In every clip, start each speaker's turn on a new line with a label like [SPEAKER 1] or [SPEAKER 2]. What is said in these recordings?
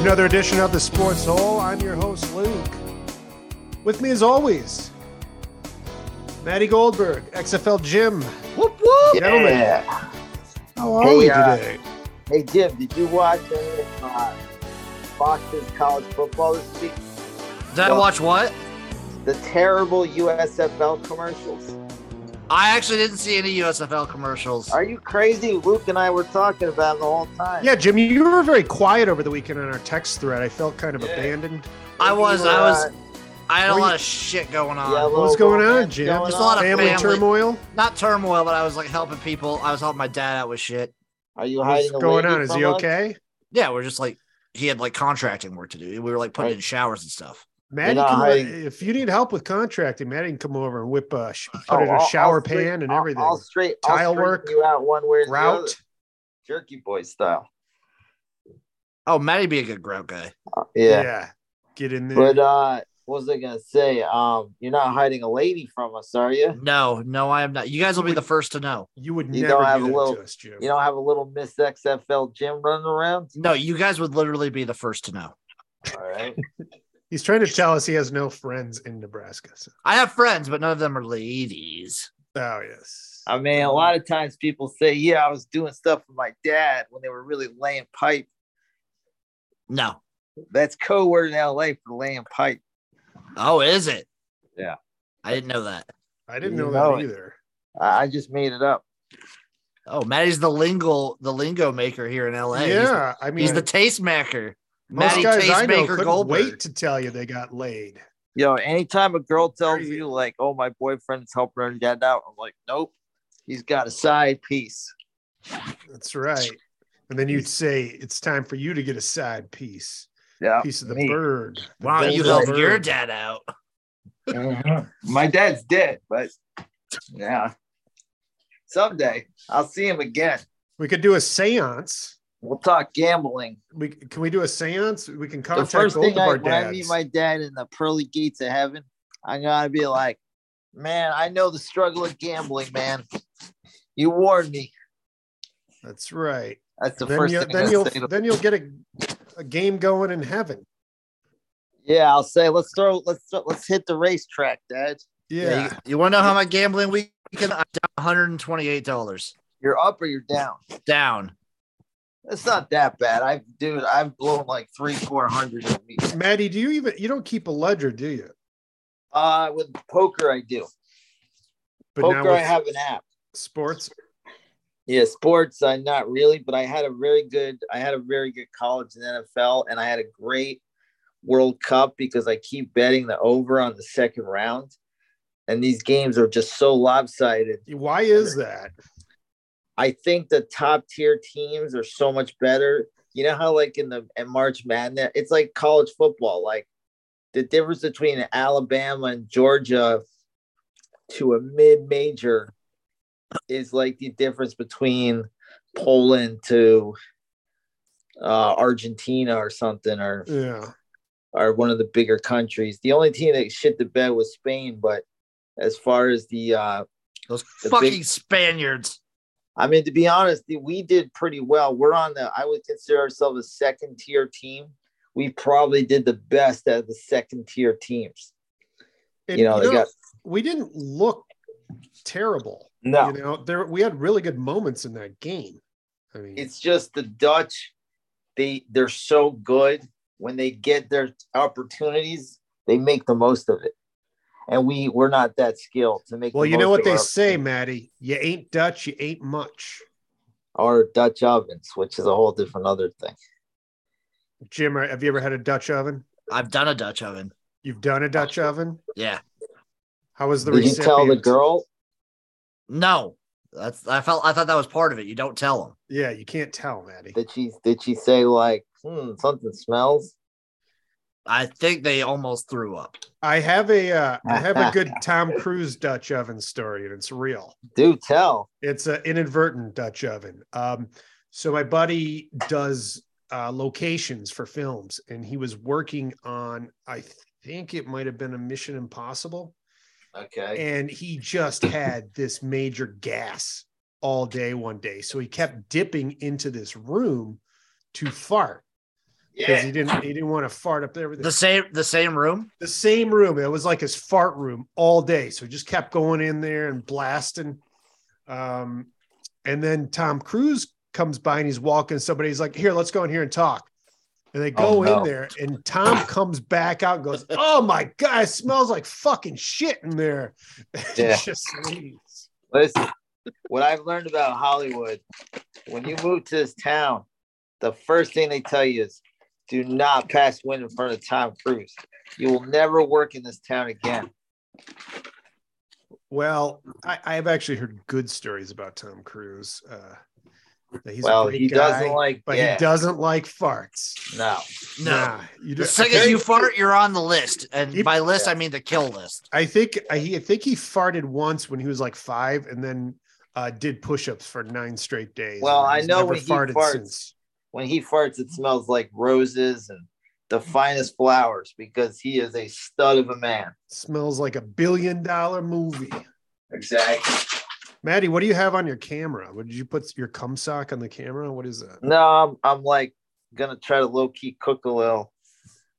[SPEAKER 1] another edition of the Sports Hole. I'm your host, Luke. With me, as always, Maddie Goldberg, XFL Jim. Whoop whoop! Gentlemen,
[SPEAKER 2] Yeah.
[SPEAKER 1] how are
[SPEAKER 2] Hey,
[SPEAKER 1] we
[SPEAKER 2] uh,
[SPEAKER 1] today?
[SPEAKER 2] Hey Jim, did you watch any of uh, Fox's college football this week?
[SPEAKER 3] Did I watch what?
[SPEAKER 2] The terrible USFL commercials.
[SPEAKER 3] I actually didn't see any USFL commercials.
[SPEAKER 2] Are you crazy? Luke and I were talking about it the whole time.
[SPEAKER 1] Yeah, Jim, you were very quiet over the weekend on our text thread. I felt kind of
[SPEAKER 2] Yeah.
[SPEAKER 1] abandoned.
[SPEAKER 3] I
[SPEAKER 2] Maybe
[SPEAKER 3] was,
[SPEAKER 2] you were,
[SPEAKER 3] I was,
[SPEAKER 2] uh,
[SPEAKER 3] I had a
[SPEAKER 1] were
[SPEAKER 3] lot
[SPEAKER 1] you-
[SPEAKER 3] of shit going on.
[SPEAKER 2] yeah, a
[SPEAKER 1] What
[SPEAKER 2] little
[SPEAKER 1] was going on,
[SPEAKER 2] romance
[SPEAKER 1] Jim?
[SPEAKER 2] going
[SPEAKER 3] Just a lot
[SPEAKER 2] on.
[SPEAKER 3] of
[SPEAKER 1] Family,
[SPEAKER 3] family.
[SPEAKER 1] turmoil.
[SPEAKER 3] Not turmoil, but I was like helping people. I was helping my dad out with shit.
[SPEAKER 2] Are you
[SPEAKER 1] What's
[SPEAKER 2] hiding the
[SPEAKER 1] going
[SPEAKER 2] lady
[SPEAKER 1] on? Is
[SPEAKER 2] from
[SPEAKER 1] he
[SPEAKER 2] us?
[SPEAKER 1] okay?
[SPEAKER 3] Yeah, we're just like he had like contracting work to do. We were like putting
[SPEAKER 2] Right.
[SPEAKER 3] in showers and stuff.
[SPEAKER 1] Maddie,
[SPEAKER 2] not
[SPEAKER 1] can,
[SPEAKER 2] hiding.
[SPEAKER 1] if you need help with contracting, Maddie can come over and whip a sh- put
[SPEAKER 2] Oh,
[SPEAKER 1] in a
[SPEAKER 2] I'll-
[SPEAKER 1] shower
[SPEAKER 2] I'll straight-
[SPEAKER 1] pan and
[SPEAKER 2] I'll-
[SPEAKER 1] everything.
[SPEAKER 2] I'll straight I'll
[SPEAKER 1] Tile
[SPEAKER 2] straighten
[SPEAKER 1] work,
[SPEAKER 2] you out one way or the other,
[SPEAKER 1] Route.
[SPEAKER 2] jerky boy style.
[SPEAKER 3] Oh, Matty'd be a good grout guy.
[SPEAKER 2] Yeah.
[SPEAKER 1] Get in there.
[SPEAKER 2] But uh, what was I gonna say? Um, you're not hiding a lady from us, are you?
[SPEAKER 3] No, no, I am not. You guys will be the first to know.
[SPEAKER 1] you would
[SPEAKER 2] You
[SPEAKER 1] never
[SPEAKER 2] don't have
[SPEAKER 1] do
[SPEAKER 2] a
[SPEAKER 1] that
[SPEAKER 2] little-
[SPEAKER 1] to us, Jim.
[SPEAKER 2] You don't have a little Miss XFL Jim running around.
[SPEAKER 3] No, you guys would literally be the first to know.
[SPEAKER 2] All right.
[SPEAKER 1] He's trying to tell us he has no friends in Nebraska. So.
[SPEAKER 3] I have friends, but none of them are ladies.
[SPEAKER 1] Oh yes.
[SPEAKER 2] I mean, a lot of times people say, "Yeah, I was doing stuff with my dad when they were really laying pipe."
[SPEAKER 3] No.
[SPEAKER 2] That's code word in L.A. for laying pipe.
[SPEAKER 3] Oh, is it?
[SPEAKER 2] Yeah.
[SPEAKER 3] I didn't know that.
[SPEAKER 1] I didn't
[SPEAKER 2] You
[SPEAKER 1] know
[SPEAKER 2] know
[SPEAKER 1] that
[SPEAKER 2] it.
[SPEAKER 1] either.
[SPEAKER 2] I, I just made it up.
[SPEAKER 3] Oh, Maddie's the lingo, the lingo maker here in LA. He's the
[SPEAKER 1] yeah, I mean,
[SPEAKER 3] He's the taste maker.
[SPEAKER 1] most
[SPEAKER 3] Maddie
[SPEAKER 1] guys I know
[SPEAKER 3] Tastemaker
[SPEAKER 1] couldn't
[SPEAKER 3] Goldberg.
[SPEAKER 1] wait to tell you they got laid.
[SPEAKER 2] Yo, anytime a girl tells
[SPEAKER 1] Crazy.
[SPEAKER 2] you like, "Oh, my boyfriend's helping her get out," I'm like, "Nope, he's got a side piece."
[SPEAKER 1] That's right. And then you'd say it's time for you to get a side piece,
[SPEAKER 2] Yeah,
[SPEAKER 1] piece of the
[SPEAKER 2] me.
[SPEAKER 1] bird. the
[SPEAKER 3] Why don't you
[SPEAKER 1] golden
[SPEAKER 3] help your
[SPEAKER 1] bird.
[SPEAKER 3] dad out?
[SPEAKER 2] Mhm. My dad's dead, but yeah, someday I'll see him again.
[SPEAKER 1] We could do a séance.
[SPEAKER 2] We'll talk gambling.
[SPEAKER 1] We can we do a séance? We can
[SPEAKER 2] the
[SPEAKER 1] contact
[SPEAKER 2] first
[SPEAKER 1] both
[SPEAKER 2] thing
[SPEAKER 1] of
[SPEAKER 2] I,
[SPEAKER 1] our
[SPEAKER 2] when I meet
[SPEAKER 1] dads.
[SPEAKER 2] my dad in the pearly gates of heaven, I'm gonna be like, man, I know the struggle of gambling, man. You warned me.
[SPEAKER 1] That's right.
[SPEAKER 2] That's the
[SPEAKER 1] then
[SPEAKER 2] first
[SPEAKER 1] you,
[SPEAKER 2] thing
[SPEAKER 1] then
[SPEAKER 2] I
[SPEAKER 1] you'll
[SPEAKER 2] say. To,
[SPEAKER 1] then you'll get a, a game going in heaven.
[SPEAKER 2] yeah, I'll say, let's throw, let's throw, let's hit the racetrack, Dad.
[SPEAKER 1] Yeah.
[SPEAKER 3] You, want to know how my gambling weekend? I'm down $128
[SPEAKER 2] You're up or you're down.
[SPEAKER 3] down.
[SPEAKER 2] It's not that bad. I've dude, I've blown like three, four hundred of me.
[SPEAKER 1] Maddie, do you even you don't keep a ledger, do you?
[SPEAKER 2] Uh with poker I do.
[SPEAKER 1] But
[SPEAKER 2] poker
[SPEAKER 1] now
[SPEAKER 2] I
[SPEAKER 1] with
[SPEAKER 2] have an app.
[SPEAKER 1] sports,
[SPEAKER 2] Yeah, sports, I not really, but I had a very good I had a very good college and NFL and I had a great World Cup because I keep betting the over on the second round. And these games are just so lopsided.
[SPEAKER 1] why is that?
[SPEAKER 2] I think the top tier teams are so much better. You know how like in the in March Madness, it's like college football. Like the difference between Alabama and Georgia to a mid major is like the difference between Poland to uh, Argentina or something or
[SPEAKER 1] Yeah.
[SPEAKER 2] or one of the bigger countries. The only team that shit the bed was Spain, but as far as the uh,
[SPEAKER 3] Those
[SPEAKER 2] The
[SPEAKER 3] fucking
[SPEAKER 2] big-
[SPEAKER 3] Spaniards.
[SPEAKER 2] I mean, to be honest, we did pretty well. We're on the, I would consider ourselves a second tier team. We probably did the best out of the second tier teams.
[SPEAKER 1] And,
[SPEAKER 2] you know, they got,
[SPEAKER 1] we didn't look terrible.
[SPEAKER 2] no,
[SPEAKER 1] You know, there we had really good moments in that game. I mean,
[SPEAKER 2] it's just the Dutch. They, they're so good when they get their opportunities, they make the most of it. And we, we're not that skilled to make,
[SPEAKER 1] well,
[SPEAKER 2] the
[SPEAKER 1] you know what
[SPEAKER 2] most of our
[SPEAKER 1] they say, Maddie. You ain't Dutch, you ain't much.
[SPEAKER 2] or Dutch ovens, which is a whole different other thing.
[SPEAKER 1] Jim, have you ever had a Dutch oven?
[SPEAKER 3] I've done a Dutch oven.
[SPEAKER 1] You've done a Dutch oven.
[SPEAKER 3] Yeah.
[SPEAKER 1] How was the
[SPEAKER 2] Did you tell the
[SPEAKER 1] recipient?
[SPEAKER 2] girl?
[SPEAKER 3] No. That's I felt I thought that was part of it. You don't tell them.
[SPEAKER 1] Yeah, you can't tell, Maddie.
[SPEAKER 2] Did she, did she say like, hmm, something smells?
[SPEAKER 3] I think they almost threw up.
[SPEAKER 1] I have a uh, I have a good Tom Cruise Dutch oven story, and it's real.
[SPEAKER 2] Do tell.
[SPEAKER 1] It's an inadvertent Dutch oven. Um, so my buddy does uh, locations for films, and he was working on, I think it might have been a Mission Impossible,
[SPEAKER 2] Okay.
[SPEAKER 1] and he just had this major gas all day one day, so he kept dipping into this room to fart. because
[SPEAKER 2] Yeah.
[SPEAKER 1] he didn't he didn't want to fart up there.
[SPEAKER 3] The
[SPEAKER 1] The,
[SPEAKER 3] same the same room.
[SPEAKER 1] the same room. It was like his fart room all day. So he just kept going in there and blasting. Um, and then Tom Cruise comes by and he's walking. Somebody's like, "Here, let's go in here and talk." And they go
[SPEAKER 2] Oh, no.
[SPEAKER 1] in there, and Tom comes back out and goes, "Oh my god, it smells like fucking shit in there."
[SPEAKER 2] Yeah.
[SPEAKER 1] just leaves.
[SPEAKER 2] Listen, what I've learned about Hollywood, when you move to this town, the first thing they tell you is do not pass wind in front of Tom Cruise. You will never work in this town again.
[SPEAKER 1] Well, I, I have actually heard good stories about Tom Cruise. Uh, that he's
[SPEAKER 2] well,
[SPEAKER 1] a great
[SPEAKER 2] he
[SPEAKER 1] guy,
[SPEAKER 2] doesn't like
[SPEAKER 1] but
[SPEAKER 2] yeah,
[SPEAKER 1] he doesn't like farts.
[SPEAKER 2] no.
[SPEAKER 3] No.
[SPEAKER 1] Nah, you
[SPEAKER 3] The
[SPEAKER 1] do-
[SPEAKER 3] second
[SPEAKER 1] I,
[SPEAKER 3] you fart, you're on the list. And
[SPEAKER 1] He-
[SPEAKER 3] by list,
[SPEAKER 2] Yeah.
[SPEAKER 3] I mean the kill list.
[SPEAKER 1] I think I, he- I think he farted once when he was like five, and then uh, did push-ups for nine straight days.
[SPEAKER 2] Well,
[SPEAKER 1] and
[SPEAKER 2] I
[SPEAKER 1] he's
[SPEAKER 2] know
[SPEAKER 1] never
[SPEAKER 2] when he farts- When he farts, it smells like roses and the finest flowers because he is a stud of a man.
[SPEAKER 1] Smells like a billion-dollar movie.
[SPEAKER 2] Exactly.
[SPEAKER 1] Maddie, what do you have on your camera? What did you put your cum sock on the camera? What is that?
[SPEAKER 2] No, I'm, I'm like gonna try to low key cook a little.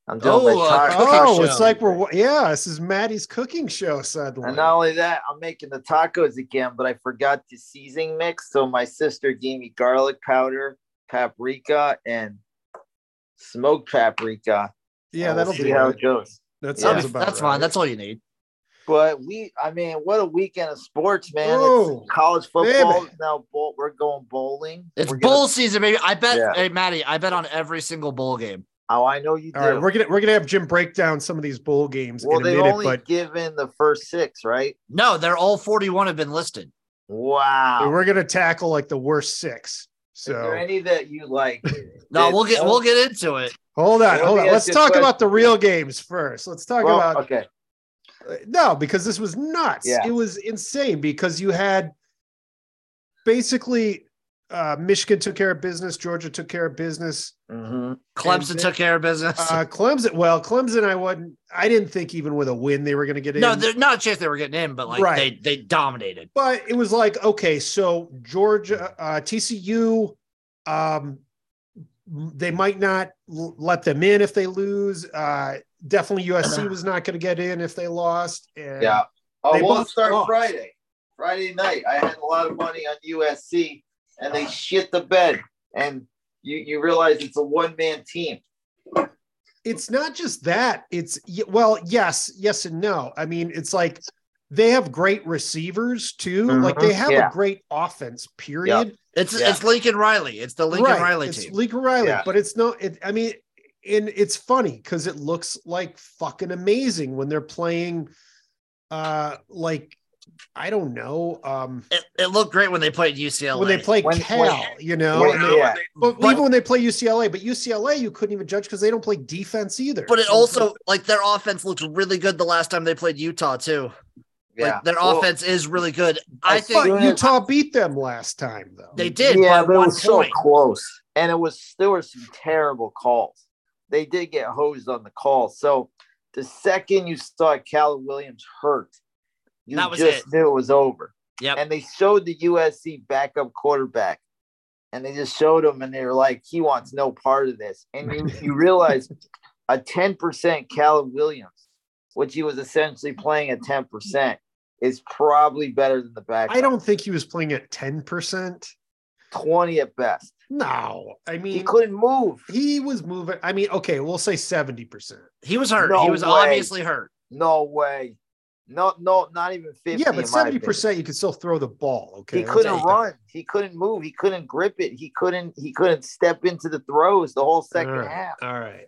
[SPEAKER 2] I'm doing
[SPEAKER 3] Oh,
[SPEAKER 2] my
[SPEAKER 3] uh,
[SPEAKER 2] taco
[SPEAKER 1] Oh,
[SPEAKER 2] show.
[SPEAKER 1] it's like we're wa- yeah. This is Maddie's cooking show. Suddenly,
[SPEAKER 2] And not only that, I'm making the tacos again, but I forgot the seasoning mix. So my sister gave me garlic powder, paprika, and smoked paprika.
[SPEAKER 1] yeah,
[SPEAKER 2] And we'll
[SPEAKER 1] that'll
[SPEAKER 2] see
[SPEAKER 1] be
[SPEAKER 2] how
[SPEAKER 1] right.
[SPEAKER 2] it goes.
[SPEAKER 1] That
[SPEAKER 2] Yeah.
[SPEAKER 1] sounds
[SPEAKER 3] That'll be-
[SPEAKER 1] about
[SPEAKER 3] that's
[SPEAKER 1] right.
[SPEAKER 3] fine. That's all you need.
[SPEAKER 2] But we, I mean, what a weekend of sports, man!
[SPEAKER 1] Oh,
[SPEAKER 2] it's college football
[SPEAKER 1] baby.
[SPEAKER 2] now. Bowl, we're going bowling.
[SPEAKER 3] It's
[SPEAKER 2] We're gonna-
[SPEAKER 3] bowl season, baby. I bet,
[SPEAKER 2] Yeah.
[SPEAKER 3] hey, Maddie, I bet on every single bowl game.
[SPEAKER 2] Oh, I know you do.
[SPEAKER 1] All right, we're gonna we're gonna have Jim break down some of these bowl games
[SPEAKER 2] well,
[SPEAKER 1] in a
[SPEAKER 2] they've
[SPEAKER 1] minute,
[SPEAKER 2] only
[SPEAKER 1] but
[SPEAKER 2] given the first six, right?
[SPEAKER 3] No, they're all 41 have been listed.
[SPEAKER 2] Wow.
[SPEAKER 1] we're gonna tackle like the worst six.
[SPEAKER 2] Is there
[SPEAKER 1] So
[SPEAKER 2] any that you like?
[SPEAKER 3] No,
[SPEAKER 2] Did-
[SPEAKER 3] we'll get
[SPEAKER 2] oh,
[SPEAKER 3] we'll get into it.
[SPEAKER 1] hold on,
[SPEAKER 2] Let me
[SPEAKER 1] hold on.
[SPEAKER 2] ask
[SPEAKER 1] Let's
[SPEAKER 2] you a
[SPEAKER 1] talk
[SPEAKER 2] question.
[SPEAKER 1] about the real games first. Let's talk
[SPEAKER 2] well,
[SPEAKER 1] about
[SPEAKER 2] okay.
[SPEAKER 1] no, because this was nuts.
[SPEAKER 2] Yeah.
[SPEAKER 1] It was insane because you had basically uh, Michigan took care of business, Georgia took care of business.
[SPEAKER 2] hmm
[SPEAKER 3] Clemson
[SPEAKER 1] then-
[SPEAKER 3] took care of business.
[SPEAKER 1] Uh, Clemson, well, Clemson, I wasn't. I didn't think even with a win they were gonna get in.
[SPEAKER 3] no, there's not a chance they were getting in, but like
[SPEAKER 1] Right.
[SPEAKER 3] they they dominated.
[SPEAKER 1] but it was like okay so georgia uh, tcu um, they might not l- let them in if they lose uh, definitely usc was not going to get in if they lost and
[SPEAKER 2] Yeah. Oh,
[SPEAKER 1] They
[SPEAKER 2] we'll
[SPEAKER 1] both
[SPEAKER 2] start
[SPEAKER 1] lost.
[SPEAKER 2] Friday. Friday night, I had a lot of money on USC, and they shit the bed. And you you realize it's a one man team.
[SPEAKER 1] it's not just that it's y- well yes yes and no i mean it's like they have great receivers too like
[SPEAKER 2] Mhm.
[SPEAKER 1] they have
[SPEAKER 2] Yeah.
[SPEAKER 1] a great offense period
[SPEAKER 3] It's
[SPEAKER 2] Yeah.
[SPEAKER 3] it's Lincoln Riley. It's the Lincoln
[SPEAKER 1] Right.
[SPEAKER 3] Riley
[SPEAKER 1] it's
[SPEAKER 3] team.
[SPEAKER 1] Lincoln Riley,
[SPEAKER 2] Yeah.
[SPEAKER 1] but it's no. It, I mean, and it's funny because it looks like fucking amazing when they're playing. Uh, like I don't know. Um,
[SPEAKER 3] it, it looked great when they played UCLA.
[SPEAKER 1] when they play
[SPEAKER 2] When-
[SPEAKER 1] Cal, you know,
[SPEAKER 2] Well,
[SPEAKER 1] and they-
[SPEAKER 2] yeah.
[SPEAKER 1] but,
[SPEAKER 3] But-
[SPEAKER 1] even when they play UCLA, but UCLA you couldn't even judge because they don't play defense either.
[SPEAKER 3] but it also like their offense looked really good the last time they played Utah too.
[SPEAKER 2] yeah.
[SPEAKER 3] Like their
[SPEAKER 2] Well,
[SPEAKER 3] offense is really good. I
[SPEAKER 2] But
[SPEAKER 1] But
[SPEAKER 3] think
[SPEAKER 2] you-
[SPEAKER 1] Utah beat them last time though.
[SPEAKER 3] they did
[SPEAKER 2] yeah,
[SPEAKER 3] by
[SPEAKER 2] but it
[SPEAKER 3] one
[SPEAKER 2] was so
[SPEAKER 3] point.
[SPEAKER 2] close, and it was there were some terrible calls. They did get hosed on the call. So the second you saw Caleb Williams hurt, you
[SPEAKER 3] That was
[SPEAKER 2] just
[SPEAKER 3] it.
[SPEAKER 2] knew it was over.
[SPEAKER 3] Yep.
[SPEAKER 2] And they showed the USC backup quarterback, and they just showed him, and they were like, "He wants no part of this." And you you realize a ten percent Caleb Williams, which he was essentially playing at ten percent, is probably better than the backup.
[SPEAKER 1] I don't think he was playing at ten percent.
[SPEAKER 2] twenty at best.
[SPEAKER 1] No, I
[SPEAKER 2] He
[SPEAKER 3] Mm.
[SPEAKER 1] mean
[SPEAKER 2] couldn't move.
[SPEAKER 1] he was moving. I mean, okay, we'll say seventy percent.
[SPEAKER 3] He was hurt.
[SPEAKER 2] No
[SPEAKER 3] he was
[SPEAKER 2] way.
[SPEAKER 3] obviously hurt.
[SPEAKER 2] No way. No, no, not even 50.
[SPEAKER 1] Yeah,
[SPEAKER 2] in my
[SPEAKER 1] but seventy
[SPEAKER 2] opinion.
[SPEAKER 1] percent you could still throw the ball. Okay,
[SPEAKER 2] He
[SPEAKER 1] That's
[SPEAKER 2] couldn't
[SPEAKER 1] what I'm
[SPEAKER 2] run. He couldn't move. He couldn't grip it. He couldn't he couldn't step into the throws the whole
[SPEAKER 1] saying.
[SPEAKER 2] second
[SPEAKER 1] All right,
[SPEAKER 2] half.
[SPEAKER 1] All right.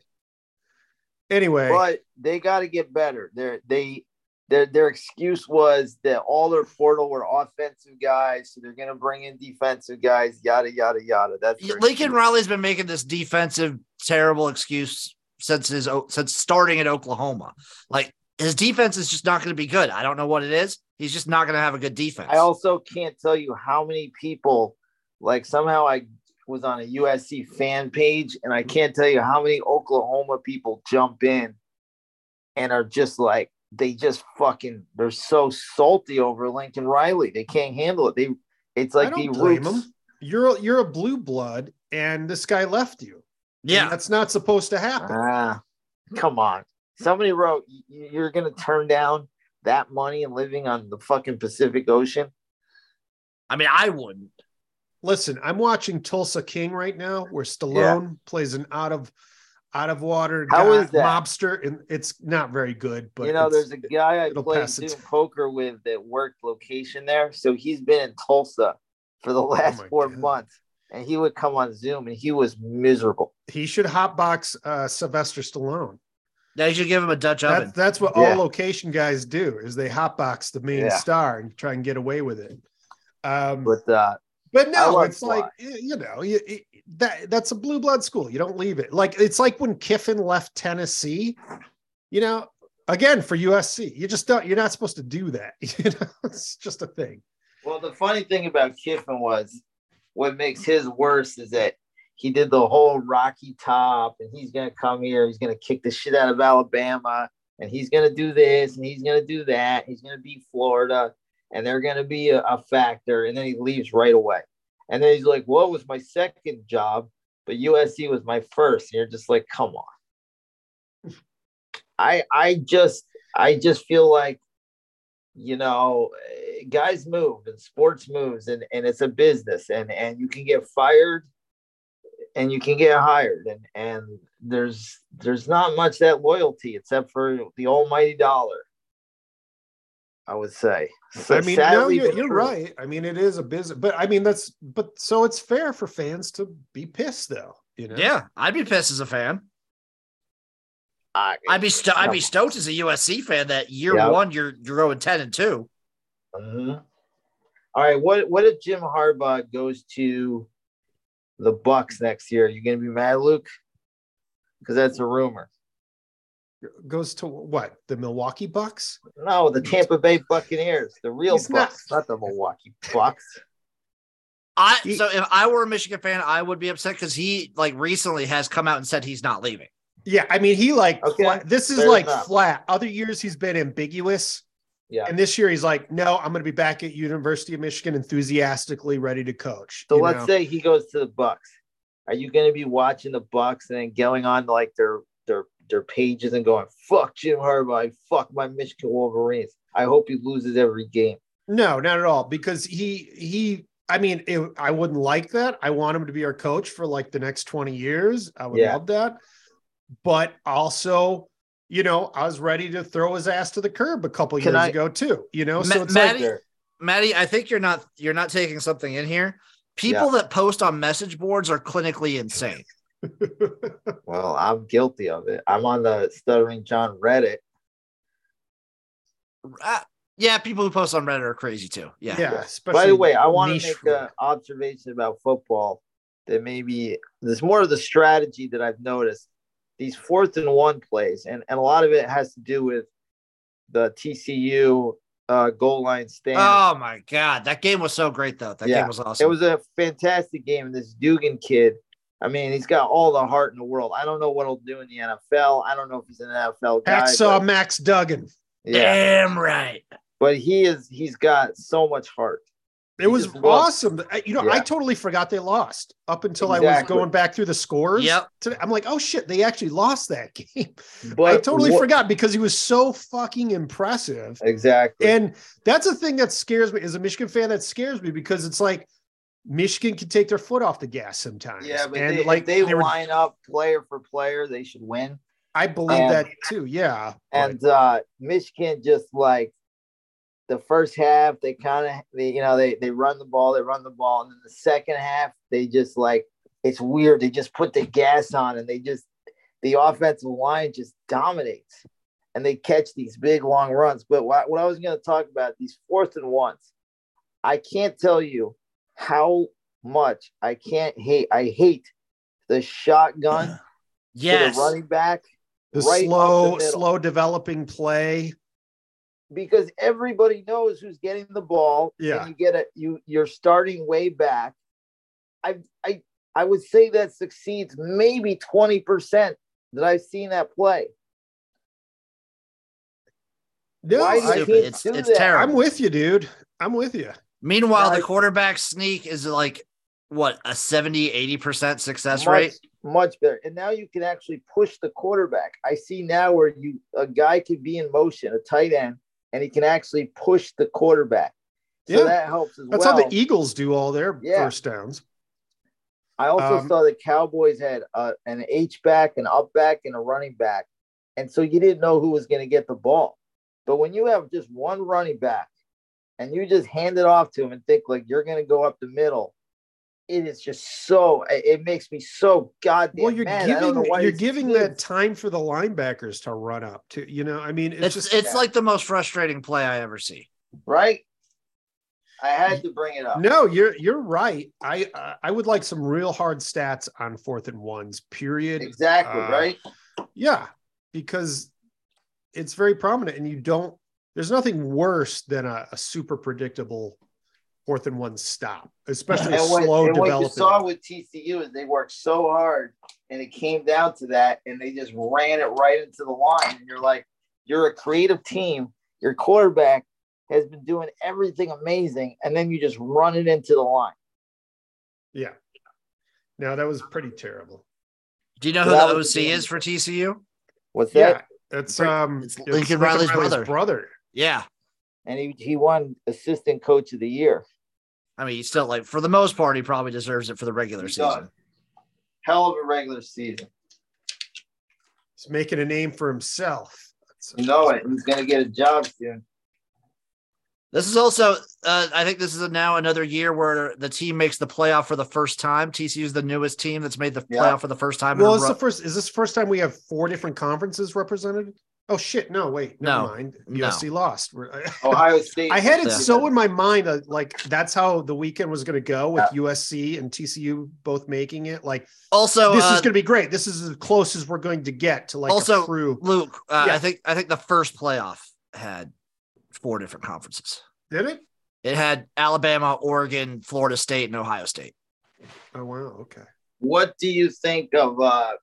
[SPEAKER 1] Anyway,
[SPEAKER 2] But they got to get better. Their they their their excuse was that all their portal were offensive guys, so they're going to bring in defensive guys, yada yada yada. That's their
[SPEAKER 3] Lincoln
[SPEAKER 2] excuse.
[SPEAKER 3] Riley's been making this defensive terrible excuse since his since starting at Oklahoma. Like his defense is just not going to be good. I don't know what it is. He's just not going to have a good defense.
[SPEAKER 2] I also can't tell you how many people, like somehow I was on a USC fan page, and I can't tell you how many Oklahoma people jump in and are just like they just fucking they're so salty over Lincoln Riley. They can't handle it. They it's
[SPEAKER 1] I
[SPEAKER 2] like
[SPEAKER 1] don't
[SPEAKER 2] the
[SPEAKER 1] blame
[SPEAKER 2] roots.
[SPEAKER 1] him. You're you're a blue blood, and this guy left you. And
[SPEAKER 3] Yeah.
[SPEAKER 1] that's not supposed to happen.
[SPEAKER 2] Ah, come on. Somebody wrote, "You- "You're gonna turn down that money and living on the fucking Pacific Ocean."
[SPEAKER 3] I mean, I wouldn't.
[SPEAKER 1] Listen, I'm watching Tulsa King right now, where Stallone plays an out of out of water
[SPEAKER 2] How
[SPEAKER 1] guy-
[SPEAKER 2] is that?
[SPEAKER 1] mobster, and it's not very good. But
[SPEAKER 2] you know,
[SPEAKER 1] it's-
[SPEAKER 2] there's a guy I
[SPEAKER 1] it'll
[SPEAKER 2] played
[SPEAKER 1] pass
[SPEAKER 2] Zoom
[SPEAKER 1] its-
[SPEAKER 2] poker with that worked location there. So he's been in Tulsa for the last
[SPEAKER 1] Oh my
[SPEAKER 2] four
[SPEAKER 1] God.
[SPEAKER 2] months, and he would come on Zoom, and he was miserable.
[SPEAKER 1] he should hotbox uh, Sylvester Stallone.
[SPEAKER 3] They should give him a Dutch
[SPEAKER 1] That's
[SPEAKER 3] oven.
[SPEAKER 1] that's what
[SPEAKER 2] Yeah.
[SPEAKER 1] all location guys do is they hotbox the main
[SPEAKER 2] Yeah.
[SPEAKER 1] star and try and get away with it. Um,
[SPEAKER 2] But uh,
[SPEAKER 1] But
[SPEAKER 2] I
[SPEAKER 1] no,
[SPEAKER 2] love
[SPEAKER 1] it's like y- you know you, it- that that's a blue blood school. You don't leave it. Like it's like when Kiffin left Tennessee. You know, again for USC, you just don't. You're not supposed to do that. You know, it's just a thing.
[SPEAKER 2] Well, the funny thing about Kiffin was what makes his worse is that he did the whole Rocky Top and he's going to come here. He's going to kick the shit out of Alabama and he's going to do this and he's going to do that. He's going to beat Florida and they're going to be a, a factor. And then he leaves right away. And then he's like, well, it was my second job, but USC was my first. And you're just like, come on. I, I just, I just feel like you know eh, guys move and sports moves and, and it's a business and and you can get fired and you can get hired and and there's there's not much that loyalty except for the almighty dollar i would say So
[SPEAKER 1] I mean, no,
[SPEAKER 2] sadly,
[SPEAKER 1] you're,
[SPEAKER 2] but
[SPEAKER 1] you're
[SPEAKER 2] true.
[SPEAKER 1] right. I mean, it is a business, but I mean that's but so it's fair for fans to be pissed though. You know,
[SPEAKER 3] Yeah, I'd be pissed as a fan.
[SPEAKER 2] I,
[SPEAKER 3] I'd be sto- I'd be
[SPEAKER 2] Yeah.
[SPEAKER 3] stoked as a USC fan that year
[SPEAKER 2] Yeah.
[SPEAKER 3] one you're you're going ten and two.
[SPEAKER 2] Mhm. All right what what if jim harbaugh goes to the bucks next year you gonna be mad luke because that's a rumor
[SPEAKER 1] goes to what the Milwaukee Bucks.
[SPEAKER 2] No, the Tampa Bay Buccaneers, the real
[SPEAKER 1] He's not-
[SPEAKER 2] Bucks, not, the Milwaukee Bucks.
[SPEAKER 3] I
[SPEAKER 1] He-
[SPEAKER 3] so if I were a Michigan fan, I would be upset because he like recently has come out and said he's not leaving.
[SPEAKER 1] Yeah, I mean, he like
[SPEAKER 2] Okay.
[SPEAKER 1] fla- this is
[SPEAKER 2] Fair
[SPEAKER 1] like
[SPEAKER 2] enough.
[SPEAKER 1] flat. Other years he's been ambiguous.
[SPEAKER 2] Yeah.
[SPEAKER 1] And this year he's like, no, I'm going to be back at University of Michigan, enthusiastically ready to coach.
[SPEAKER 2] So
[SPEAKER 1] you
[SPEAKER 2] let's
[SPEAKER 1] know?
[SPEAKER 2] say he goes to the Bucks. Are you going to be watching the Bucks and then going on like their their their pages and going fuck Jim Harbaugh, fuck my Michigan Wolverines. I hope he loses every game.
[SPEAKER 1] no, not at all, because he he. I mean, it, I wouldn't like that. I want him to be our coach for like the next 20 years. I would
[SPEAKER 2] Yeah.
[SPEAKER 1] love that. But also, you know, I was ready to throw his ass to the curb a couple
[SPEAKER 2] Can
[SPEAKER 1] years
[SPEAKER 2] I-
[SPEAKER 1] ago too. You know,
[SPEAKER 3] Ma-
[SPEAKER 1] so it's
[SPEAKER 3] Maddie-
[SPEAKER 1] like,
[SPEAKER 2] There.
[SPEAKER 3] Maddie, I think you're not you're not taking something in here. People that post on message boards are clinically insane.
[SPEAKER 2] Well, I'm guilty of it. I'm on the stuttering John Reddit.
[SPEAKER 3] Uh, yeah, people who post on Reddit are crazy too.
[SPEAKER 1] yeah.
[SPEAKER 3] Yeah,
[SPEAKER 1] especially
[SPEAKER 2] By the way, I want
[SPEAKER 1] niche
[SPEAKER 2] to make an
[SPEAKER 1] work.
[SPEAKER 2] observation about football that maybe there's more of the strategy that I've noticed. These fourth and one plays, and, and a lot of it has to do with the TCU uh, goal line stand.
[SPEAKER 3] Oh my god, that game was so great though. That
[SPEAKER 2] Yeah.
[SPEAKER 3] game was
[SPEAKER 2] it
[SPEAKER 3] awesome.
[SPEAKER 2] was a fantastic game. And this Dugan kid, I mean, he's got all the heart in the world. I don't know what he'll do in the NFL. I don't know if he's an NFL guy. but-
[SPEAKER 1] Hacksaw Max Duggan.
[SPEAKER 2] yeah,
[SPEAKER 3] Damn right.
[SPEAKER 2] but he is. He's got so much heart.
[SPEAKER 1] It was
[SPEAKER 2] just lost.
[SPEAKER 1] awesome. I- You know, I
[SPEAKER 2] Yeah.
[SPEAKER 1] totally forgot they lost up until I was
[SPEAKER 2] Exactly.
[SPEAKER 1] going back through the scores.
[SPEAKER 3] Yep.
[SPEAKER 1] Today. I'm like, oh shit, they actually lost that game.
[SPEAKER 2] But
[SPEAKER 1] I totally
[SPEAKER 2] what-
[SPEAKER 1] forgot because he was so fucking impressive.
[SPEAKER 2] Exactly.
[SPEAKER 1] And that's a thing that scares me as a Michigan fan. That scares me because it's like Michigan can take their foot off the gas sometimes.
[SPEAKER 2] Yeah, but
[SPEAKER 1] and
[SPEAKER 2] they,
[SPEAKER 1] like
[SPEAKER 2] if they,
[SPEAKER 1] they were,
[SPEAKER 2] line up player for player, they should win.
[SPEAKER 1] I believe
[SPEAKER 2] um,
[SPEAKER 1] that too. Yeah,
[SPEAKER 2] And uh, Michigan just like the first half, they kind of they you know they they run the ball, they run the ball, and then the second half, they just like it's weird. They just put the gas on, and they just the offensive line just dominates, and they catch these big long runs. But what, what I was going to talk about these fourth and ones, I can't tell you how much I can't hate. I hate the shotgun to
[SPEAKER 3] Yes.
[SPEAKER 2] the running back
[SPEAKER 1] the
[SPEAKER 2] right up the
[SPEAKER 1] slow,
[SPEAKER 2] middle.
[SPEAKER 1] slow developing play.
[SPEAKER 2] because everybody knows who's getting the ball.
[SPEAKER 1] Yeah.
[SPEAKER 2] and you get it. You you're starting way back. I I I would say that succeeds maybe twenty percent that I've seen that play.
[SPEAKER 1] No,
[SPEAKER 2] Why do
[SPEAKER 1] I-
[SPEAKER 2] you
[SPEAKER 3] Stupid. It's
[SPEAKER 2] do
[SPEAKER 3] it's
[SPEAKER 2] that.
[SPEAKER 3] terrible.
[SPEAKER 1] I'm with you, dude. I'm with you.
[SPEAKER 3] Meanwhile,
[SPEAKER 2] No,
[SPEAKER 3] the
[SPEAKER 2] I-
[SPEAKER 3] quarterback sneak is like what a 70 80% success
[SPEAKER 2] much,
[SPEAKER 3] rate
[SPEAKER 2] much better. And now you can actually push the quarterback. I see now where you a guy could be in motion, a tight end, and he can actually push the quarterback. So
[SPEAKER 1] Yeah.
[SPEAKER 2] that helps as
[SPEAKER 1] That's
[SPEAKER 2] well.
[SPEAKER 1] how the Eagles do all their
[SPEAKER 2] Yeah.
[SPEAKER 1] first downs.
[SPEAKER 2] I also
[SPEAKER 1] Um,
[SPEAKER 2] saw the Cowboys had uh, an H back, an up back, and a running back, and so you didn't know who was going to get the ball. But when you have just one running back, and you just hand it off to him and think like you're going to go up the middle, it is just so. It, it makes me so goddamn.
[SPEAKER 1] Well, you're
[SPEAKER 2] mad. I don't know
[SPEAKER 1] giving
[SPEAKER 2] why
[SPEAKER 1] you're
[SPEAKER 2] these
[SPEAKER 1] giving
[SPEAKER 2] kids-
[SPEAKER 1] that time for the linebackers to run up to. You know, I mean, it's,
[SPEAKER 3] it's it's,
[SPEAKER 1] just
[SPEAKER 2] yeah.
[SPEAKER 3] like the most frustrating play i ever see
[SPEAKER 2] right. I had to bring it up.
[SPEAKER 1] no. You're you're right. I uh, I would like some real hard stats on fourth and ones. Period.
[SPEAKER 2] exactly
[SPEAKER 1] Uh,
[SPEAKER 2] right.
[SPEAKER 1] Yeah, because it's very prominent, and you don't. There's nothing worse than a, a super predictable fourth and one stop, especially a
[SPEAKER 2] and what,
[SPEAKER 1] slow
[SPEAKER 2] and what you
[SPEAKER 1] development.
[SPEAKER 2] saw with TCU is they worked so hard and it came down to that and they just ran it right into the line. And you're like, you're a creative team. Your quarterback has been doing everything amazing. And then you just run it into the line.
[SPEAKER 1] yeah. No, that was pretty terrible.
[SPEAKER 3] do you know who
[SPEAKER 2] That
[SPEAKER 3] the
[SPEAKER 2] was
[SPEAKER 3] oc
[SPEAKER 2] the-
[SPEAKER 3] is for tcu
[SPEAKER 2] What's that?
[SPEAKER 1] Yeah, that's um,
[SPEAKER 3] It's Lincoln Riley's brother.
[SPEAKER 1] brother.
[SPEAKER 3] yeah
[SPEAKER 2] And he, he won assistant coach of the year.
[SPEAKER 3] i mean he's still like for the most part he probably deserves it for the regular
[SPEAKER 2] He
[SPEAKER 3] season
[SPEAKER 2] Hell of a regular season.
[SPEAKER 1] He's making a name for himself. That's-
[SPEAKER 2] You know it. He's going to get a job soon.
[SPEAKER 3] this is also uh, i think this is now another year where the team makes the playoff for the first time tcu is the newest team that's made the
[SPEAKER 2] Yeah.
[SPEAKER 3] playoff for the first time
[SPEAKER 1] Well,
[SPEAKER 3] in a
[SPEAKER 1] it's
[SPEAKER 3] row.
[SPEAKER 1] the first. Is this the first time we have four different conferences represented? Oh shit! No, wait. Never
[SPEAKER 3] No.
[SPEAKER 1] mind.
[SPEAKER 3] No.
[SPEAKER 1] USC lost. We're-
[SPEAKER 2] Ohio State.
[SPEAKER 1] I had it
[SPEAKER 3] Yeah.
[SPEAKER 1] so in my mind, uh, like that's how the weekend was going to go with USC and TCU both making it. Like
[SPEAKER 3] also
[SPEAKER 1] this is
[SPEAKER 3] uh,
[SPEAKER 1] going to be great. This is as close as we're going to get to like
[SPEAKER 3] Also-
[SPEAKER 1] a true.
[SPEAKER 3] luke uh,
[SPEAKER 1] Yeah.
[SPEAKER 3] i think i think the first playoff had four different conferences
[SPEAKER 1] Did it?
[SPEAKER 3] it had alabama oregon florida state and ohio state
[SPEAKER 1] Oh wow. Okay.
[SPEAKER 2] What do you think of uh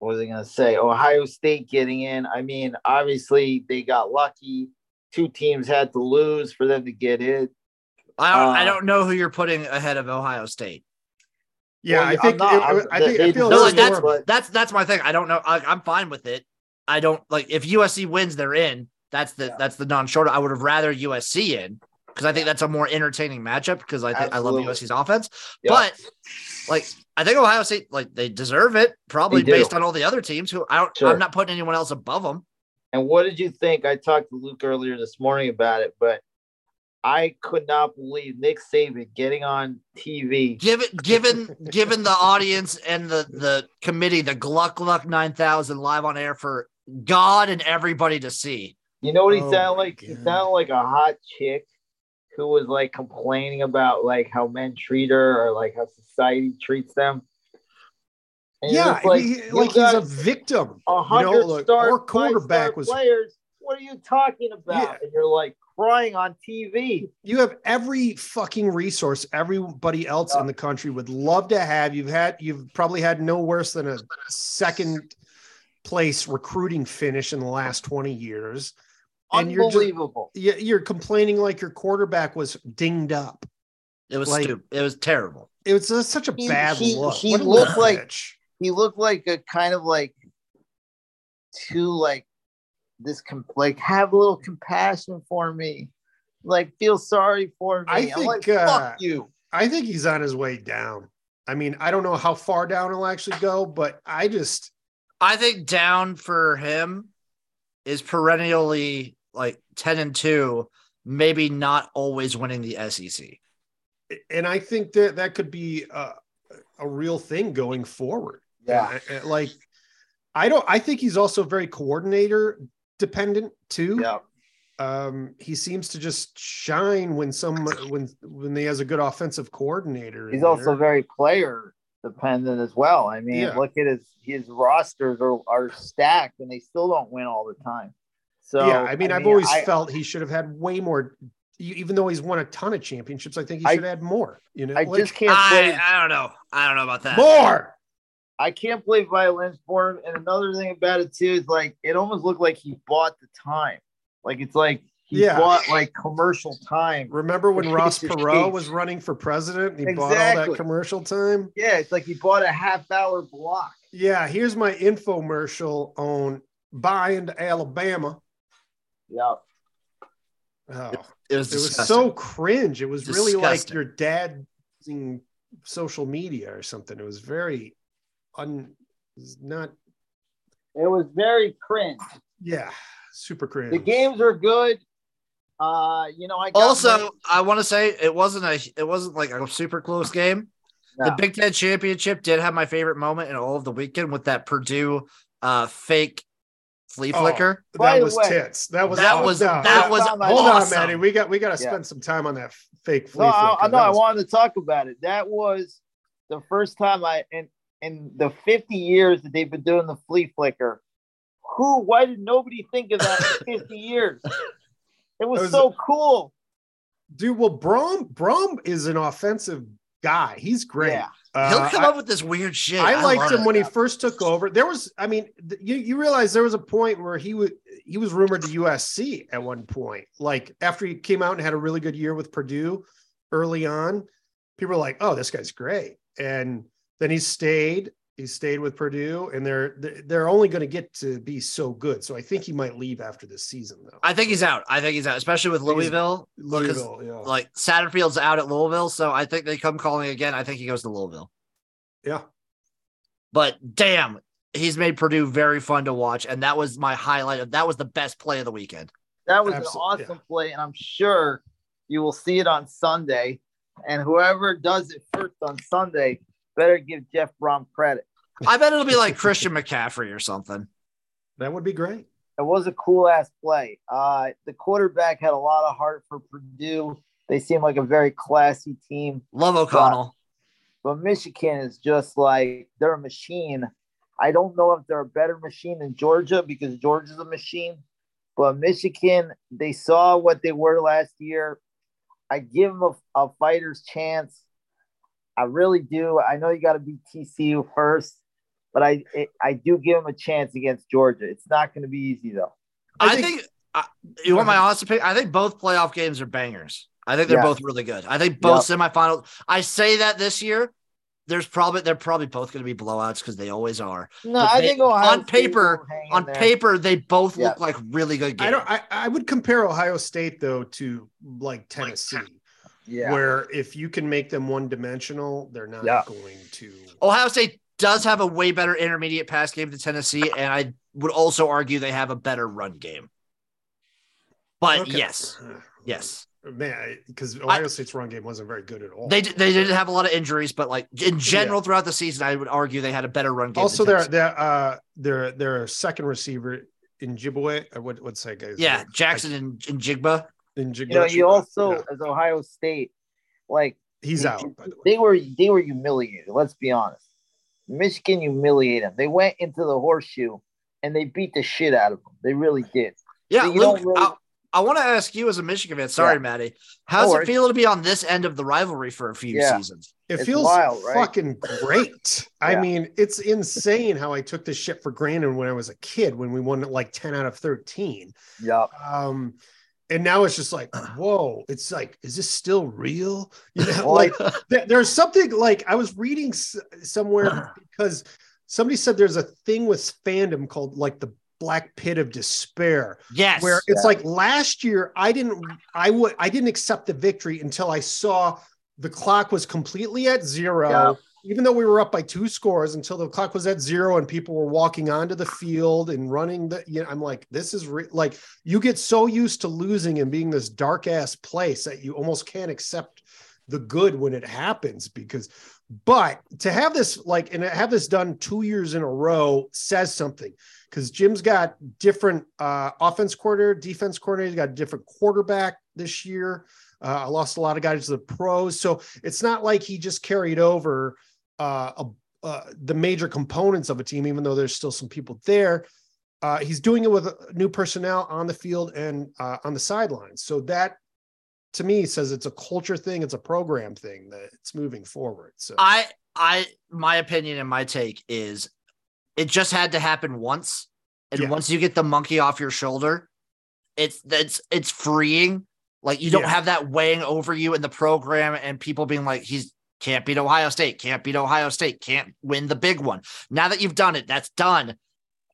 [SPEAKER 2] what was I gonna say? Ohio State getting in. I mean, obviously they got lucky. Two teams had to lose for them to get in.
[SPEAKER 3] I don't, I
[SPEAKER 2] Uh,
[SPEAKER 3] don't know who you're putting ahead of Ohio State.
[SPEAKER 1] Yeah,
[SPEAKER 2] Well,
[SPEAKER 1] I think.
[SPEAKER 2] I'm not-
[SPEAKER 1] it- I think.
[SPEAKER 2] they-
[SPEAKER 1] I feel
[SPEAKER 2] they
[SPEAKER 1] worse
[SPEAKER 3] No, like
[SPEAKER 2] deserve
[SPEAKER 1] they
[SPEAKER 3] that's
[SPEAKER 2] it,
[SPEAKER 1] were.
[SPEAKER 2] but-
[SPEAKER 3] that's that's my thing. I don't know. I, I'm fine with it. I don't like if USC wins, they're in. That's the
[SPEAKER 2] Yeah.
[SPEAKER 3] that's the non-shorter. I would have rather USC in because I think that's a more entertaining matchup because I think I love
[SPEAKER 2] Absolutely.
[SPEAKER 3] USC's offense.
[SPEAKER 2] Yeah.
[SPEAKER 3] But like I think Ohio State like they deserve it probably
[SPEAKER 2] They do.
[SPEAKER 3] based on all the other teams who I don't.
[SPEAKER 2] Sure.
[SPEAKER 3] I'm not putting anyone else above them.
[SPEAKER 2] And what did you think? I talked to Luke earlier this morning about it, but I could not believe Nick Saban getting on TV.
[SPEAKER 3] Given given given the audience and the the committee the Gluck Luck Nine Thousand live on air for God and everybody to see.
[SPEAKER 2] You know what he
[SPEAKER 1] Oh
[SPEAKER 2] sounded
[SPEAKER 1] my
[SPEAKER 2] like? He
[SPEAKER 1] God.
[SPEAKER 2] sounded like a hot chick who was like complaining about like how men treat her or like how society treats them. And you're
[SPEAKER 1] Yeah,
[SPEAKER 2] just
[SPEAKER 1] I mean, he-
[SPEAKER 2] you
[SPEAKER 1] like he's
[SPEAKER 2] got
[SPEAKER 1] a victim.
[SPEAKER 2] a hundred
[SPEAKER 1] look,
[SPEAKER 2] star
[SPEAKER 1] our
[SPEAKER 2] quarterback
[SPEAKER 1] quarterback
[SPEAKER 2] was
[SPEAKER 1] was-
[SPEAKER 2] players. What are you talking about?
[SPEAKER 1] Yeah.
[SPEAKER 2] And you're like crying on TV.
[SPEAKER 1] you have every fucking resource everybody else in the country would love to have. You've had you've probably had no worse than a second place recruiting finish in the last 20 years. And you're just-
[SPEAKER 2] Unbelievable.
[SPEAKER 1] Yeah, you're complaining like your quarterback was dinged up.
[SPEAKER 3] It was
[SPEAKER 1] Like-
[SPEAKER 3] stupid. It was terrible.
[SPEAKER 1] It was just such a
[SPEAKER 2] He-
[SPEAKER 1] bad
[SPEAKER 2] he-
[SPEAKER 1] look.
[SPEAKER 2] he
[SPEAKER 1] What a
[SPEAKER 2] looked like-
[SPEAKER 1] bitch.
[SPEAKER 2] he looked like a kind of like too like this com- like have a little compassion for me. Like feel sorry for me.
[SPEAKER 1] I
[SPEAKER 2] I'm
[SPEAKER 1] think,
[SPEAKER 2] like,
[SPEAKER 1] uh,
[SPEAKER 2] fuck you.
[SPEAKER 1] I think he's on his way down. I mean, I don't know how far down he'll actually go, but I just
[SPEAKER 3] I think down for him is perennially like 10 and 2, maybe not always winning the E SEC.
[SPEAKER 1] and I think that that could be a, a real thing going forward. I- I- like I don't. I think he's also very coordinator dependent too.
[SPEAKER 2] Yeah.
[SPEAKER 1] Um, he seems to just shine when some when when he has a good offensive coordinator. in
[SPEAKER 2] He's also
[SPEAKER 1] there.
[SPEAKER 2] very player dependent as well. I mean,
[SPEAKER 1] Yeah.
[SPEAKER 2] look at his his rosters are, are stacked and they still don't win all the time. So
[SPEAKER 1] yeah. I mean, I have always
[SPEAKER 2] I,
[SPEAKER 1] felt he should have had way more. e- Even though he's won a ton of championships, I think he
[SPEAKER 2] I-
[SPEAKER 1] should have had more. You know,
[SPEAKER 2] I
[SPEAKER 1] like-
[SPEAKER 2] just can't
[SPEAKER 3] I,
[SPEAKER 2] believe
[SPEAKER 3] I don't know. I don't know about that.
[SPEAKER 1] more.
[SPEAKER 2] I can't play violins for him. And another thing about it too is like it almost looked like he bought the time. Like it's like He
[SPEAKER 1] Yeah.
[SPEAKER 2] bought like commercial time.
[SPEAKER 1] Remember when Ross
[SPEAKER 2] Piece of
[SPEAKER 1] Perot
[SPEAKER 2] cake.
[SPEAKER 1] was running for president? And he bought all
[SPEAKER 2] Exactly.
[SPEAKER 1] that commercial time.
[SPEAKER 2] Yeah, it's like he bought a half hour block.
[SPEAKER 1] Yeah, here's my infomercial on buying to Alabama.
[SPEAKER 2] Yeah.
[SPEAKER 1] Oh,
[SPEAKER 3] It was,
[SPEAKER 1] it was
[SPEAKER 3] disgusting.
[SPEAKER 1] so cringe. It was really like
[SPEAKER 3] Disgusting.
[SPEAKER 1] your dad using social media or something. It was very un, it was not
[SPEAKER 2] It was very cringe.
[SPEAKER 1] yeah, super cringe.
[SPEAKER 2] The games were good. Uh, you know, I got
[SPEAKER 3] Also,
[SPEAKER 2] my-
[SPEAKER 3] I want to say it wasn't a it wasn't like a super close game. The
[SPEAKER 2] No.
[SPEAKER 3] Big Ten Championship did have my favorite moment in all of the weekend with that Purdue uh, fake flea
[SPEAKER 1] Oh,
[SPEAKER 3] flicker.
[SPEAKER 2] By
[SPEAKER 1] that
[SPEAKER 2] the
[SPEAKER 1] was
[SPEAKER 2] way,
[SPEAKER 1] tits. That was
[SPEAKER 3] that was-
[SPEAKER 1] no,
[SPEAKER 3] that was
[SPEAKER 1] hold
[SPEAKER 3] awesome.
[SPEAKER 1] on, Maddie. We got we got to
[SPEAKER 2] Yeah.
[SPEAKER 1] spend some time on that f- fake flea
[SPEAKER 2] no, I, I,
[SPEAKER 1] flicker.
[SPEAKER 2] no,
[SPEAKER 1] That
[SPEAKER 2] I
[SPEAKER 1] was-
[SPEAKER 2] wanted to talk about it. That was the first time I in in the 50 years that they've been doing the flea flicker. Who? Why did nobody think of that in 50 years? It was,
[SPEAKER 1] It was-
[SPEAKER 2] so cool.
[SPEAKER 1] dude. Well, Brom Brom is an offensive guy. He's great.
[SPEAKER 2] Yeah.
[SPEAKER 1] Uh,
[SPEAKER 3] He'll come
[SPEAKER 1] I-
[SPEAKER 3] up with this weird shit.
[SPEAKER 1] I, liked
[SPEAKER 3] love
[SPEAKER 1] him
[SPEAKER 3] it.
[SPEAKER 1] when he first took over. There was, I mean, th- you you realize there was a point where he was he was rumored to USC at one point. Like after he came out and had a really good year with Purdue early on, people were like, "Oh, this guy's great." And then he stayed. He stayed with Purdue, and they're they're- they're only going to get to be so good. So I think he might leave after this season, though.
[SPEAKER 3] I think he's out. I think he's out, especially with Louisville. Because
[SPEAKER 1] Louisville, yeah.
[SPEAKER 3] like Satterfield's out at Louisville, so I think they come calling again. I think he goes to Louisville.
[SPEAKER 1] Yeah.
[SPEAKER 3] But damn, he's made Purdue very fun to watch, and that was my highlight. Of, that was the best play of the weekend.
[SPEAKER 2] That was
[SPEAKER 1] Absol-
[SPEAKER 2] an awesome play, and I'm sure you will see it on Sunday. And whoever does it first on Sunday better give Jeff Brom credit.
[SPEAKER 3] I bet it'll be like Christian McCaffrey or something.
[SPEAKER 1] that would be great.
[SPEAKER 2] It was a cool ass play. Uh, the quarterback had a lot of heart for Purdue. They seem like a very classy team,
[SPEAKER 3] Love O'Connell.
[SPEAKER 2] but Michigan is just like they're a machine. I don't know if they're a better machine than Georgia because Georgia's a machine, but Michigan, they saw what they were last year. I give them a, a fighter's chance. I really do. I know you got to beat TCU first, but I it, I do give them a chance against Georgia. It's not going to be easy though.
[SPEAKER 1] I
[SPEAKER 3] I
[SPEAKER 1] think-
[SPEAKER 3] think, I, you want my honest opinion. I think both playoff games are bangers. I think they're
[SPEAKER 2] Yeah.
[SPEAKER 3] both really good. I think both semifinals. I say that this year, there's probably they're probably both going to be blowouts because they always are.
[SPEAKER 2] No,
[SPEAKER 3] But
[SPEAKER 2] I
[SPEAKER 3] they-
[SPEAKER 2] think Ohio
[SPEAKER 3] on
[SPEAKER 2] State
[SPEAKER 3] paper-
[SPEAKER 2] will hang in
[SPEAKER 3] On
[SPEAKER 2] there.
[SPEAKER 3] paper, they both
[SPEAKER 2] Yeah.
[SPEAKER 3] look like really good games.
[SPEAKER 1] I don't. I, I would compare Ohio State though to like Tennessee.
[SPEAKER 2] Yeah.
[SPEAKER 1] where if you can make them one dimensional, they're not
[SPEAKER 2] Yeah.
[SPEAKER 1] going to.
[SPEAKER 3] Ohio State does have a way better intermediate pass game than Tennessee, and I would also argue they have a better run game. But
[SPEAKER 1] Okay.
[SPEAKER 3] yes, yes,
[SPEAKER 1] man, because Ohio State's run game wasn't very good at all.
[SPEAKER 3] they d- they didn't have a lot of injuries, but like in general throughout the season, I would argue they had a better run game.
[SPEAKER 1] also their
[SPEAKER 3] than Tennessee.
[SPEAKER 1] their uh their their second receiver in Jibwe, or what what's that guy's
[SPEAKER 3] yeah,
[SPEAKER 1] name?
[SPEAKER 3] Jackson and, and Jigba.
[SPEAKER 1] in Jigwe,
[SPEAKER 2] You know, you also
[SPEAKER 1] Yeah.
[SPEAKER 2] as Ohio State, like
[SPEAKER 1] he's out by the way.
[SPEAKER 2] they were they were humiliated. Let's be honest. Michigan humiliated them. They went into the horseshoe and they beat the shit out of them. They really did.
[SPEAKER 3] Yeah,
[SPEAKER 2] So you
[SPEAKER 3] Luke,
[SPEAKER 2] don't really-
[SPEAKER 3] I, I want to ask you as a Michigan fan. Sorry,
[SPEAKER 2] Yeah.
[SPEAKER 3] Maddie, how's it
[SPEAKER 2] worries.
[SPEAKER 3] feel to be on this end of the rivalry for a few
[SPEAKER 2] Yeah.
[SPEAKER 3] seasons?
[SPEAKER 1] It
[SPEAKER 2] It's
[SPEAKER 1] feels
[SPEAKER 2] wild, right?
[SPEAKER 1] fucking great. I
[SPEAKER 2] Yeah.
[SPEAKER 1] mean, it's insane how I took this shit for granted when I was a kid when we won like ten out of thirteen.
[SPEAKER 2] Yeah.
[SPEAKER 1] um and now it's just like whoa it's like is this still real you know
[SPEAKER 2] Well,
[SPEAKER 1] like there- there's something like i was reading s- somewhere because somebody said there's a thing with fandom called like the black pit of despair
[SPEAKER 3] Yes,
[SPEAKER 1] where it's
[SPEAKER 2] Yeah.
[SPEAKER 1] like last year i didn't i would i didn't accept the victory until i saw the clock was completely at zero
[SPEAKER 2] Yeah.
[SPEAKER 1] even though we were up by two scores until the clock was at zero and people were walking onto the field and running the you know i'm like this is re-, like you get so used to losing and being this dark ass place that you almost can't accept the good when it happens because but to have this like and to have this done two years in a row says something because jim's got different uh offense quarter defense coordinator he's got a different quarterback this year uh, i lost a lot of guys to the pros so it's not like he just carried over uh, a, uh, the major components of a team, even though there's still some people there. Uh, he's doing it with uh, new personnel on the field and uh, on the sidelines. So that, to me, says it's a culture thing, it's a program thing that it's moving forward. So
[SPEAKER 3] I I my opinion and my take is it just had to happen once. And
[SPEAKER 1] Yeah.
[SPEAKER 3] once you get the monkey off your shoulder, it's it's it's freeing. Like you don't
[SPEAKER 1] Yeah.
[SPEAKER 3] have that weighing over you in the program and people being like, he's can't beat Ohio State, can't beat Ohio State, can't win the big one. Now that you've done it, that's done.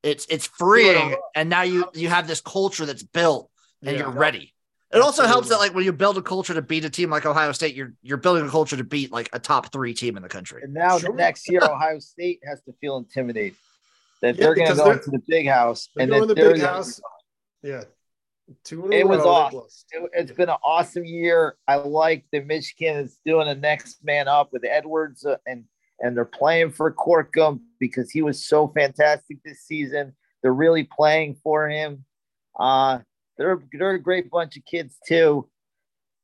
[SPEAKER 3] It's it's freeing, and now you you have this culture that's built and
[SPEAKER 1] Yeah.
[SPEAKER 3] you're ready. It also helps
[SPEAKER 1] Absolutely.
[SPEAKER 3] that like when you build a culture to beat a team like Ohio State, you're you're building a culture to beat like a top three team in the country.
[SPEAKER 2] And now
[SPEAKER 1] Sure.
[SPEAKER 2] the next year, Ohio State has to feel intimidated that
[SPEAKER 1] Yeah,
[SPEAKER 2] they're going to
[SPEAKER 1] because
[SPEAKER 2] go
[SPEAKER 1] they're-
[SPEAKER 2] into the big house.
[SPEAKER 1] They're
[SPEAKER 2] and
[SPEAKER 1] going
[SPEAKER 2] that
[SPEAKER 1] to the
[SPEAKER 2] they're
[SPEAKER 1] big
[SPEAKER 2] the-
[SPEAKER 1] house. Yeah. Two in a
[SPEAKER 2] It was
[SPEAKER 1] row, they're
[SPEAKER 2] awesome.
[SPEAKER 1] close.
[SPEAKER 2] It- It's been an awesome year. I like that Michigan is doing the next man up with Edwards, uh, and and they're playing for Corkum because he was so fantastic this season. They're really playing for him. Uh, they're they're a great bunch of kids too.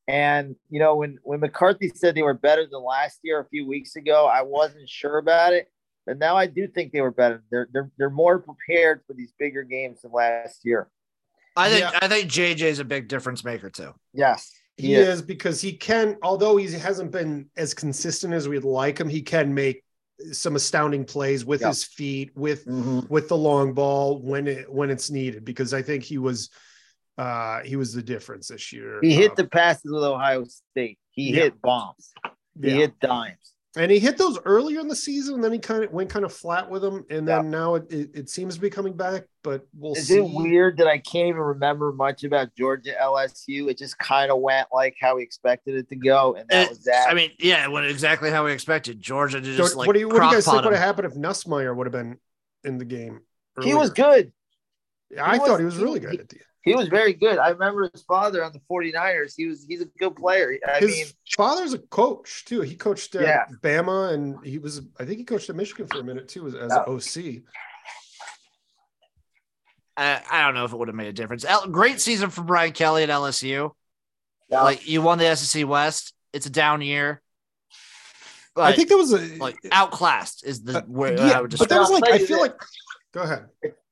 [SPEAKER 2] And you know when when McCarthy said they were better than last year a few weeks ago, I wasn't sure about it, but now I do think they were better. They're they're they're more prepared for these bigger games than last year.
[SPEAKER 3] I think
[SPEAKER 1] Yeah.
[SPEAKER 3] I think JJ's a big difference maker too.
[SPEAKER 2] Yes,
[SPEAKER 1] He
[SPEAKER 2] Yeah.
[SPEAKER 1] is because he can, although he hasn't been as consistent as we'd like him, he can make some astounding plays with
[SPEAKER 2] Yeah.
[SPEAKER 1] his feet, with with the long ball when it when it's needed. Because I think he was uh he was the difference this year.
[SPEAKER 2] He hit
[SPEAKER 1] Um,
[SPEAKER 2] the passes with Ohio State. He
[SPEAKER 1] Yeah.
[SPEAKER 2] hit bombs. He
[SPEAKER 1] yeah.
[SPEAKER 2] hit dimes.
[SPEAKER 1] and he hit those earlier in the season, and then he kind of went kind of flat with them, and then now it, it, it seems to be coming back, but we'll
[SPEAKER 2] Is
[SPEAKER 1] see.
[SPEAKER 2] it weird that I can't even remember much about Georgia LSU? It just kind of went like how we expected it to go, and that
[SPEAKER 3] Uh,
[SPEAKER 2] was that.
[SPEAKER 3] I mean, yeah, when exactly how we expected Georgia to just
[SPEAKER 1] George,
[SPEAKER 3] like
[SPEAKER 1] what do you what do you guys
[SPEAKER 3] crock-pot
[SPEAKER 1] think would have
[SPEAKER 3] him.
[SPEAKER 1] happened if Nussmeyer would have been in the game?
[SPEAKER 2] he
[SPEAKER 1] earlier?
[SPEAKER 2] was good.
[SPEAKER 1] I
[SPEAKER 2] he
[SPEAKER 1] thought
[SPEAKER 2] was-
[SPEAKER 1] he was really
[SPEAKER 2] he-
[SPEAKER 1] good at the
[SPEAKER 2] He was very good. I remember his father on the 49ers. He was he's a good player. I
[SPEAKER 1] his
[SPEAKER 2] mean,
[SPEAKER 1] father's a coach too. He coached at
[SPEAKER 2] Yeah.
[SPEAKER 1] Bama, and he was I think he coached at Michigan for a minute too as, as an OC.
[SPEAKER 3] I, I don't know if it would have made a difference. L- great season for Brian Kelly at LSU.
[SPEAKER 2] Yeah.
[SPEAKER 3] Like you won the SEC West. It's a down year. But,
[SPEAKER 1] I think that was a
[SPEAKER 3] like outclassed is the
[SPEAKER 1] Uh,
[SPEAKER 3] word I
[SPEAKER 1] yeah,
[SPEAKER 3] would
[SPEAKER 1] but
[SPEAKER 3] describe.
[SPEAKER 1] that was
[SPEAKER 2] I'll
[SPEAKER 1] like
[SPEAKER 2] tell
[SPEAKER 1] I
[SPEAKER 2] you
[SPEAKER 1] feel
[SPEAKER 2] that-
[SPEAKER 1] like go ahead.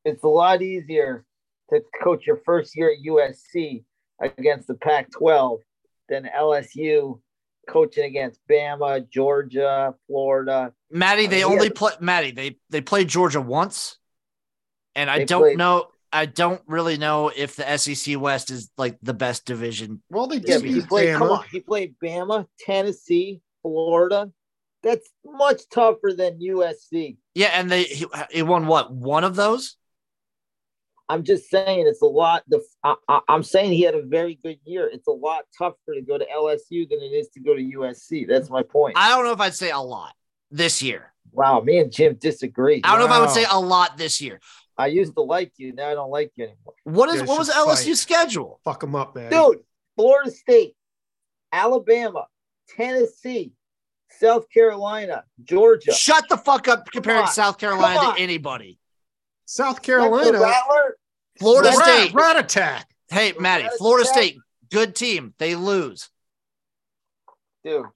[SPEAKER 2] it's a lot easier to coach your first year at USC against the Pac 12 than LSU coaching against Bama, Georgia, Florida,
[SPEAKER 3] Maddie, they
[SPEAKER 2] Yeah.
[SPEAKER 3] only play Maddie. They they played Georgia once, and I
[SPEAKER 2] They
[SPEAKER 3] don't
[SPEAKER 2] played-
[SPEAKER 3] know. I don't really know if the SEC West is like the best division.
[SPEAKER 1] Well, they
[SPEAKER 2] Yeah,
[SPEAKER 1] did
[SPEAKER 2] but he
[SPEAKER 1] beat
[SPEAKER 2] played. Come
[SPEAKER 1] Bama.
[SPEAKER 2] on, he played Bama, Tennessee, Florida. That's much tougher than USC.
[SPEAKER 3] Yeah, and they he, he won what one of those?
[SPEAKER 2] I'm just saying it's a lot. The I, I, I'm saying he had a very good year. It's a lot tougher to go to LSU than it is to go to USC. That's my point.
[SPEAKER 3] I don't know if I'd say a lot this year.
[SPEAKER 2] wow, me and Jim disagree.
[SPEAKER 3] I don't know if I would
[SPEAKER 1] Wow.
[SPEAKER 3] say a lot this year.
[SPEAKER 2] I used to like you. Now I don't like you anymore.
[SPEAKER 3] What is
[SPEAKER 1] Guys
[SPEAKER 3] what was
[SPEAKER 1] should
[SPEAKER 3] LSU's schedule?
[SPEAKER 1] Fuck them up, man.
[SPEAKER 2] Dude, Florida State, Alabama, Tennessee, South Carolina, Georgia.
[SPEAKER 3] Shut the fuck up comparing
[SPEAKER 2] on.
[SPEAKER 3] South Carolina
[SPEAKER 2] Come on.
[SPEAKER 3] to anybody.
[SPEAKER 1] South
[SPEAKER 2] Spencer
[SPEAKER 1] Carolina,
[SPEAKER 2] Rattler,
[SPEAKER 3] Florida
[SPEAKER 1] rat,
[SPEAKER 3] State.
[SPEAKER 1] rat attack.
[SPEAKER 3] Hey, Maddie, Florida
[SPEAKER 2] Florida State.
[SPEAKER 3] State, good team. They lose.
[SPEAKER 2] dude.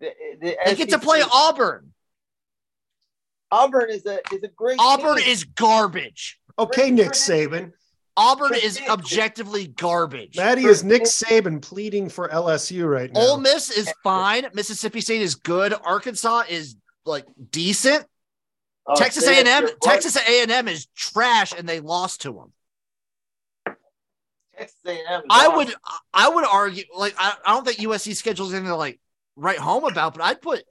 [SPEAKER 2] The, the E
[SPEAKER 3] They get to play
[SPEAKER 2] SEC
[SPEAKER 3] Auburn.
[SPEAKER 2] Auburn is a is a great
[SPEAKER 3] Auburn
[SPEAKER 2] team.
[SPEAKER 3] is garbage.
[SPEAKER 1] Okay,
[SPEAKER 2] Rick
[SPEAKER 1] Nick
[SPEAKER 2] Saban.
[SPEAKER 1] Saban.
[SPEAKER 3] Auburn is
[SPEAKER 2] Ridiculous.
[SPEAKER 3] objectively garbage.
[SPEAKER 1] Maddie is Nick Saban pleading for LSU right now.
[SPEAKER 3] Ole Miss is fine. Mississippi State is good. Arkansas is like decent.
[SPEAKER 2] Oh,
[SPEAKER 3] Texas
[SPEAKER 2] say
[SPEAKER 3] A&M,
[SPEAKER 2] that you're right.
[SPEAKER 3] Texas A&M is trash, and they lost to them.
[SPEAKER 2] Texas A&M. is
[SPEAKER 3] I
[SPEAKER 2] awesome.
[SPEAKER 3] would, I would argue, like I, I don't think USC schedules anything to like write home about, but I'd put,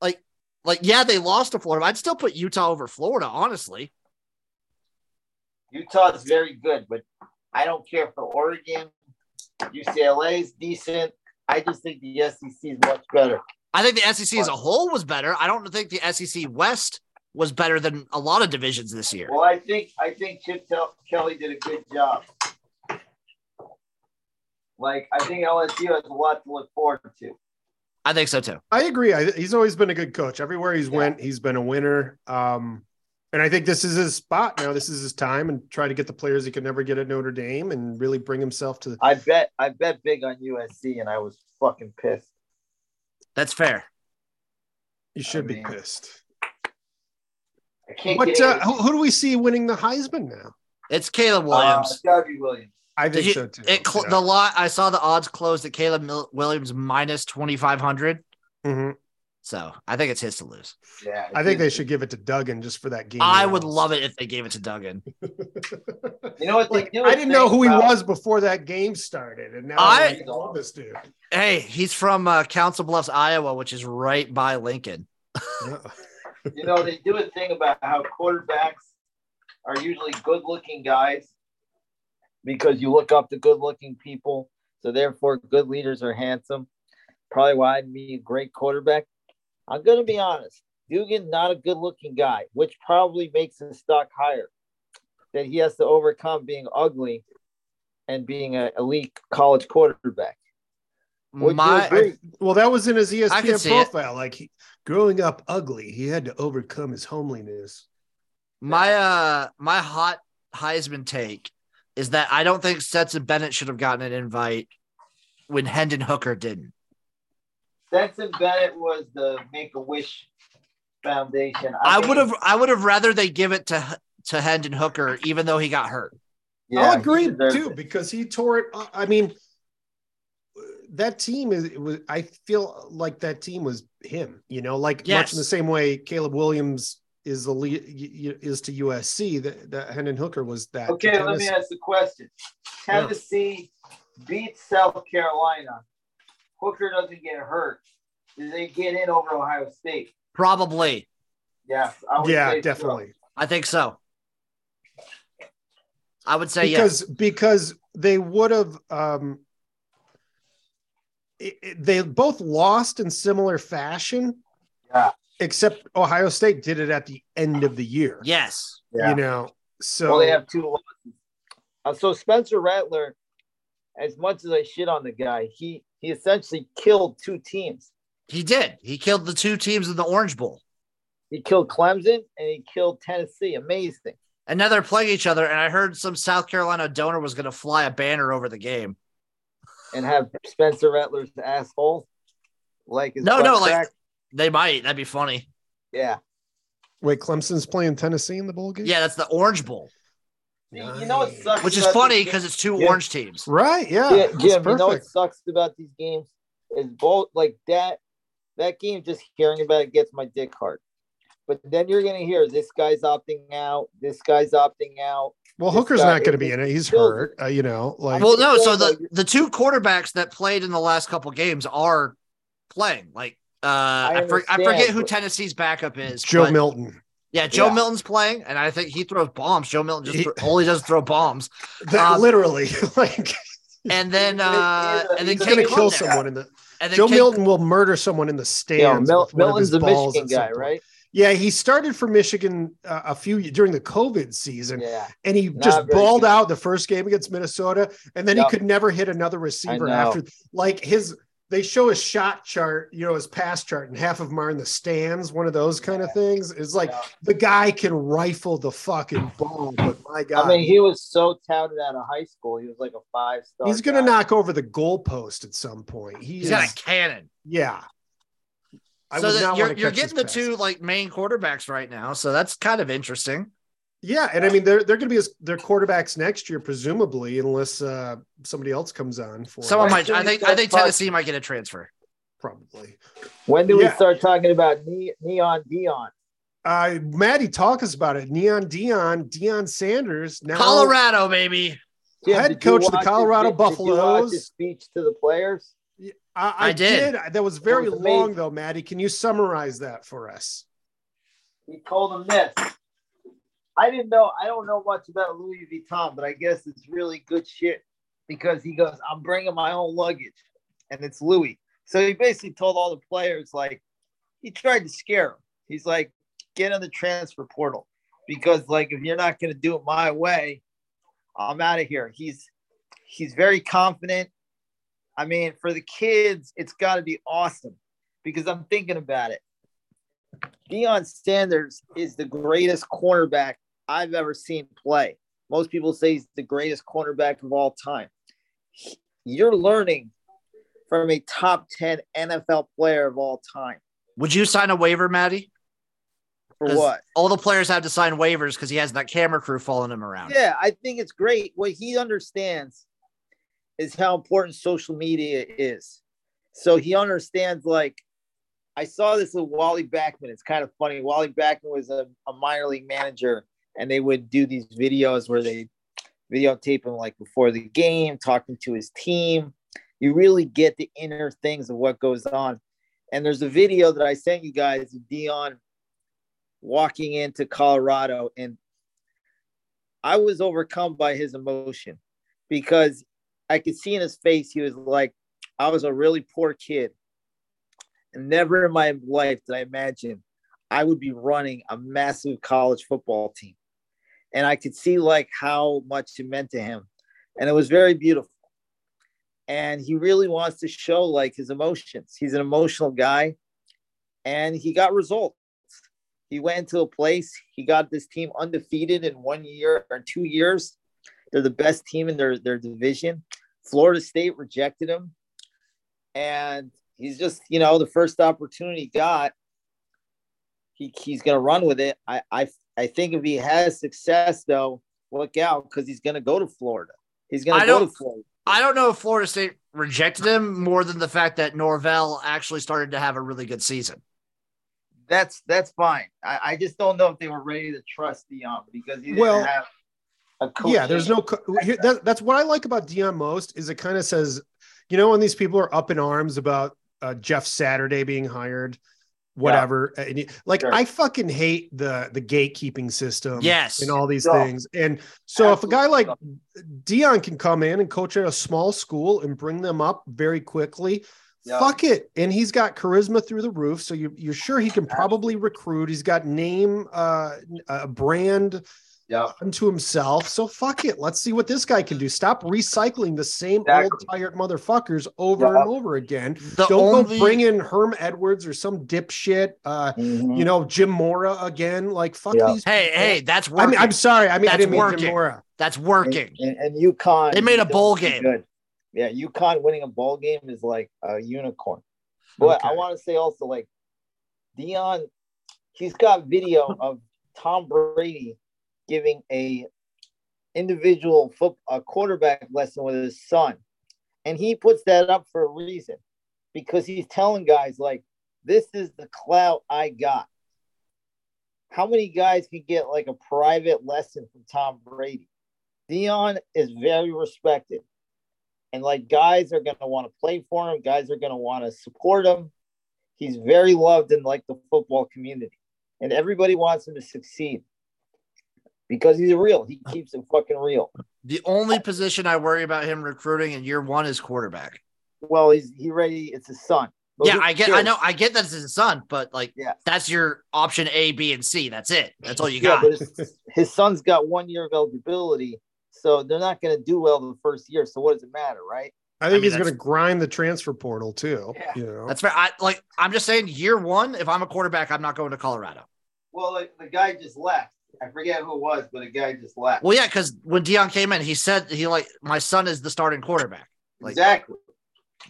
[SPEAKER 3] like, like yeah, they lost to Florida. But I'd still put Utah over Florida, honestly.
[SPEAKER 2] Utah is very good, but I don't care for Oregon. UCLA is decent. I just think the SEC is much better.
[SPEAKER 3] I think the SEC as a whole was better. I don't think the SEC West was better than a lot of divisions this year.
[SPEAKER 2] Well, I think I think Chip Tel- Kelly did a good job. Like I think LSU has a lot to look forward to.
[SPEAKER 3] I think so too.
[SPEAKER 1] I agree. I, he's always been a good coach. Everywhere he's
[SPEAKER 2] Yeah.
[SPEAKER 1] went, he's been a winner. Um, and I think this is his spot now. This is his time, and try to get the players he could never get at Notre Dame, and really bring himself to.
[SPEAKER 2] I bet I bet big on USC, and I was fucking pissed.
[SPEAKER 3] That's fair.
[SPEAKER 1] You should
[SPEAKER 2] mean,
[SPEAKER 1] be pissed.
[SPEAKER 2] I can't
[SPEAKER 1] But
[SPEAKER 2] get
[SPEAKER 1] uh, who, who do we see winning the Heisman now?
[SPEAKER 3] It's Caleb
[SPEAKER 2] Williams.
[SPEAKER 3] Williams.
[SPEAKER 2] Uh, Darby Williams.
[SPEAKER 1] I think
[SPEAKER 3] Did you-
[SPEAKER 1] so too.
[SPEAKER 3] It cl-
[SPEAKER 1] Yeah.
[SPEAKER 3] the lot I saw the odds closed at Caleb Mil- Williams minus twenty five hundred.
[SPEAKER 1] Mhm.
[SPEAKER 3] So I think it's his to lose.
[SPEAKER 2] Yeah,
[SPEAKER 1] I think they should give it to Duggan just for that game.
[SPEAKER 3] I
[SPEAKER 1] analysis.
[SPEAKER 3] would love it if they gave it to Duggan.
[SPEAKER 2] You know what?
[SPEAKER 1] Like,
[SPEAKER 2] they do
[SPEAKER 1] I
[SPEAKER 2] is
[SPEAKER 1] didn't know
[SPEAKER 2] think
[SPEAKER 1] who he
[SPEAKER 2] about-
[SPEAKER 1] was before that game started, and now
[SPEAKER 3] I-
[SPEAKER 1] I like, love this dude.
[SPEAKER 3] Hey, he's from uh, Council Bluffs, Iowa, which is right by Lincoln.
[SPEAKER 1] Uh-uh.
[SPEAKER 2] You know, they do a thing about how quarterbacks are usually good-looking guys because you look up to good-looking people. So therefore, good leaders are handsome. Probably why I'd be a great quarterback. I'm gonna be honest. Dugan not a good-looking guy, which probably makes his stock higher. That he has to overcome being ugly and being an elite college quarterback. Would you
[SPEAKER 3] My,
[SPEAKER 2] agree?
[SPEAKER 1] well, that was in his E
[SPEAKER 3] I can
[SPEAKER 1] ESPN
[SPEAKER 3] see it.
[SPEAKER 1] profile. Like he, growing up ugly, he had to overcome his homeliness.
[SPEAKER 3] my uh my hot Heisman take is that I don't think Stetson Bennett should have gotten an invite when Hendon Hooker didn't.
[SPEAKER 2] Stetson Bennett was the Make a Wish Foundation.
[SPEAKER 3] I
[SPEAKER 2] think-
[SPEAKER 3] would have I would have rather they give it to to Hendon Hooker even though he got hurt.
[SPEAKER 2] Yeah,
[SPEAKER 1] I'll
[SPEAKER 2] he
[SPEAKER 1] agree
[SPEAKER 2] deserves
[SPEAKER 1] too
[SPEAKER 2] it.
[SPEAKER 1] because he tore it. uh, I mean, that team is. It was, I feel like that team was him. You know, like
[SPEAKER 3] Yes.
[SPEAKER 1] much in the same way Caleb Williams is the lead is to USC. That, that Hendon Hooker was that. to
[SPEAKER 2] Okay, let me
[SPEAKER 1] Tennessee.
[SPEAKER 2] ask the question. Tennessee beats South Carolina. Hooker doesn't get hurt. Do they get in over Ohio State?
[SPEAKER 3] Probably.
[SPEAKER 2] Yes. I would
[SPEAKER 1] yeah,
[SPEAKER 2] say so.
[SPEAKER 1] definitely.
[SPEAKER 3] I think so. I would say yes.
[SPEAKER 1] because because they would have um it- it- they both lost in similar fashion
[SPEAKER 2] Yeah.
[SPEAKER 1] except ohio state did it at the end of the year
[SPEAKER 3] Yes.
[SPEAKER 2] Yeah.
[SPEAKER 1] you know so
[SPEAKER 2] Well, they have two losses. Uh, so Spencer Rattler, as much as I shit on the guy, he he essentially killed two teams.
[SPEAKER 3] He did. He killed the two teams in the Orange Bowl.
[SPEAKER 2] He killed Clemson and he killed Tennessee. Amazing.
[SPEAKER 3] And now they're playing each other. And I heard some South Carolina donor was going to fly a banner over the game.
[SPEAKER 2] And have Spencer Rattler's asshole like his
[SPEAKER 3] No,
[SPEAKER 2] butt
[SPEAKER 3] no, like-
[SPEAKER 2] crack.
[SPEAKER 3] They might. That'd be funny.
[SPEAKER 2] yeah.
[SPEAKER 1] wait clemson's playing tennessee in the bowl game
[SPEAKER 3] Yeah, that's the Orange Bowl,
[SPEAKER 2] See, You know what
[SPEAKER 1] Nice.
[SPEAKER 2] sucks?
[SPEAKER 3] which is
[SPEAKER 2] about this
[SPEAKER 3] funny
[SPEAKER 2] game?
[SPEAKER 3] because it's two
[SPEAKER 2] Yeah.
[SPEAKER 3] orange teams.
[SPEAKER 1] right yeah,
[SPEAKER 2] Yeah,
[SPEAKER 1] that's
[SPEAKER 2] Jim, you know what
[SPEAKER 1] perfect.
[SPEAKER 2] sucks about these games is both like that that game just hearing about it gets my dick hard. But then you're gonna hear this guy's opting out, this guy's opting out.
[SPEAKER 1] well
[SPEAKER 2] this
[SPEAKER 1] hooker's
[SPEAKER 2] guy-
[SPEAKER 1] not going to be in it he's
[SPEAKER 2] Kills
[SPEAKER 1] hurt uh, you know like
[SPEAKER 3] Well, no, so the the two quarterbacks that played in the last couple games are playing. Like uh I, for, I
[SPEAKER 2] understand,
[SPEAKER 3] forget who
[SPEAKER 2] but-
[SPEAKER 3] Tennessee's backup is.
[SPEAKER 1] joe
[SPEAKER 3] but-
[SPEAKER 1] milton
[SPEAKER 3] Yeah, Joe
[SPEAKER 2] Yeah.
[SPEAKER 3] Milton's playing, and I think he throws bombs. Joe Milton just
[SPEAKER 1] He-
[SPEAKER 3] thro- only does throw bombs,
[SPEAKER 1] that
[SPEAKER 3] um,
[SPEAKER 1] literally like
[SPEAKER 3] and then uh, and then
[SPEAKER 2] He's
[SPEAKER 1] he's
[SPEAKER 3] Kate
[SPEAKER 1] going to kill
[SPEAKER 3] Klubnik.
[SPEAKER 1] someone in the
[SPEAKER 3] And then
[SPEAKER 1] joe
[SPEAKER 3] Kate-
[SPEAKER 1] milton will murder someone in the
[SPEAKER 2] Yeah,
[SPEAKER 1] stands
[SPEAKER 2] Mil-
[SPEAKER 1] with one of his
[SPEAKER 2] Milton's a
[SPEAKER 1] balls
[SPEAKER 2] Michigan
[SPEAKER 1] at some
[SPEAKER 2] guy,
[SPEAKER 1] point.
[SPEAKER 2] right?
[SPEAKER 1] Yeah, he started for Michigan uh, a few during the COVID season,
[SPEAKER 2] Yeah,
[SPEAKER 1] and he
[SPEAKER 2] Not
[SPEAKER 1] just
[SPEAKER 2] very
[SPEAKER 1] balled
[SPEAKER 2] good.
[SPEAKER 1] out the first game against Minnesota, and then
[SPEAKER 2] Yep.
[SPEAKER 1] he could never hit another receiver
[SPEAKER 2] know.
[SPEAKER 1] after. Like his, they show his shot chart, you know, his pass chart, and half of them are in the stands. One of those kind of things. It's like
[SPEAKER 2] Yeah.
[SPEAKER 1] the guy can rifle the fucking ball, but my god,
[SPEAKER 2] I mean he was so touted out of high school. He was like a five star.
[SPEAKER 1] he's gonna knock over the goalpost at some point. He
[SPEAKER 3] he's
[SPEAKER 1] is,
[SPEAKER 3] got a cannon.
[SPEAKER 1] yeah.
[SPEAKER 3] so
[SPEAKER 1] would
[SPEAKER 3] that
[SPEAKER 1] not
[SPEAKER 3] you're
[SPEAKER 1] wanna
[SPEAKER 3] you're
[SPEAKER 1] catch this
[SPEAKER 3] getting the
[SPEAKER 1] pass.
[SPEAKER 3] two like main quarterbacks right now, so that's kind of interesting.
[SPEAKER 1] Yeah, and I mean they're they're going to be his, their quarterbacks next year, presumably, unless uh, somebody else comes on for
[SPEAKER 3] Someone
[SPEAKER 1] them,
[SPEAKER 3] might. I think I think
[SPEAKER 2] Fuck.
[SPEAKER 3] Tennessee might get a transfer.
[SPEAKER 1] probably.
[SPEAKER 2] When do we
[SPEAKER 1] Yeah.
[SPEAKER 2] start talking about Ne- neon Dion?
[SPEAKER 1] Uh, Maddie, talk us about it. Neon Dion, Dion Sanders, now
[SPEAKER 3] Colorado, baby.
[SPEAKER 2] Jim,
[SPEAKER 1] Head
[SPEAKER 2] did you
[SPEAKER 1] coach of the
[SPEAKER 2] watch his-
[SPEAKER 1] Colorado
[SPEAKER 2] did- did you watch
[SPEAKER 1] Buffaloes.
[SPEAKER 2] his speech to the players.
[SPEAKER 1] I, I
[SPEAKER 3] I did.
[SPEAKER 1] did. That was very
[SPEAKER 2] That was
[SPEAKER 1] long,
[SPEAKER 2] amazing.
[SPEAKER 1] though. Maddie, can you summarize that for us?
[SPEAKER 2] he told him this. I didn't know. I don't know much about Louis Vuitton, but I guess it's really good shit because he goes, "I'm bringing my own luggage," and it's Louis. So he basically told all the players like he tried to scare them. He's like, "Get on the transfer portal because like if you're not going to do it my way, I'm out of here." He's he's very confident. I mean, for the kids, it's got to be awesome because I'm thinking about it. Deion Sanders is the greatest cornerback I've ever seen play. Most people say he's the greatest cornerback of all time. He- You're learning from a top 10 NFL player of all time.
[SPEAKER 3] Would you sign a waiver, Maddie?
[SPEAKER 2] For
[SPEAKER 3] 'Cause
[SPEAKER 2] what?
[SPEAKER 3] All the players have to sign waivers because he has that camera crew following him around.
[SPEAKER 2] Yeah, I think it's great. What he understands is how important social media is. So he understands like I saw this with Wally Backman. It's kind of funny. Wally Backman was a, a minor league manager, and they would do these videos where they videotape him like before the game, talking to his team. You really get the inner things of what goes on. And there's a video that I sent you guys of Dion walking into Colorado, and I was overcome by his emotion because I could see in his face he was like, I was a really poor kid. And never in my life did I imagine I would be running a massive college football team. And I could see like how much it meant to him. And it was very beautiful. And he really wants to show like his emotions. He's an emotional guy. And he got results. He went to a place, he got this team undefeated in one year or two years. They're the best team in their, their division. Florida State rejected him. And he's just you know the first opportunity he got he, he's going to run with it I, I i think if he has success though look out because he's going to go to florida he's going to go to florida
[SPEAKER 3] i don't know if florida state rejected him more than the fact that norvell actually started to have a really good season
[SPEAKER 2] that's that's fine i, I just don't know if they were ready to trust dion because he didn't well, have a coach
[SPEAKER 1] yeah, there's no. Co- that, that's what I like about Dion most is it kind of says, you know, when these people are up in arms about uh, Jeff Saturday being hired, whatever. Yeah. And, like sure. I fucking hate the the gatekeeping system.
[SPEAKER 3] Yes,
[SPEAKER 1] and all these so, things. And so if a guy like Dion can come in and coach at a small school and bring them up very quickly. Yeah. Fuck it, and he's got charisma through the roof. So you, you're sure he can probably recruit. He's got name, uh, uh brand, yeah. unto himself. So fuck it. Let's see what this guy can do. Stop recycling the same exactly. old tired motherfuckers over yeah. and over again. The Don't only... go bring in Herm Edwards or some dipshit, uh, mm-hmm. you know, Jim Mora again. Like fuck yeah. these.
[SPEAKER 3] Hey, people. hey, that's working. I
[SPEAKER 1] mean, I'm sorry. I mean,
[SPEAKER 3] that's
[SPEAKER 1] I didn't
[SPEAKER 3] working.
[SPEAKER 1] mean Jim Mora.
[SPEAKER 3] That's working.
[SPEAKER 2] And, and, and UConn,
[SPEAKER 3] they made a bowl game. Good.
[SPEAKER 2] Yeah, UConn winning a bowl game is like a unicorn. But okay. I want to say also, like Dion, he's got video of Tom Brady giving a individual foot, a quarterback lesson with his son and he puts that up for a reason because he's telling guys like this is the clout i got how many guys could get like a private lesson from tom brady dion is very respected and like guys are going to want to play for him guys are going to want to support him he's very loved in like the football community and everybody wants him to succeed because he's real. He keeps him fucking real.
[SPEAKER 3] The only position I worry about him recruiting in year one is quarterback.
[SPEAKER 2] Well, he's he ready. It's his son.
[SPEAKER 3] Those yeah, I get. Kids. I know. I get that's his son, but like, yeah. that's your option A, B, and C. That's it. That's all you got.
[SPEAKER 2] Yeah, his, his, son's got one year of eligibility, so they're not going to do well the first year. So what does it matter, right?
[SPEAKER 1] I think I mean, he's going to grind the transfer portal too.
[SPEAKER 3] Yeah. You know? That's fair. I like. I'm just saying, year one. If I'm a quarterback, I'm not going to Colorado.
[SPEAKER 2] Well, like, the guy just left. I forget who it was, but a guy just left.
[SPEAKER 3] Well, yeah, because when Dion came in, he said he like my son is the starting quarterback. Like,
[SPEAKER 2] exactly.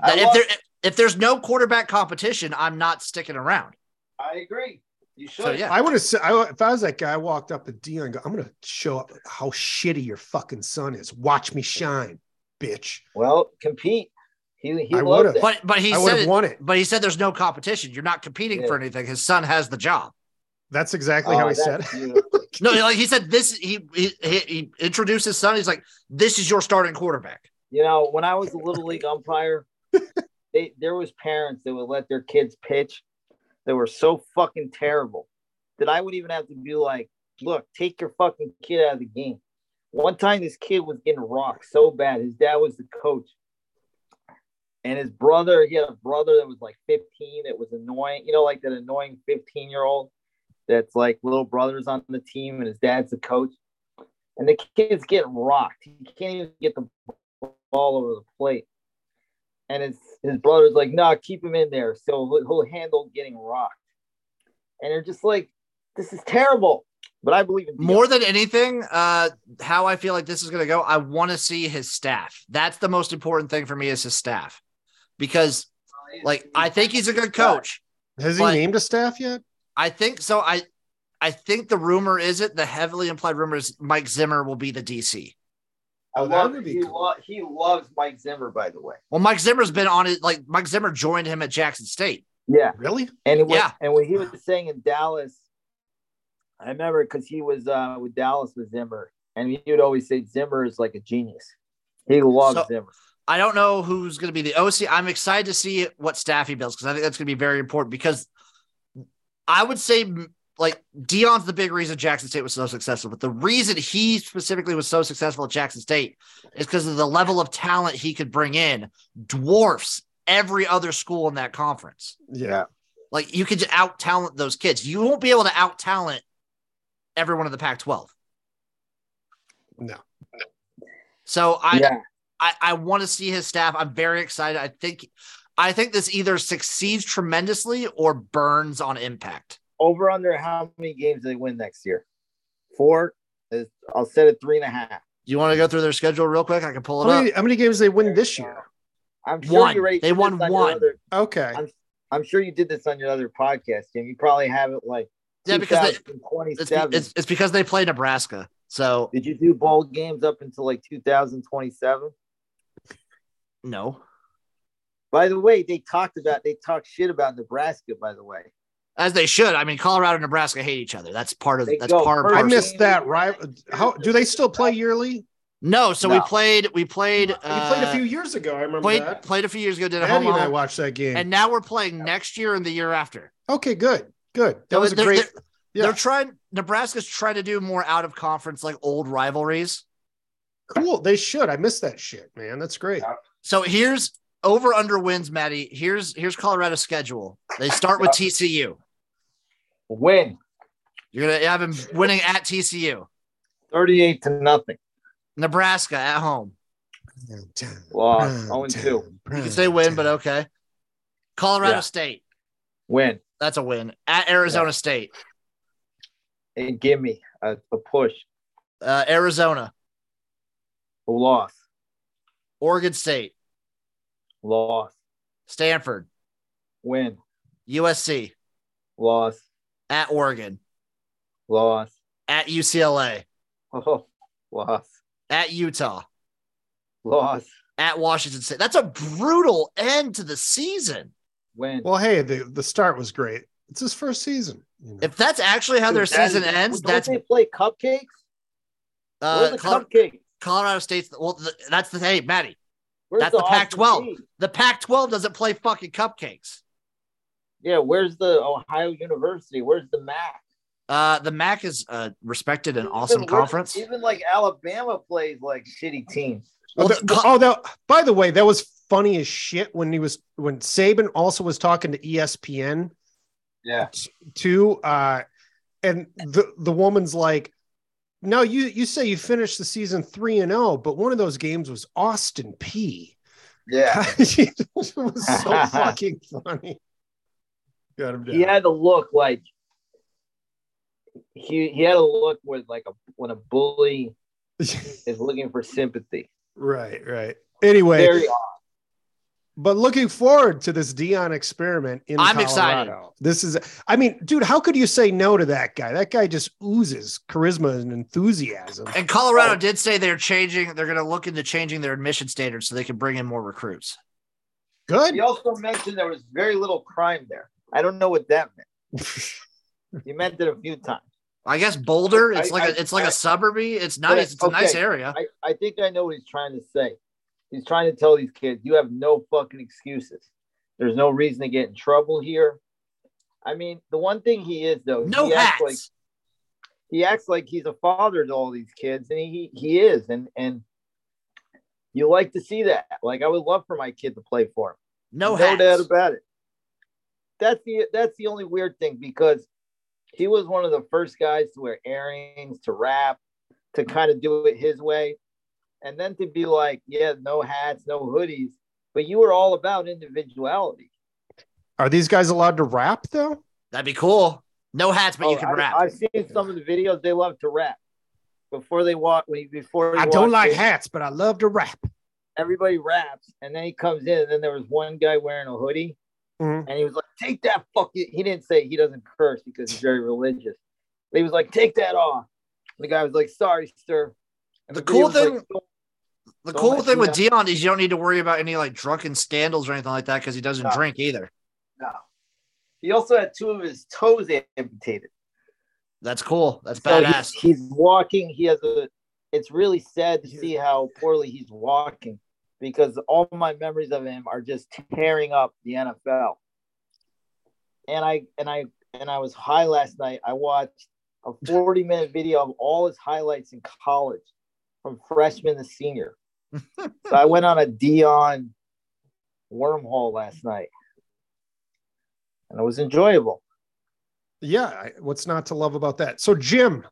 [SPEAKER 3] That if there it. if there's no quarterback competition, I'm not sticking around.
[SPEAKER 2] I agree. You should. So,
[SPEAKER 1] yeah. I would have said I, if I was that guy, I walked up to Dion. Go, I'm going to show up how shitty your fucking son is. Watch me shine, bitch.
[SPEAKER 2] Well, compete. He, he
[SPEAKER 1] I would have,
[SPEAKER 3] but but he
[SPEAKER 1] I
[SPEAKER 3] said
[SPEAKER 1] won it.
[SPEAKER 3] But he said there's no competition. You're not competing yeah. for anything. His son has the job.
[SPEAKER 1] That's exactly oh, how he said.
[SPEAKER 3] no, like he said this. He, he he introduced his son. He's like, "This is your starting quarterback."
[SPEAKER 2] You know, when I was a little league umpire, they, there was parents that would let their kids pitch that were so fucking terrible that I would even have to be like, "Look, take your fucking kid out of the game." One time, this kid was getting rocked so bad. His dad was the coach, and his brother. He had a brother that was like 15. That was annoying. You know, like that annoying 15 year old that's like little brothers on the team and his dad's the coach. And the kid's getting rocked. He can't even get the ball over the plate. And his, his brother's like, no, nah, keep him in there. So he'll, he'll handle getting rocked. And they're just like, this is terrible. But I believe in
[SPEAKER 3] more than anything, uh, how I feel like this is going to go. I want to see his staff. That's the most important thing for me is his staff, because like I think he's a good coach.
[SPEAKER 1] Has he named a staff yet?
[SPEAKER 3] I think so. I I think the rumor is it the heavily implied rumor is Mike Zimmer will be the DC.
[SPEAKER 2] I oh, love he, cool. lo- he loves Mike Zimmer, by the way.
[SPEAKER 3] Well, Mike Zimmer's been on it. Like Mike Zimmer joined him at Jackson State.
[SPEAKER 2] Yeah.
[SPEAKER 1] Really?
[SPEAKER 2] And it was,
[SPEAKER 3] Yeah.
[SPEAKER 2] and when he was saying in Dallas, I remember because he was uh, with Dallas with Zimmer, and he would always say Zimmer is like a genius. He loves
[SPEAKER 3] So-
[SPEAKER 2] Zimmer.
[SPEAKER 3] I don't know who's going to be the OC. I'm excited to see what staff he builds because I think that's going to be very important. Because I would say, m- like Dion's the big reason Jackson State was so successful, but the reason he specifically was so successful at Jackson State is because of the level of talent he could bring in dwarfs every other school in that conference.
[SPEAKER 1] Yeah.
[SPEAKER 3] Like you could out talent those kids. You won't be able to out talent everyone in the Pac-12.
[SPEAKER 1] No.
[SPEAKER 3] So I
[SPEAKER 2] yeah.
[SPEAKER 3] I, I want to see his staff. I'm very excited. I think I think this either succeeds tremendously or burns on impact.
[SPEAKER 2] Over under how many games they win next year? Four. Is- I'll set it three and a half.
[SPEAKER 3] Do you want to go through their schedule real quick? I can pull
[SPEAKER 1] How
[SPEAKER 3] it up.
[SPEAKER 1] many, how many games they win this year?
[SPEAKER 2] I'm sure
[SPEAKER 3] One.
[SPEAKER 2] you already
[SPEAKER 3] They
[SPEAKER 2] did
[SPEAKER 3] won
[SPEAKER 2] this on your
[SPEAKER 3] one.
[SPEAKER 2] other-
[SPEAKER 1] Okay.
[SPEAKER 2] I'm sure you did this on your other podcast, Jim. You probably have it like
[SPEAKER 3] Yeah, because they, it's,
[SPEAKER 2] 2027.
[SPEAKER 3] it's, it's because they play Nebraska. So
[SPEAKER 2] Did you do bowl games up until like 2027?
[SPEAKER 3] no,
[SPEAKER 2] By the way, they talked about they talked shit about Nebraska. By the way,
[SPEAKER 3] as they should. I mean, Colorado and Nebraska hate each other. That's part of
[SPEAKER 2] They
[SPEAKER 3] that's
[SPEAKER 2] go
[SPEAKER 3] part.
[SPEAKER 2] first.
[SPEAKER 1] I
[SPEAKER 3] Of
[SPEAKER 1] missed that. Right? How do they still play yearly?
[SPEAKER 3] no, so we
[SPEAKER 2] No.
[SPEAKER 3] played. We played.
[SPEAKER 1] We
[SPEAKER 3] Uh,
[SPEAKER 1] played a few years ago. I remember
[SPEAKER 3] played,
[SPEAKER 1] that.
[SPEAKER 3] played a few years ago. Did a
[SPEAKER 1] Maddie
[SPEAKER 3] home
[SPEAKER 1] and I
[SPEAKER 3] and,
[SPEAKER 1] watched that game.
[SPEAKER 3] and now we're playing next year and the year after.
[SPEAKER 1] okay, good, good. That
[SPEAKER 3] So
[SPEAKER 1] was a
[SPEAKER 3] they're-
[SPEAKER 1] great.
[SPEAKER 3] they're-
[SPEAKER 1] yeah.
[SPEAKER 3] They're trying. Nebraska's trying to do more out of conference, like old rivalries.
[SPEAKER 1] Cool. They should. I missed that shit, man. That's great.
[SPEAKER 3] So here's over under wins, Maddie. Here's here's Colorado's schedule. They start with TCU.
[SPEAKER 2] win
[SPEAKER 3] You're gonna have them winning at TCU,
[SPEAKER 2] 38 to nothing.
[SPEAKER 3] Nebraska at home.
[SPEAKER 2] Lost
[SPEAKER 1] Oh,
[SPEAKER 2] 0 and 2.
[SPEAKER 3] You can say win, but uh, okay. Colorado
[SPEAKER 2] Yeah.
[SPEAKER 3] State,
[SPEAKER 2] Win
[SPEAKER 3] that's a win. At Arizona State,
[SPEAKER 2] and give me a, a push.
[SPEAKER 3] uh, Arizona,
[SPEAKER 2] Loss,
[SPEAKER 3] Oregon State,
[SPEAKER 2] loss,
[SPEAKER 3] Stanford,
[SPEAKER 2] win,
[SPEAKER 3] USC,
[SPEAKER 2] loss,
[SPEAKER 3] at Oregon,
[SPEAKER 2] loss,
[SPEAKER 3] at UCLA,
[SPEAKER 2] oh, loss,
[SPEAKER 3] at Utah,
[SPEAKER 2] loss,
[SPEAKER 3] at Washington State. That's a brutal end to the season.
[SPEAKER 2] win.
[SPEAKER 1] Well, hey, the the start was great. It's his first season. you know.
[SPEAKER 3] If that's actually how their
[SPEAKER 2] Dude, that
[SPEAKER 3] season
[SPEAKER 2] is-
[SPEAKER 3] ends,
[SPEAKER 2] don't
[SPEAKER 3] that's
[SPEAKER 2] they play cupcakes. Where's
[SPEAKER 3] uh,
[SPEAKER 2] the
[SPEAKER 3] Colo-
[SPEAKER 2] cupcake?
[SPEAKER 3] Colorado State's well. th that's the hey, Maddie.
[SPEAKER 2] Where's
[SPEAKER 3] that's the
[SPEAKER 2] Austin
[SPEAKER 3] Pac-12.
[SPEAKER 2] Peay?
[SPEAKER 3] The Pac-12 doesn't play fucking cupcakes.
[SPEAKER 2] Yeah, where's the Ohio University? Where's the MAC?
[SPEAKER 3] Uh, the MAC is a respected and
[SPEAKER 2] Even
[SPEAKER 3] awesome
[SPEAKER 2] worse-
[SPEAKER 3] conference.
[SPEAKER 2] Even like Alabama plays like shitty teams.
[SPEAKER 1] Oh,
[SPEAKER 3] Well,
[SPEAKER 1] that,
[SPEAKER 3] co-
[SPEAKER 1] oh, that. By the way, that was funny as shit when he was when Saban also was talking to E ESPN
[SPEAKER 2] Yeah.
[SPEAKER 1] too, uh, and the the woman's like, "No, you you say you finished the season three and zero, but one of those games was Austin P."
[SPEAKER 2] Yeah.
[SPEAKER 1] it was so fucking funny. Got him down.
[SPEAKER 2] he had to look like he he had to look with like a when a bully is looking for sympathy.
[SPEAKER 1] right, right. Anyway,
[SPEAKER 2] Very odd.
[SPEAKER 1] But looking forward to this Dion experiment in
[SPEAKER 3] I'm
[SPEAKER 1] Colorado.
[SPEAKER 3] excited.
[SPEAKER 1] This is, I mean, dude, how could you say no to that guy? That guy just oozes charisma and enthusiasm.
[SPEAKER 3] And Colorado did say they're changing. They're going to look into changing their admission standards so they can bring in more recruits.
[SPEAKER 1] Good.
[SPEAKER 2] He also mentioned there was very little crime there. I don't know what that meant. He meant it a few times.
[SPEAKER 3] I guess Boulder. It's
[SPEAKER 2] I-
[SPEAKER 3] like a,
[SPEAKER 2] I-
[SPEAKER 3] it's like a
[SPEAKER 2] I-
[SPEAKER 3] suburby. It's nice. It's a nice
[SPEAKER 2] okay.
[SPEAKER 3] area.
[SPEAKER 2] I, I think I know what he's trying to say. He's trying to tell these kids, you have no fucking excuses. There's no reason to get in trouble here. I mean, the one thing he is though,
[SPEAKER 3] No
[SPEAKER 2] he
[SPEAKER 3] hats.
[SPEAKER 2] acts like he acts like he's a father to all these kids, and he he is, and and you like to see that. Like I would love for my kid to play for him.
[SPEAKER 3] no
[SPEAKER 2] No
[SPEAKER 3] hats.
[SPEAKER 2] doubt about it. That's the that's the only weird thing because he was one of the first guys to wear earrings, to rap, to kind of do it his way, and then to be like, yeah, no hats, no hoodies. But you were all about individuality.
[SPEAKER 1] Are these guys allowed to rap though?
[SPEAKER 3] That'd be cool. No hats, but you
[SPEAKER 2] Oh,
[SPEAKER 3] can
[SPEAKER 2] I,
[SPEAKER 3] rap.
[SPEAKER 2] I've seen some of the videos. They love to rap before they walk. when- Before they
[SPEAKER 1] I don't
[SPEAKER 2] walk
[SPEAKER 1] like
[SPEAKER 2] in,
[SPEAKER 1] hats, but I love to rap.
[SPEAKER 2] Everybody raps, and then he comes in, and then there was one guy wearing a hoodie.
[SPEAKER 3] Mm-hmm.
[SPEAKER 1] Mhm.
[SPEAKER 2] And he was like, take that fucking. He didn't say he doesn't curse because he's very religious. But he was like, take that off. The guy was like, sorry, sir. And
[SPEAKER 3] The
[SPEAKER 2] video
[SPEAKER 3] cool
[SPEAKER 2] was like,
[SPEAKER 3] thing-
[SPEAKER 2] "Don't-
[SPEAKER 3] the
[SPEAKER 2] don't
[SPEAKER 3] cool
[SPEAKER 2] let
[SPEAKER 3] thing
[SPEAKER 2] you
[SPEAKER 3] with
[SPEAKER 2] know.
[SPEAKER 3] Dion is you don't need to worry about any like drunken scandals or anything like that because he doesn't
[SPEAKER 2] No.
[SPEAKER 3] drink either.
[SPEAKER 2] No. He also had two of his toes amputated.
[SPEAKER 3] That's cool. That's
[SPEAKER 2] So he-
[SPEAKER 3] badass.
[SPEAKER 2] he's walking. He has a. It's really sad to
[SPEAKER 1] Yeah.
[SPEAKER 2] see how poorly he's walking because all my memories of him are just tearing up the NFL. And I and I and I was high last night. I watched a 40 minute video of all his highlights in college from freshman to senior. so I went on a Dion wormhole last night. And it was enjoyable.
[SPEAKER 1] Yeah, I- what's not to love about that? So, Jim,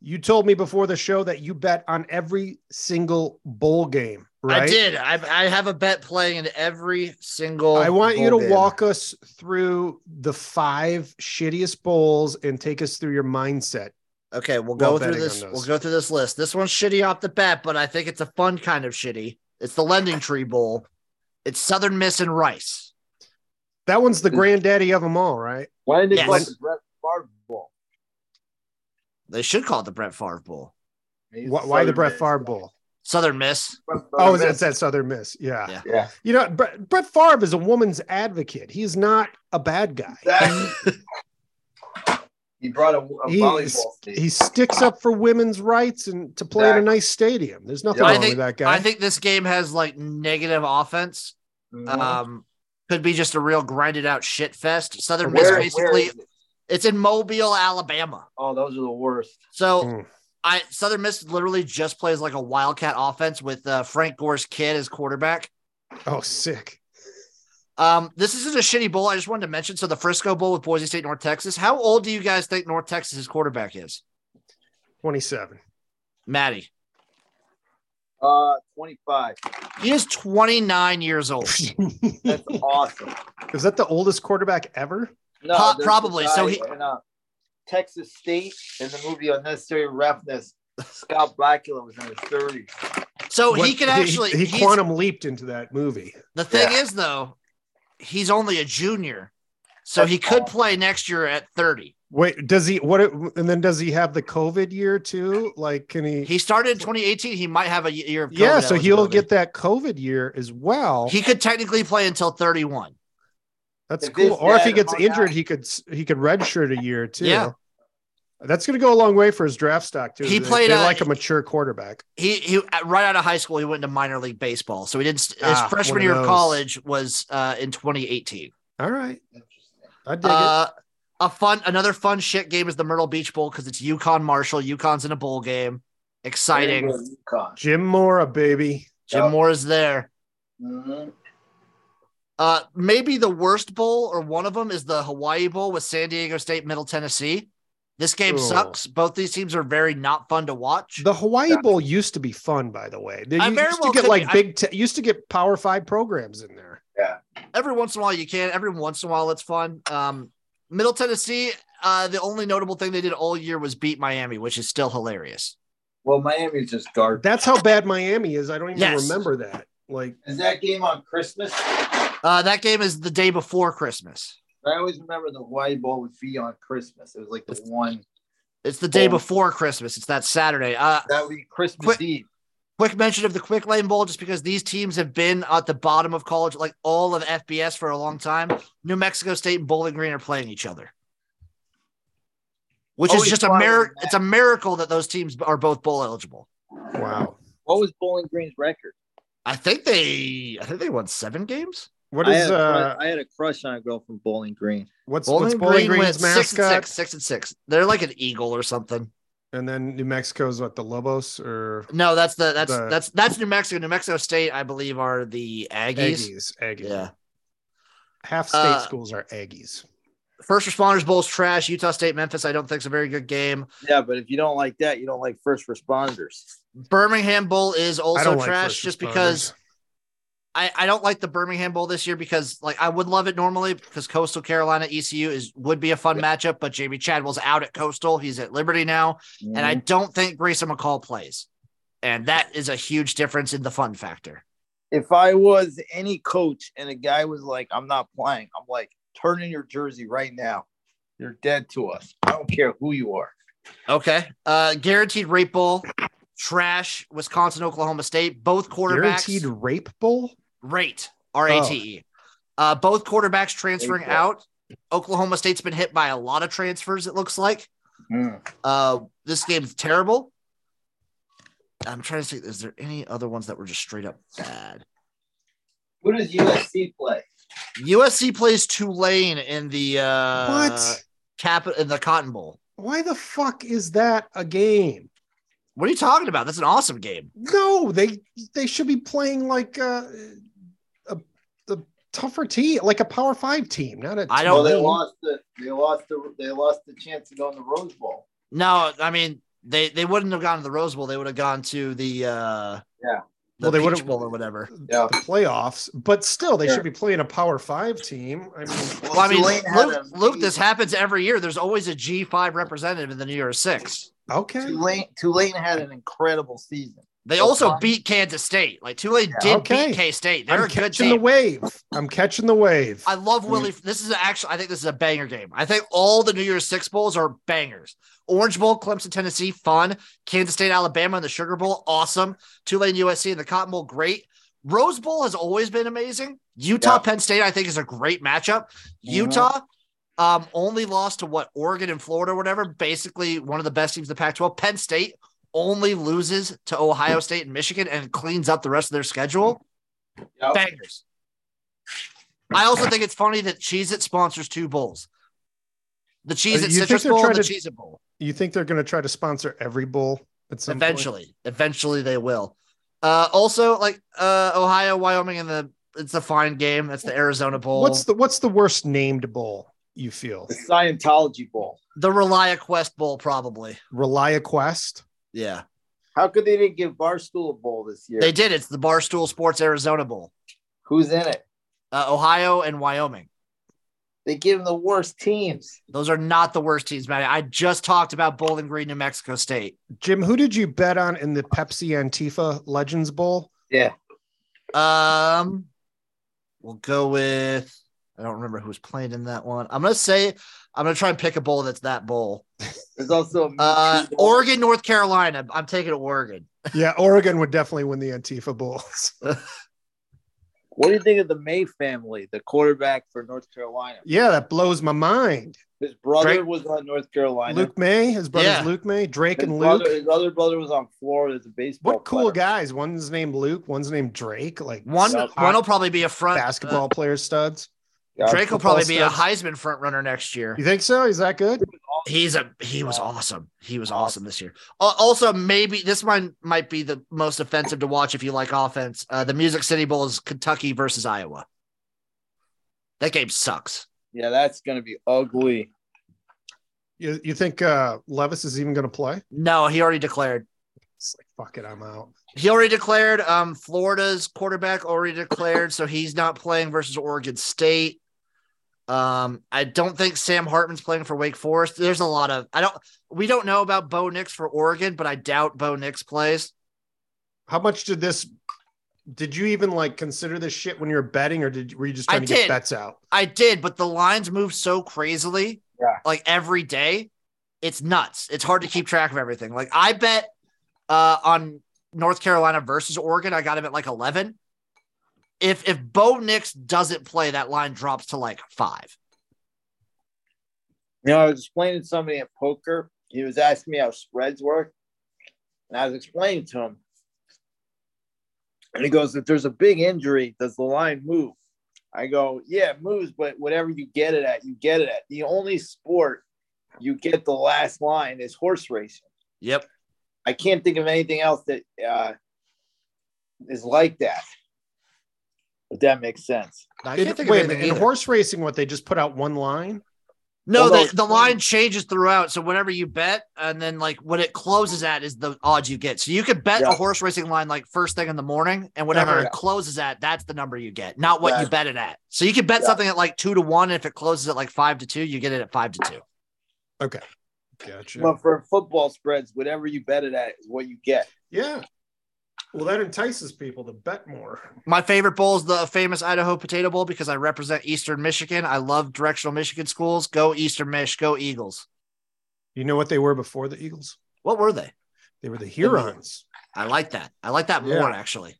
[SPEAKER 1] you told me before the show that you bet on every single bowl game, right?
[SPEAKER 3] I did. I, I have a bet playing in every single.
[SPEAKER 1] I want you to
[SPEAKER 3] bowl game.
[SPEAKER 1] walk us through the five shittiest bowls and take us through your mindset.
[SPEAKER 3] Okay,
[SPEAKER 1] Well,
[SPEAKER 3] we'll go through
[SPEAKER 1] betting
[SPEAKER 3] this.
[SPEAKER 1] on those.
[SPEAKER 3] We'll go through this list. This one's shitty off the bat, but I think it's a fun kind of shitty. It's the Lending Tree Bowl. It's Southern Miss and Rice.
[SPEAKER 1] That one's the granddaddy of them all, right?
[SPEAKER 2] Why didn't they
[SPEAKER 3] Yes.
[SPEAKER 2] call it the Brett Favre Bowl?
[SPEAKER 3] They should call it the Brett Favre Bowl.
[SPEAKER 2] He's
[SPEAKER 1] Why, why the
[SPEAKER 2] Southern
[SPEAKER 1] Brett
[SPEAKER 2] Miss.
[SPEAKER 1] Favre Bowl?
[SPEAKER 3] Southern Miss.
[SPEAKER 1] Oh,
[SPEAKER 2] Southern
[SPEAKER 1] that's
[SPEAKER 2] Miss.
[SPEAKER 1] that Southern Miss. Yeah.
[SPEAKER 3] Yeah.
[SPEAKER 2] yeah.
[SPEAKER 1] You know, Brett, Brett Favre is a woman's advocate. He's not a bad guy.
[SPEAKER 2] Exactly. he brought a, a
[SPEAKER 1] He,
[SPEAKER 2] volleyball.
[SPEAKER 1] he sticks up for women's rights and to play in a
[SPEAKER 2] Exactly.
[SPEAKER 1] nice stadium. There's nothing
[SPEAKER 2] Yeah. I
[SPEAKER 1] wrong
[SPEAKER 3] think-
[SPEAKER 1] with that guy.
[SPEAKER 3] I think this game has like negative offense.
[SPEAKER 2] Mm-hmm.
[SPEAKER 1] Mm-hmm.
[SPEAKER 3] Um, could be just a real grinded out shit fest. Southern Miss
[SPEAKER 2] Where- where
[SPEAKER 3] basically.
[SPEAKER 2] is it?
[SPEAKER 3] It's in Mobile, Alabama.
[SPEAKER 2] oh, those are the worst.
[SPEAKER 3] So
[SPEAKER 1] Mm.
[SPEAKER 3] I Southern Miss literally just plays like a wildcat offense with uh, Frank Gore's kid as quarterback.
[SPEAKER 1] oh, sick.
[SPEAKER 3] Um, this isn't a shitty bowl. I just wanted to mention. So the Frisco Bowl with Boise State, North Texas. How old do you guys think North Texas's quarterback is?
[SPEAKER 1] 27.
[SPEAKER 3] Maddie.
[SPEAKER 2] Uh, 25.
[SPEAKER 3] He is 29 years old.
[SPEAKER 2] That's awesome.
[SPEAKER 1] Is that the oldest quarterback ever?
[SPEAKER 2] No,
[SPEAKER 3] Po-
[SPEAKER 2] there's the
[SPEAKER 3] probably. So
[SPEAKER 2] guy
[SPEAKER 3] he-
[SPEAKER 2] in, uh, Texas State in the movie Unnecessary Roughness. Scott Bakula was in his 30s.
[SPEAKER 3] So Oh, he
[SPEAKER 1] What-
[SPEAKER 3] can actually.
[SPEAKER 1] he,
[SPEAKER 3] he's-
[SPEAKER 1] quantum leaped into that movie.
[SPEAKER 3] the thing
[SPEAKER 2] Yeah.
[SPEAKER 3] is though, he's only a junior, so he
[SPEAKER 2] That's
[SPEAKER 3] could
[SPEAKER 2] all.
[SPEAKER 3] play next year at 30.
[SPEAKER 1] Wait, does he what and then does he have the COVID year too? Like can he,
[SPEAKER 3] He started in 2018. He might have a y- year of
[SPEAKER 1] Yeah,
[SPEAKER 3] COVID
[SPEAKER 1] so he'll
[SPEAKER 3] eligibility.
[SPEAKER 1] get that COVID year as well.
[SPEAKER 3] He could technically play until 31.
[SPEAKER 1] That's
[SPEAKER 2] If
[SPEAKER 1] cool.
[SPEAKER 2] this
[SPEAKER 1] Or if he
[SPEAKER 2] dad
[SPEAKER 1] gets
[SPEAKER 2] hung
[SPEAKER 1] injured,
[SPEAKER 2] out-
[SPEAKER 1] he could s- he could redshirt a year too.
[SPEAKER 3] Yeah.
[SPEAKER 1] That's going to go a long way for his draft stock too.
[SPEAKER 3] He
[SPEAKER 1] They-
[SPEAKER 3] played,
[SPEAKER 1] they
[SPEAKER 3] uh,
[SPEAKER 1] like a mature quarterback.
[SPEAKER 3] he he right out of high school he went to minor league baseball so he didn't his
[SPEAKER 1] Ah, one
[SPEAKER 3] freshman
[SPEAKER 1] of
[SPEAKER 3] year of
[SPEAKER 1] those.
[SPEAKER 3] college was uh in 2018
[SPEAKER 1] All right,
[SPEAKER 2] Interesting.
[SPEAKER 1] I dig it.
[SPEAKER 3] uh a fun another fun shit game is the myrtle beach bowl because it's yukon marshall yukon's in a bowl game exciting
[SPEAKER 2] Very good UConn.
[SPEAKER 1] Jim Mora, baby.
[SPEAKER 3] jim
[SPEAKER 2] Yeah.
[SPEAKER 3] moore is there
[SPEAKER 2] Mhm.
[SPEAKER 3] uh maybe the worst bowl or one of them is the hawaii bowl with san diego state middle tennessee this game
[SPEAKER 1] Ooh.
[SPEAKER 3] sucks both these teams are very not fun to watch
[SPEAKER 1] The Hawaii
[SPEAKER 2] Yeah.
[SPEAKER 1] Bowl used to be fun, by the way. They
[SPEAKER 3] I
[SPEAKER 1] used
[SPEAKER 3] very
[SPEAKER 1] to
[SPEAKER 3] well could
[SPEAKER 1] get
[SPEAKER 3] be.
[SPEAKER 1] like
[SPEAKER 3] I-
[SPEAKER 1] big, te- used to get Power Five programs in there.
[SPEAKER 3] every once in a while you can every once in a while it's fun um middle tennessee uh the only notable thing they did all year was beat miami which is still hilarious
[SPEAKER 2] Well, Miami's just garbage.
[SPEAKER 1] That's how bad Miami is. I don't even
[SPEAKER 3] Yes.
[SPEAKER 1] remember that. Like,
[SPEAKER 2] Is that game on Christmas?
[SPEAKER 3] uh that game is the day before christmas
[SPEAKER 2] I always remember the Hawaii Bowl would be on Christmas. It was like the one
[SPEAKER 3] it's the day
[SPEAKER 2] Oh.
[SPEAKER 3] before christmas it's that saturday uh
[SPEAKER 2] that would be Christmas
[SPEAKER 3] Quick-
[SPEAKER 2] Eve.
[SPEAKER 3] quick mention of the quick lane bowl just because these teams have been at the bottom of college like all of fbs for a long time new mexico state and bowling green are playing each other which is
[SPEAKER 2] Always
[SPEAKER 3] just a
[SPEAKER 2] fun when
[SPEAKER 3] miracle
[SPEAKER 2] that-
[SPEAKER 3] it's a miracle that those teams are both bowl eligible
[SPEAKER 1] wow,
[SPEAKER 2] What was Bowling Green's record?
[SPEAKER 3] i think they i think they won seven games
[SPEAKER 1] what
[SPEAKER 2] I
[SPEAKER 1] is
[SPEAKER 2] had, a crush-
[SPEAKER 1] uh,
[SPEAKER 2] I had a crush on a girl from Bowling Green.
[SPEAKER 1] what's
[SPEAKER 3] Bowling,
[SPEAKER 1] what's Bowling
[SPEAKER 3] Green
[SPEAKER 1] Green's
[SPEAKER 3] went six and
[SPEAKER 1] mascot?
[SPEAKER 3] six, six and six. They're like an eagle or something.
[SPEAKER 1] And then New Mexico's what the Lobos or
[SPEAKER 3] No, that's the that's
[SPEAKER 1] The-
[SPEAKER 3] that's that's New Mexico. New Mexico State, I believe, are the Aggies.
[SPEAKER 1] Aggies. Aggies.
[SPEAKER 3] Yeah.
[SPEAKER 1] Half state
[SPEAKER 3] Uh,
[SPEAKER 1] schools are Aggies.
[SPEAKER 3] First responders bowls trash. Utah State, Memphis. I don't think it's a very good game.
[SPEAKER 2] Yeah, but if you don't like that, you don't like first responders.
[SPEAKER 3] Birmingham Bowl is
[SPEAKER 1] I
[SPEAKER 3] also
[SPEAKER 1] don't like
[SPEAKER 3] trash,
[SPEAKER 1] first
[SPEAKER 3] just
[SPEAKER 1] responders.
[SPEAKER 3] because I I don't like the Birmingham Bowl this year because like I would love it normally because Coastal Carolina ECU is would be a fun matchup, but Jamie Chadwell's out at Coastal. He's at Liberty now, and
[SPEAKER 1] Mm-hmm.
[SPEAKER 3] I don't think Grayson McCall plays, and that is a huge difference in the fun factor.
[SPEAKER 2] if I was any coach and a guy was like, "I'm not playing," I'm like, "Turn in your jersey right now. You're dead to us. I don't care who you are."
[SPEAKER 3] Okay. Uh guaranteed rape bowl, trash, Wisconsin, Oklahoma State. Both quarterbacks
[SPEAKER 1] guaranteed rape bowl. Oh.
[SPEAKER 3] rate R A T E. Uh both quarterbacks transferring
[SPEAKER 2] Rape bowl.
[SPEAKER 3] out. Oklahoma State's been hit by a lot of transfers, it looks like.
[SPEAKER 2] Mm.
[SPEAKER 3] Uh, this game's terrible. I'm trying to think, is there any other ones that were just straight up bad?
[SPEAKER 2] Who does USC play?
[SPEAKER 3] USC plays Tulane in the uh,
[SPEAKER 1] what?
[SPEAKER 3] cap in the Cotton Bowl.
[SPEAKER 1] Why the fuck is that a game?
[SPEAKER 3] What are you talking about? That's an awesome game.
[SPEAKER 1] No, they they should be playing like uh, a a tougher team, like a Power Five team, not a.
[SPEAKER 3] I
[SPEAKER 2] Well,
[SPEAKER 3] don't
[SPEAKER 2] they
[SPEAKER 1] Tulane.
[SPEAKER 2] lost the they lost the they lost the chance to go in the Rose Bowl.
[SPEAKER 3] No, I mean they they wouldn't have gone to the Rose Bowl. They would have gone to the uh,
[SPEAKER 2] Yeah.
[SPEAKER 3] the
[SPEAKER 1] Well, they
[SPEAKER 3] Peach
[SPEAKER 1] would've-
[SPEAKER 3] Bowl or whatever.
[SPEAKER 2] Yeah.
[SPEAKER 1] the playoffs, but still, they
[SPEAKER 2] Sure.
[SPEAKER 1] should be playing a Power Five team. I mean,
[SPEAKER 3] Well, I mean,
[SPEAKER 2] Tulane had
[SPEAKER 3] Luke,
[SPEAKER 2] a-
[SPEAKER 3] Luke, this happens every year. There's always a G five representative in the New Year Six.
[SPEAKER 1] okay,
[SPEAKER 2] Tulane Tulane had an incredible season.
[SPEAKER 3] They
[SPEAKER 2] That's
[SPEAKER 3] also
[SPEAKER 2] fine.
[SPEAKER 3] beat Kansas State. Like Tulane
[SPEAKER 2] Yeah,
[SPEAKER 3] did
[SPEAKER 1] okay.
[SPEAKER 3] beat K State. They're
[SPEAKER 1] I'm
[SPEAKER 3] a good
[SPEAKER 1] catching the
[SPEAKER 3] team.
[SPEAKER 1] wave. I'm catching the wave.
[SPEAKER 3] I love Willie. This is actually, I think this is a banger game. I think all the New Year's Six bowls are bangers. Orange Bowl, Clemson, Tennessee, fun. Kansas State, Alabama, and the Sugar Bowl, awesome. Tulane, USC, and the Cotton Bowl, great. Rose Bowl has always been amazing. Utah,
[SPEAKER 2] Yeah.
[SPEAKER 3] Penn State, I think is a great matchup. Utah um, only lost to what Oregon and Florida, or whatever. Basically, one of the best teams in the Pac-12. Penn State only loses to Ohio State and Michigan and cleans up the rest of their schedule
[SPEAKER 2] Yep.
[SPEAKER 3] bangers. I also think it's funny that Cheez It sponsors two bowls. The Cheez
[SPEAKER 1] Uh, you
[SPEAKER 3] It
[SPEAKER 1] think
[SPEAKER 3] Citrus
[SPEAKER 1] they're
[SPEAKER 3] Bowl and the
[SPEAKER 1] trying to-
[SPEAKER 3] Cheez It Bowl.
[SPEAKER 1] You think they're going to try to sponsor every bowl at some point?
[SPEAKER 3] Eventually. Eventually they will. Uh, also like uh, Ohio, Wyoming, and the it's a fine game. That's the Arizona Bowl.
[SPEAKER 1] What's the what's the worst named bowl you feel?
[SPEAKER 2] The Scientology Bowl.
[SPEAKER 3] the Relia Quest Bowl, probably.
[SPEAKER 1] Relia Quest.
[SPEAKER 3] Yeah.
[SPEAKER 2] How could they didn't give Barstool a bowl this year?
[SPEAKER 3] They did. It's the Barstool Sports Arizona Bowl.
[SPEAKER 2] Who's in it?
[SPEAKER 3] Uh, Ohio and Wyoming.
[SPEAKER 2] They give them the worst teams.
[SPEAKER 3] Those are not the worst teams, Matty. I just talked about Bowling Green, New Mexico State.
[SPEAKER 1] Jim, who did you bet on in the Pepsi Antifa Legends Bowl?
[SPEAKER 2] Yeah.
[SPEAKER 3] Um, we'll go with I don't remember who was playing in that one. I'm gonna say I'm gonna try and pick a bowl that's that bowl.
[SPEAKER 2] There's also a Me
[SPEAKER 3] Uh,
[SPEAKER 2] Too Bowl.
[SPEAKER 3] Oregon, North Carolina. I'm taking Oregon.
[SPEAKER 1] Yeah, Oregon would definitely win the Antifa Bowls.
[SPEAKER 2] What do you think of the May family, the quarterback for North Carolina?
[SPEAKER 1] yeah, that blows my mind.
[SPEAKER 2] His brother
[SPEAKER 1] Drake-
[SPEAKER 2] was on North Carolina.
[SPEAKER 1] Luke May, his brother's
[SPEAKER 3] Yeah.
[SPEAKER 1] Luke May, Drake
[SPEAKER 2] his,
[SPEAKER 1] and
[SPEAKER 2] brother-
[SPEAKER 1] Luke.
[SPEAKER 2] his other brother was on Florida as a baseball.
[SPEAKER 1] What cool
[SPEAKER 2] player.
[SPEAKER 1] guys? One's named Luke, one's named Drake. Like
[SPEAKER 3] One
[SPEAKER 1] hot
[SPEAKER 3] one will probably be a
[SPEAKER 1] uh,
[SPEAKER 3] front
[SPEAKER 1] basketball player studs.
[SPEAKER 3] uh,
[SPEAKER 2] Yeah.
[SPEAKER 3] Drake will probably be a
[SPEAKER 1] football
[SPEAKER 3] Heisman front runner next year.
[SPEAKER 1] You think so? Is that good?
[SPEAKER 3] He's a he was awesome. He was awesome
[SPEAKER 2] Awesome.
[SPEAKER 3] this year. Al- Also, maybe this one might be the most offensive to watch if you like offense. Uh, the Music City Bowl is Kentucky versus Iowa. That game sucks.
[SPEAKER 2] Yeah, that's gonna be ugly.
[SPEAKER 1] You, you think uh, Levis is even going to play?
[SPEAKER 3] No, he already declared.
[SPEAKER 1] It's like fuck it, I'm out.
[SPEAKER 3] He already declared. Um, Florida's quarterback already declared, so he's not playing versus Oregon State. Um, I don't think Sam Hartman's playing for Wake Forest. There's a lot of I don't. We don't know about Bo Nix for Oregon, but I doubt Bo Nix plays.
[SPEAKER 1] How much did this? Did you even like consider this shit when you were betting, or did were you just
[SPEAKER 3] I
[SPEAKER 1] trying to
[SPEAKER 3] did.
[SPEAKER 1] get bets out?
[SPEAKER 3] I did, but the lines move so crazily,
[SPEAKER 2] Yeah.
[SPEAKER 3] like every day. It's nuts. It's hard to keep track of everything. Like I bet uh, on North Carolina versus Oregon, I got him at like eleven. If if Bo Nix doesn't play, that line drops to like five.
[SPEAKER 2] You know, I was explaining to somebody at poker. He was asking me how spreads work, and I was explaining to him. And he goes, "If there's a big injury, does the line move?" I go, "Yeah, it moves, but whatever you get it at, you get it at." The only sport you get the last line is horse racing.
[SPEAKER 3] Yep.
[SPEAKER 2] I can't think of anything else that uh, is like that. If that makes sense.
[SPEAKER 3] I
[SPEAKER 1] Did-
[SPEAKER 3] can't think
[SPEAKER 1] wait
[SPEAKER 3] of
[SPEAKER 1] a minute.
[SPEAKER 3] anything
[SPEAKER 1] In
[SPEAKER 3] either.
[SPEAKER 1] horse racing, what they just put out one line?
[SPEAKER 3] no,
[SPEAKER 2] Although-
[SPEAKER 3] the, the line changes throughout. So whenever you bet, and then like what it closes at is the odds you get. So you could bet a
[SPEAKER 2] Yeah.
[SPEAKER 3] horse racing line like first thing in the morning, and whatever
[SPEAKER 1] Uh-huh.
[SPEAKER 3] it closes at, that's the number you get, not what you
[SPEAKER 2] Right.
[SPEAKER 3] bet it at. So you could bet
[SPEAKER 2] Yeah.
[SPEAKER 3] something at like two to one. And if it closes at like five to two, you get it at five to two.
[SPEAKER 1] Gotcha.
[SPEAKER 2] But for football spreads, whatever you bet it at is what you get.
[SPEAKER 1] yeah. Well, that entices people to bet more.
[SPEAKER 3] My favorite bowl is the famous Idaho Potato Bowl because I represent Eastern Michigan. I love directional Michigan schools. Go Eastern Mich, go Eagles.
[SPEAKER 1] You know what they were before the Eagles?
[SPEAKER 3] What were they?
[SPEAKER 1] They were the Hurons.
[SPEAKER 3] I like that. I like that
[SPEAKER 1] Yeah.
[SPEAKER 3] more actually.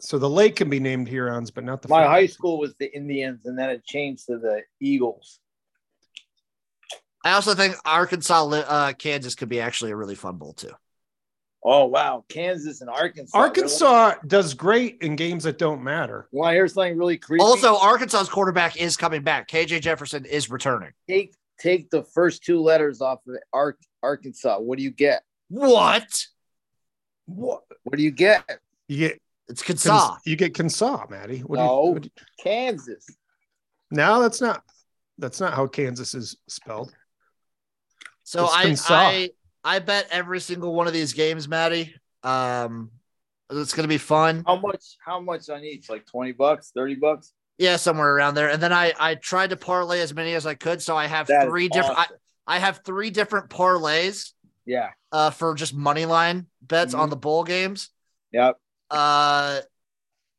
[SPEAKER 1] So the lake can be named Hurons, but not the
[SPEAKER 2] My
[SPEAKER 1] farm.
[SPEAKER 2] high school was the Indians, and then it changed to the Eagles.
[SPEAKER 3] I also think Arkansas, uh, Kansas could be actually a really fun bowl too.
[SPEAKER 2] Oh wow, Kansas and Arkansas.
[SPEAKER 1] Arkansas does great in games that don't matter.
[SPEAKER 2] You want to hear something really creepy?
[SPEAKER 3] Also, Arkansas's quarterback is coming back. KJ Jefferson is returning.
[SPEAKER 2] take take the first two letters off of Ark Arkansas. What do you get?
[SPEAKER 3] What?
[SPEAKER 1] What
[SPEAKER 2] What do you get?
[SPEAKER 1] you get?
[SPEAKER 3] It's
[SPEAKER 1] Kins-
[SPEAKER 3] Kansas.
[SPEAKER 1] you get Kinsaw, Maddie. What
[SPEAKER 2] No.
[SPEAKER 1] do you, what do you-
[SPEAKER 2] Kansas.
[SPEAKER 1] no, that's not. That's not how Kansas is spelled.
[SPEAKER 3] So
[SPEAKER 1] It's
[SPEAKER 3] I,
[SPEAKER 1] Kansas.
[SPEAKER 3] I I bet every single one of these games, Maddie. Um, it's gonna be fun.
[SPEAKER 2] How much? How much on each? Like twenty bucks, thirty bucks.
[SPEAKER 3] Yeah, somewhere around there. And then I I tried to parlay as many as I could. So I have
[SPEAKER 2] That is
[SPEAKER 3] three different.
[SPEAKER 2] awesome.
[SPEAKER 3] I, I have three different parlays
[SPEAKER 2] Yeah.
[SPEAKER 3] uh, for just money line bets
[SPEAKER 2] Mhm.
[SPEAKER 3] on the bowl games.
[SPEAKER 2] Yep.
[SPEAKER 3] Uh,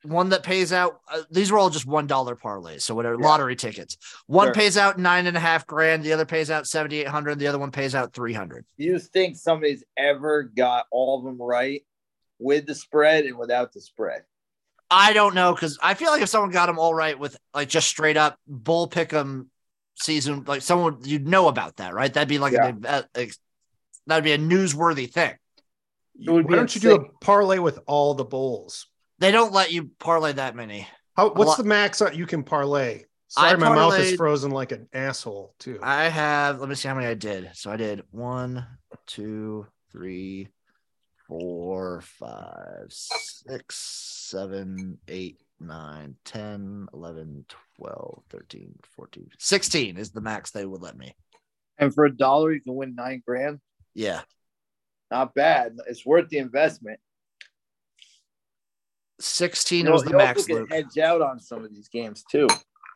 [SPEAKER 3] one that pays out. Uh, these were all just one dollar parlays, so whatever
[SPEAKER 2] Yeah.
[SPEAKER 3] lottery tickets. One
[SPEAKER 2] Sure.
[SPEAKER 3] pays out nine and a half grand. The other pays out seventy eight hundred. The other one pays out three hundred.
[SPEAKER 2] Do you think somebody's ever got all of them right with the spread and without the spread?
[SPEAKER 3] I don't know because I feel like if someone got them all right with like just straight up bull pick 'em season, like someone you'd know about that, right? That'd be like
[SPEAKER 2] Yeah.
[SPEAKER 3] an, a, a- that'd be a newsworthy thing.
[SPEAKER 2] It would
[SPEAKER 1] Why
[SPEAKER 2] be
[SPEAKER 1] don't you do
[SPEAKER 2] insane.
[SPEAKER 1] a parlay with all the bowls?
[SPEAKER 3] They don't let you parlay that many.
[SPEAKER 1] How, what's
[SPEAKER 3] lot-
[SPEAKER 1] the max that you can parlay? Sorry, my mouth is
[SPEAKER 3] parlayed-
[SPEAKER 1] frozen like an asshole too.
[SPEAKER 3] I have, let me see how many I did. So I did one, two, three, four, five, six, seven, eight, nine, 10, 11, 12, 13, 14, 16 is the max they would let me.
[SPEAKER 2] And for a dollar, you can win nine grand.
[SPEAKER 3] Yeah.
[SPEAKER 2] Not bad. It's worth the investment.
[SPEAKER 3] 16
[SPEAKER 2] know,
[SPEAKER 3] was the
[SPEAKER 2] you also
[SPEAKER 3] max,
[SPEAKER 2] can
[SPEAKER 3] Luke.
[SPEAKER 2] hedge out on some of these games too.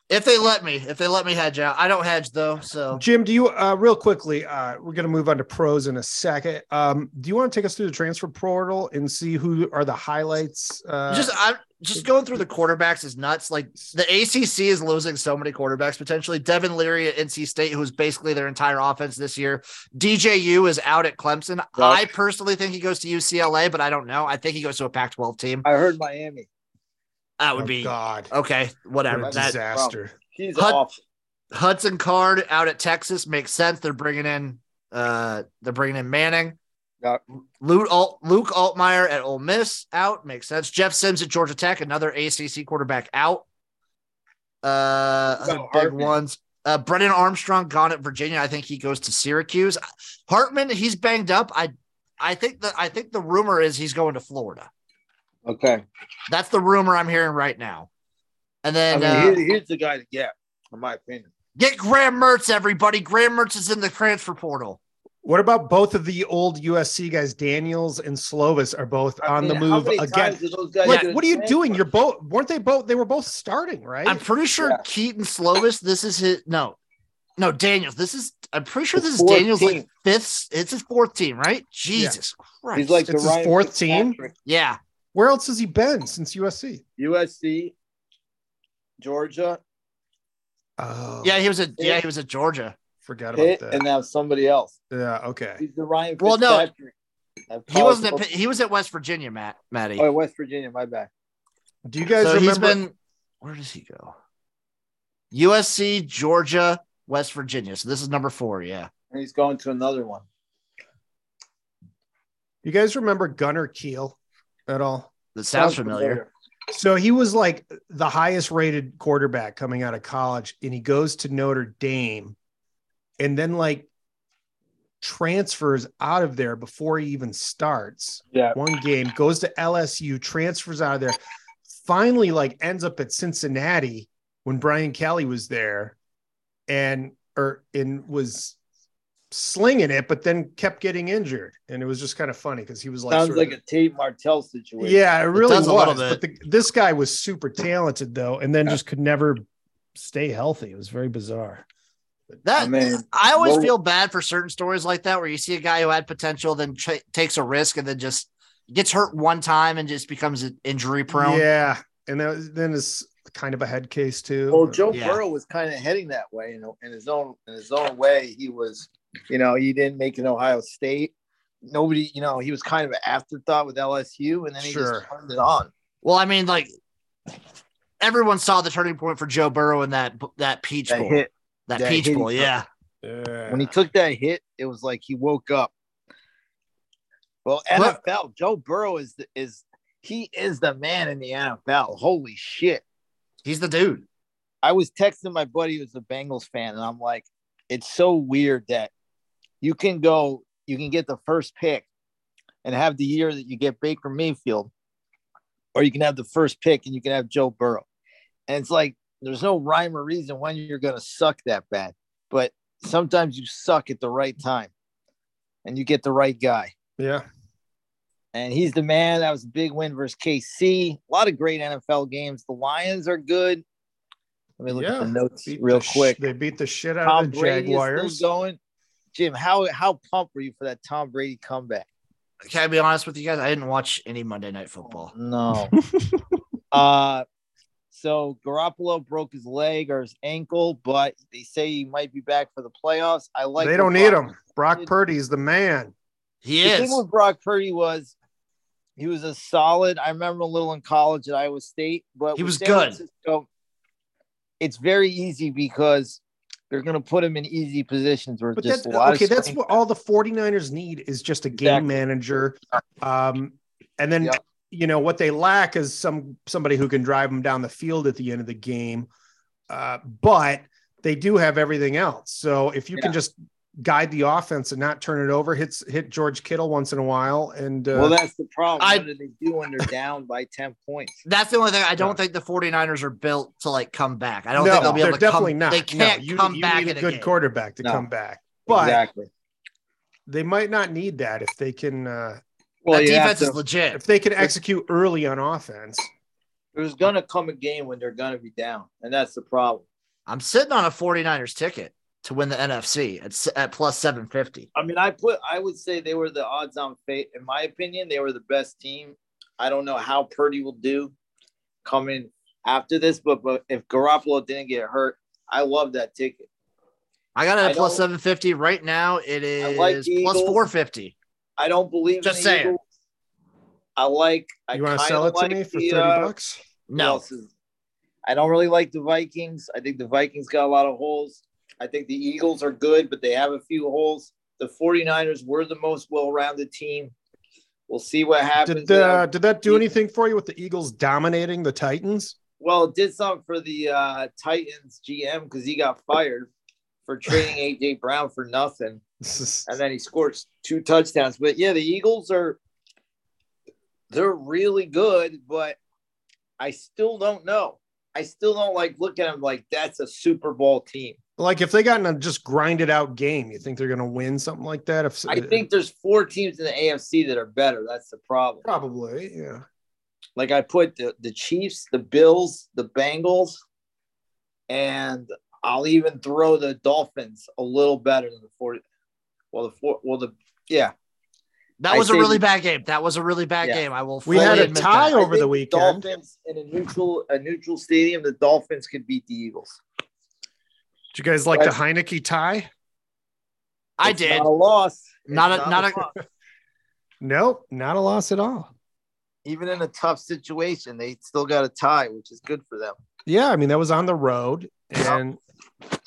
[SPEAKER 3] If they let me, if they let me hedge out, I don't hedge though. So
[SPEAKER 1] Jim, do you uh, real quickly? Uh, we're going to move on to pros in a second. Um, do you want to take us through the transfer portal and see who are the highlights? Uh,
[SPEAKER 3] just, I'm just going through the quarterbacks is nuts. Like the ACC is losing so many quarterbacks potentially. Devin Leary at NC State, who's basically their entire offense this year. DJU is out at Clemson. I personally think he goes to UCLA, but I don't know. I think he goes to a Pac 12 team.
[SPEAKER 2] I heard Miami.
[SPEAKER 3] That
[SPEAKER 1] oh,
[SPEAKER 3] would be
[SPEAKER 1] God,
[SPEAKER 3] okay.
[SPEAKER 1] what
[SPEAKER 3] Whatever.
[SPEAKER 1] a
[SPEAKER 2] that's
[SPEAKER 3] That,
[SPEAKER 1] disaster.
[SPEAKER 2] She's
[SPEAKER 3] Hud-
[SPEAKER 2] off.
[SPEAKER 3] Hudson Card out at Texas makes sense. They're bringing in, uh, they're bringing in Manning.
[SPEAKER 2] Yeah.
[SPEAKER 3] Luke, Alt, Luke Altmeyer at Ole Miss out makes sense. Jeff Sims at Georgia Tech, another ACC quarterback out. Uh, other big
[SPEAKER 2] Hartman?
[SPEAKER 3] ones. Uh, Brennan Armstrong gone at Virginia. I think he goes to Syracuse. Hartman, he's banged up. I, I think that I think the rumor is he's going to Florida.
[SPEAKER 2] Okay.
[SPEAKER 3] That's the rumor I'm hearing right now. And then
[SPEAKER 2] I
[SPEAKER 3] uh,
[SPEAKER 2] mean, here- here's the guy to get, in my opinion.
[SPEAKER 3] get Graham Mertz, everybody. Graham Mertz is in the transfer portal.
[SPEAKER 1] What about both of the old USC guys, Daniels and Slovis, are both
[SPEAKER 2] I
[SPEAKER 1] on
[SPEAKER 2] mean,
[SPEAKER 1] the
[SPEAKER 2] how
[SPEAKER 1] move
[SPEAKER 2] many
[SPEAKER 1] again?
[SPEAKER 2] times do those guys
[SPEAKER 1] Like,
[SPEAKER 2] get a
[SPEAKER 1] what are you
[SPEAKER 2] chance?
[SPEAKER 1] doing? You're both weren't they both? They were both starting, right?
[SPEAKER 3] I'm pretty sure
[SPEAKER 2] Yeah.
[SPEAKER 3] Keaton Slovis. This is his no, no Daniels. This is I'm pretty sure
[SPEAKER 2] The
[SPEAKER 3] this is
[SPEAKER 2] fourth
[SPEAKER 3] Daniels like
[SPEAKER 2] team.
[SPEAKER 3] fifth. It's his fourth team, right? Jesus Christ!
[SPEAKER 2] He's like the
[SPEAKER 1] It's his
[SPEAKER 2] Ryan
[SPEAKER 1] fourth team?
[SPEAKER 2] Fitzpatrick.
[SPEAKER 3] yeah,
[SPEAKER 1] Where else has he been since USC?
[SPEAKER 2] USC, Georgia,
[SPEAKER 1] Oh,
[SPEAKER 3] yeah. He was a yeah. He was at Georgia.
[SPEAKER 1] forgot about
[SPEAKER 2] Pitt,
[SPEAKER 1] that.
[SPEAKER 2] and now somebody else.
[SPEAKER 1] yeah, okay.
[SPEAKER 2] He's the Ryan
[SPEAKER 3] Well, no.
[SPEAKER 2] Fitzpatrick. of
[SPEAKER 3] He
[SPEAKER 2] college
[SPEAKER 3] wasn't. At,
[SPEAKER 2] football.
[SPEAKER 3] Pitt- he was at West Virginia, Matt Matty.
[SPEAKER 2] Oh, West Virginia, my bad.
[SPEAKER 1] Do you guys
[SPEAKER 3] so he's
[SPEAKER 1] remember?
[SPEAKER 3] been. Where does he go? USC, Georgia, West Virginia. So this is number four. Yeah.
[SPEAKER 2] And he's going to another one.
[SPEAKER 1] you guys remember Gunnar Keel at all?
[SPEAKER 3] That sounds familiar.
[SPEAKER 1] So he was like the highest rated quarterback coming out of college, and he goes to Notre Dame and then like transfers out of there before he even starts
[SPEAKER 2] Yeah.
[SPEAKER 1] one game, goes to LSU, transfers out of there, finally like ends up at Cincinnati when Brian Kelly was there and or and was slinging it, but then kept getting injured. And it was just kind of funny because he was like
[SPEAKER 2] Sounds
[SPEAKER 1] sort of-
[SPEAKER 2] like a Tate Martell situation.
[SPEAKER 1] yeah, it really was.
[SPEAKER 3] does a little
[SPEAKER 1] But the, this guy was super talented though, and then just could never stay healthy. It was very bizarre.
[SPEAKER 3] That
[SPEAKER 2] I mean,
[SPEAKER 3] I always
[SPEAKER 2] Well-
[SPEAKER 3] feel bad for certain stories like that where you see a guy who had potential, then ch- takes a risk and then just gets hurt one time and just becomes injury prone.
[SPEAKER 1] Yeah, and that was, then it's kind of a head case too.
[SPEAKER 2] well, Joe
[SPEAKER 3] Yeah.
[SPEAKER 2] Burrow was kind of heading that way, you know, in his own in his own way. He was, you know, he didn't make it Ohio State. Nobody, you know, he was kind of an afterthought with LSU, and then he
[SPEAKER 1] Sure.
[SPEAKER 2] just turned it on.
[SPEAKER 3] Well, I mean, like everyone saw the turning point for Joe Burrow in that that peach
[SPEAKER 2] That
[SPEAKER 3] bowl.
[SPEAKER 2] hit
[SPEAKER 3] that,
[SPEAKER 2] that
[SPEAKER 3] peach
[SPEAKER 2] hit he
[SPEAKER 3] bowl,
[SPEAKER 2] took.
[SPEAKER 3] yeah.
[SPEAKER 1] Yeah.
[SPEAKER 2] when he took that hit, it was like he woke up. Well,
[SPEAKER 3] Well-
[SPEAKER 2] NFL, Joe Burrow is the, is he is the man in the NFL. Holy shit!
[SPEAKER 3] He's the dude.
[SPEAKER 2] I was texting my buddy who's a Bengals fan, and I'm like, it's so weird that you can go, you can get the first pick and have the year that you get Baker Mayfield, or you can have the first pick and you can have Joe Burrow. And it's like, there's no rhyme or reason when you're going to suck that bad. But sometimes you suck at the right time and you get the right guy.
[SPEAKER 1] yeah.
[SPEAKER 2] And he's the man. That was a big win versus KC. A lot of great NFL games. The Lions are good. Let me look at the
[SPEAKER 1] Yeah.
[SPEAKER 2] notes
[SPEAKER 1] Beat
[SPEAKER 2] real
[SPEAKER 1] the sh-
[SPEAKER 2] quick.
[SPEAKER 1] they beat the shit out
[SPEAKER 2] Tom
[SPEAKER 1] of the
[SPEAKER 2] Brady is
[SPEAKER 1] Jaguars.
[SPEAKER 2] still going. Jim, how how pumped were you for that Tom Brady comeback?
[SPEAKER 3] Can I be honest with you guys? I didn't watch any Monday Night Football.
[SPEAKER 2] No. uh so Garoppolo broke his leg or his ankle, but they say he might be back for the playoffs. I like
[SPEAKER 1] they
[SPEAKER 2] what
[SPEAKER 1] don't need
[SPEAKER 2] Brock-
[SPEAKER 1] him. Brock Purdy's the man.
[SPEAKER 3] He
[SPEAKER 2] The
[SPEAKER 3] is.
[SPEAKER 2] thing with Brock Purdy was he was a solid. I remember a little in college at Iowa State, but
[SPEAKER 3] He
[SPEAKER 2] with
[SPEAKER 3] was
[SPEAKER 2] San
[SPEAKER 3] good.
[SPEAKER 2] Francisco, it's very easy because they're going to put him in easy positions where
[SPEAKER 1] But
[SPEAKER 2] just
[SPEAKER 1] that's
[SPEAKER 2] a lot
[SPEAKER 1] okay.
[SPEAKER 2] of
[SPEAKER 1] That's
[SPEAKER 2] swing-
[SPEAKER 1] what all the 49ers need is just a game
[SPEAKER 2] Exactly.
[SPEAKER 1] manager. Um, and then
[SPEAKER 2] Yep.
[SPEAKER 1] you know what they lack is some somebody who can drive them down the field at the end of the game. Uh, but they do have everything else. So if you can just guide the offense and not turn it over, hits hit George Kittle once in a while, and uh,
[SPEAKER 2] well, that's the problem.
[SPEAKER 3] I-
[SPEAKER 2] what do they do when they're down by ten points?
[SPEAKER 3] That's the only thing. I
[SPEAKER 1] Yeah.
[SPEAKER 3] don't think the 49ers are built to like come back. I don't
[SPEAKER 1] no,
[SPEAKER 3] think they'll be able
[SPEAKER 1] they're
[SPEAKER 3] to
[SPEAKER 1] definitely
[SPEAKER 3] come.
[SPEAKER 1] not.
[SPEAKER 3] They
[SPEAKER 1] No,
[SPEAKER 3] can't
[SPEAKER 1] you-
[SPEAKER 3] come
[SPEAKER 1] you
[SPEAKER 3] back
[SPEAKER 1] need
[SPEAKER 3] in
[SPEAKER 1] a
[SPEAKER 3] a
[SPEAKER 1] good
[SPEAKER 3] game.
[SPEAKER 1] quarterback to
[SPEAKER 2] No.
[SPEAKER 1] come back, but
[SPEAKER 2] exactly.
[SPEAKER 1] they might not need that if they can uh,
[SPEAKER 2] Well,
[SPEAKER 3] that
[SPEAKER 2] you have
[SPEAKER 3] defense is
[SPEAKER 2] to,
[SPEAKER 3] legit.
[SPEAKER 1] if they can execute early on offense.
[SPEAKER 2] there's going to come a game when they're going to be down, and that's the problem.
[SPEAKER 3] I'm sitting on a 49ers ticket to win the NFC at, s- at plus 750.
[SPEAKER 2] I mean, I put I would say they were the odds on fate. In my opinion, they were the best team. I don't know how Purdy will do coming after this, but but if Garoppolo didn't get hurt, I love that ticket.
[SPEAKER 3] I got it
[SPEAKER 2] I
[SPEAKER 3] at plus
[SPEAKER 2] don't-
[SPEAKER 3] 750. Right now, it is
[SPEAKER 2] like the
[SPEAKER 3] plus
[SPEAKER 2] Eagles.
[SPEAKER 3] 450.
[SPEAKER 2] I don't believe
[SPEAKER 3] Just
[SPEAKER 2] in the
[SPEAKER 3] saying.
[SPEAKER 2] Eagles. I like. I
[SPEAKER 1] You want to
[SPEAKER 2] kinda
[SPEAKER 1] sell it to
[SPEAKER 2] like
[SPEAKER 1] me for
[SPEAKER 2] the,
[SPEAKER 1] thirty
[SPEAKER 2] uh,
[SPEAKER 1] bucks?
[SPEAKER 2] who
[SPEAKER 3] No,
[SPEAKER 2] else is- I don't really like the Vikings. I think the Vikings got a lot of holes. I think the Eagles are good, but they have a few holes. The 49ers were the most well rounded team. We'll see what happens.
[SPEAKER 1] Did uh, did that do
[SPEAKER 2] Yeah.
[SPEAKER 1] anything for you with the Eagles dominating the Titans?
[SPEAKER 2] well, it did something for the uh, Titans GM because he got fired for trading AJ Brown for nothing. and then he scores two touchdowns. But yeah, the Eagles are they're really good, but I still don't know. I still don't like look at them like that's a Super Bowl team.
[SPEAKER 1] like if they got in a just grinded out game, you think they're going to win something like that? If uh,
[SPEAKER 2] I think there's four teams in the AFC that are better. That's the problem.
[SPEAKER 1] probably, yeah.
[SPEAKER 2] Like I put the, the Chiefs, the Bills, the Bengals, and I'll even throw the Dolphins a little better than the 40. Well, the four, well, the yeah,
[SPEAKER 3] that
[SPEAKER 2] I
[SPEAKER 3] was a
[SPEAKER 2] think-
[SPEAKER 3] really bad game. That was a really bad
[SPEAKER 2] Yeah.
[SPEAKER 3] game. I will.
[SPEAKER 1] We
[SPEAKER 3] fully
[SPEAKER 1] had a
[SPEAKER 3] admit
[SPEAKER 1] tie
[SPEAKER 3] that.
[SPEAKER 1] over the
[SPEAKER 2] think
[SPEAKER 1] weekend.
[SPEAKER 2] Dolphins in a neutral a neutral stadium, the Dolphins could beat the Eagles.
[SPEAKER 1] Do you guys like the Heineke tie?
[SPEAKER 3] I
[SPEAKER 2] It's
[SPEAKER 3] did.
[SPEAKER 2] Not a loss. It's
[SPEAKER 3] Not a- not a-
[SPEAKER 2] loss.
[SPEAKER 1] Nope, not a loss at all.
[SPEAKER 2] Even in a tough situation, they still got a tie, which is good for them.
[SPEAKER 1] Yeah, I mean that was on the road,
[SPEAKER 2] Yeah.
[SPEAKER 1] and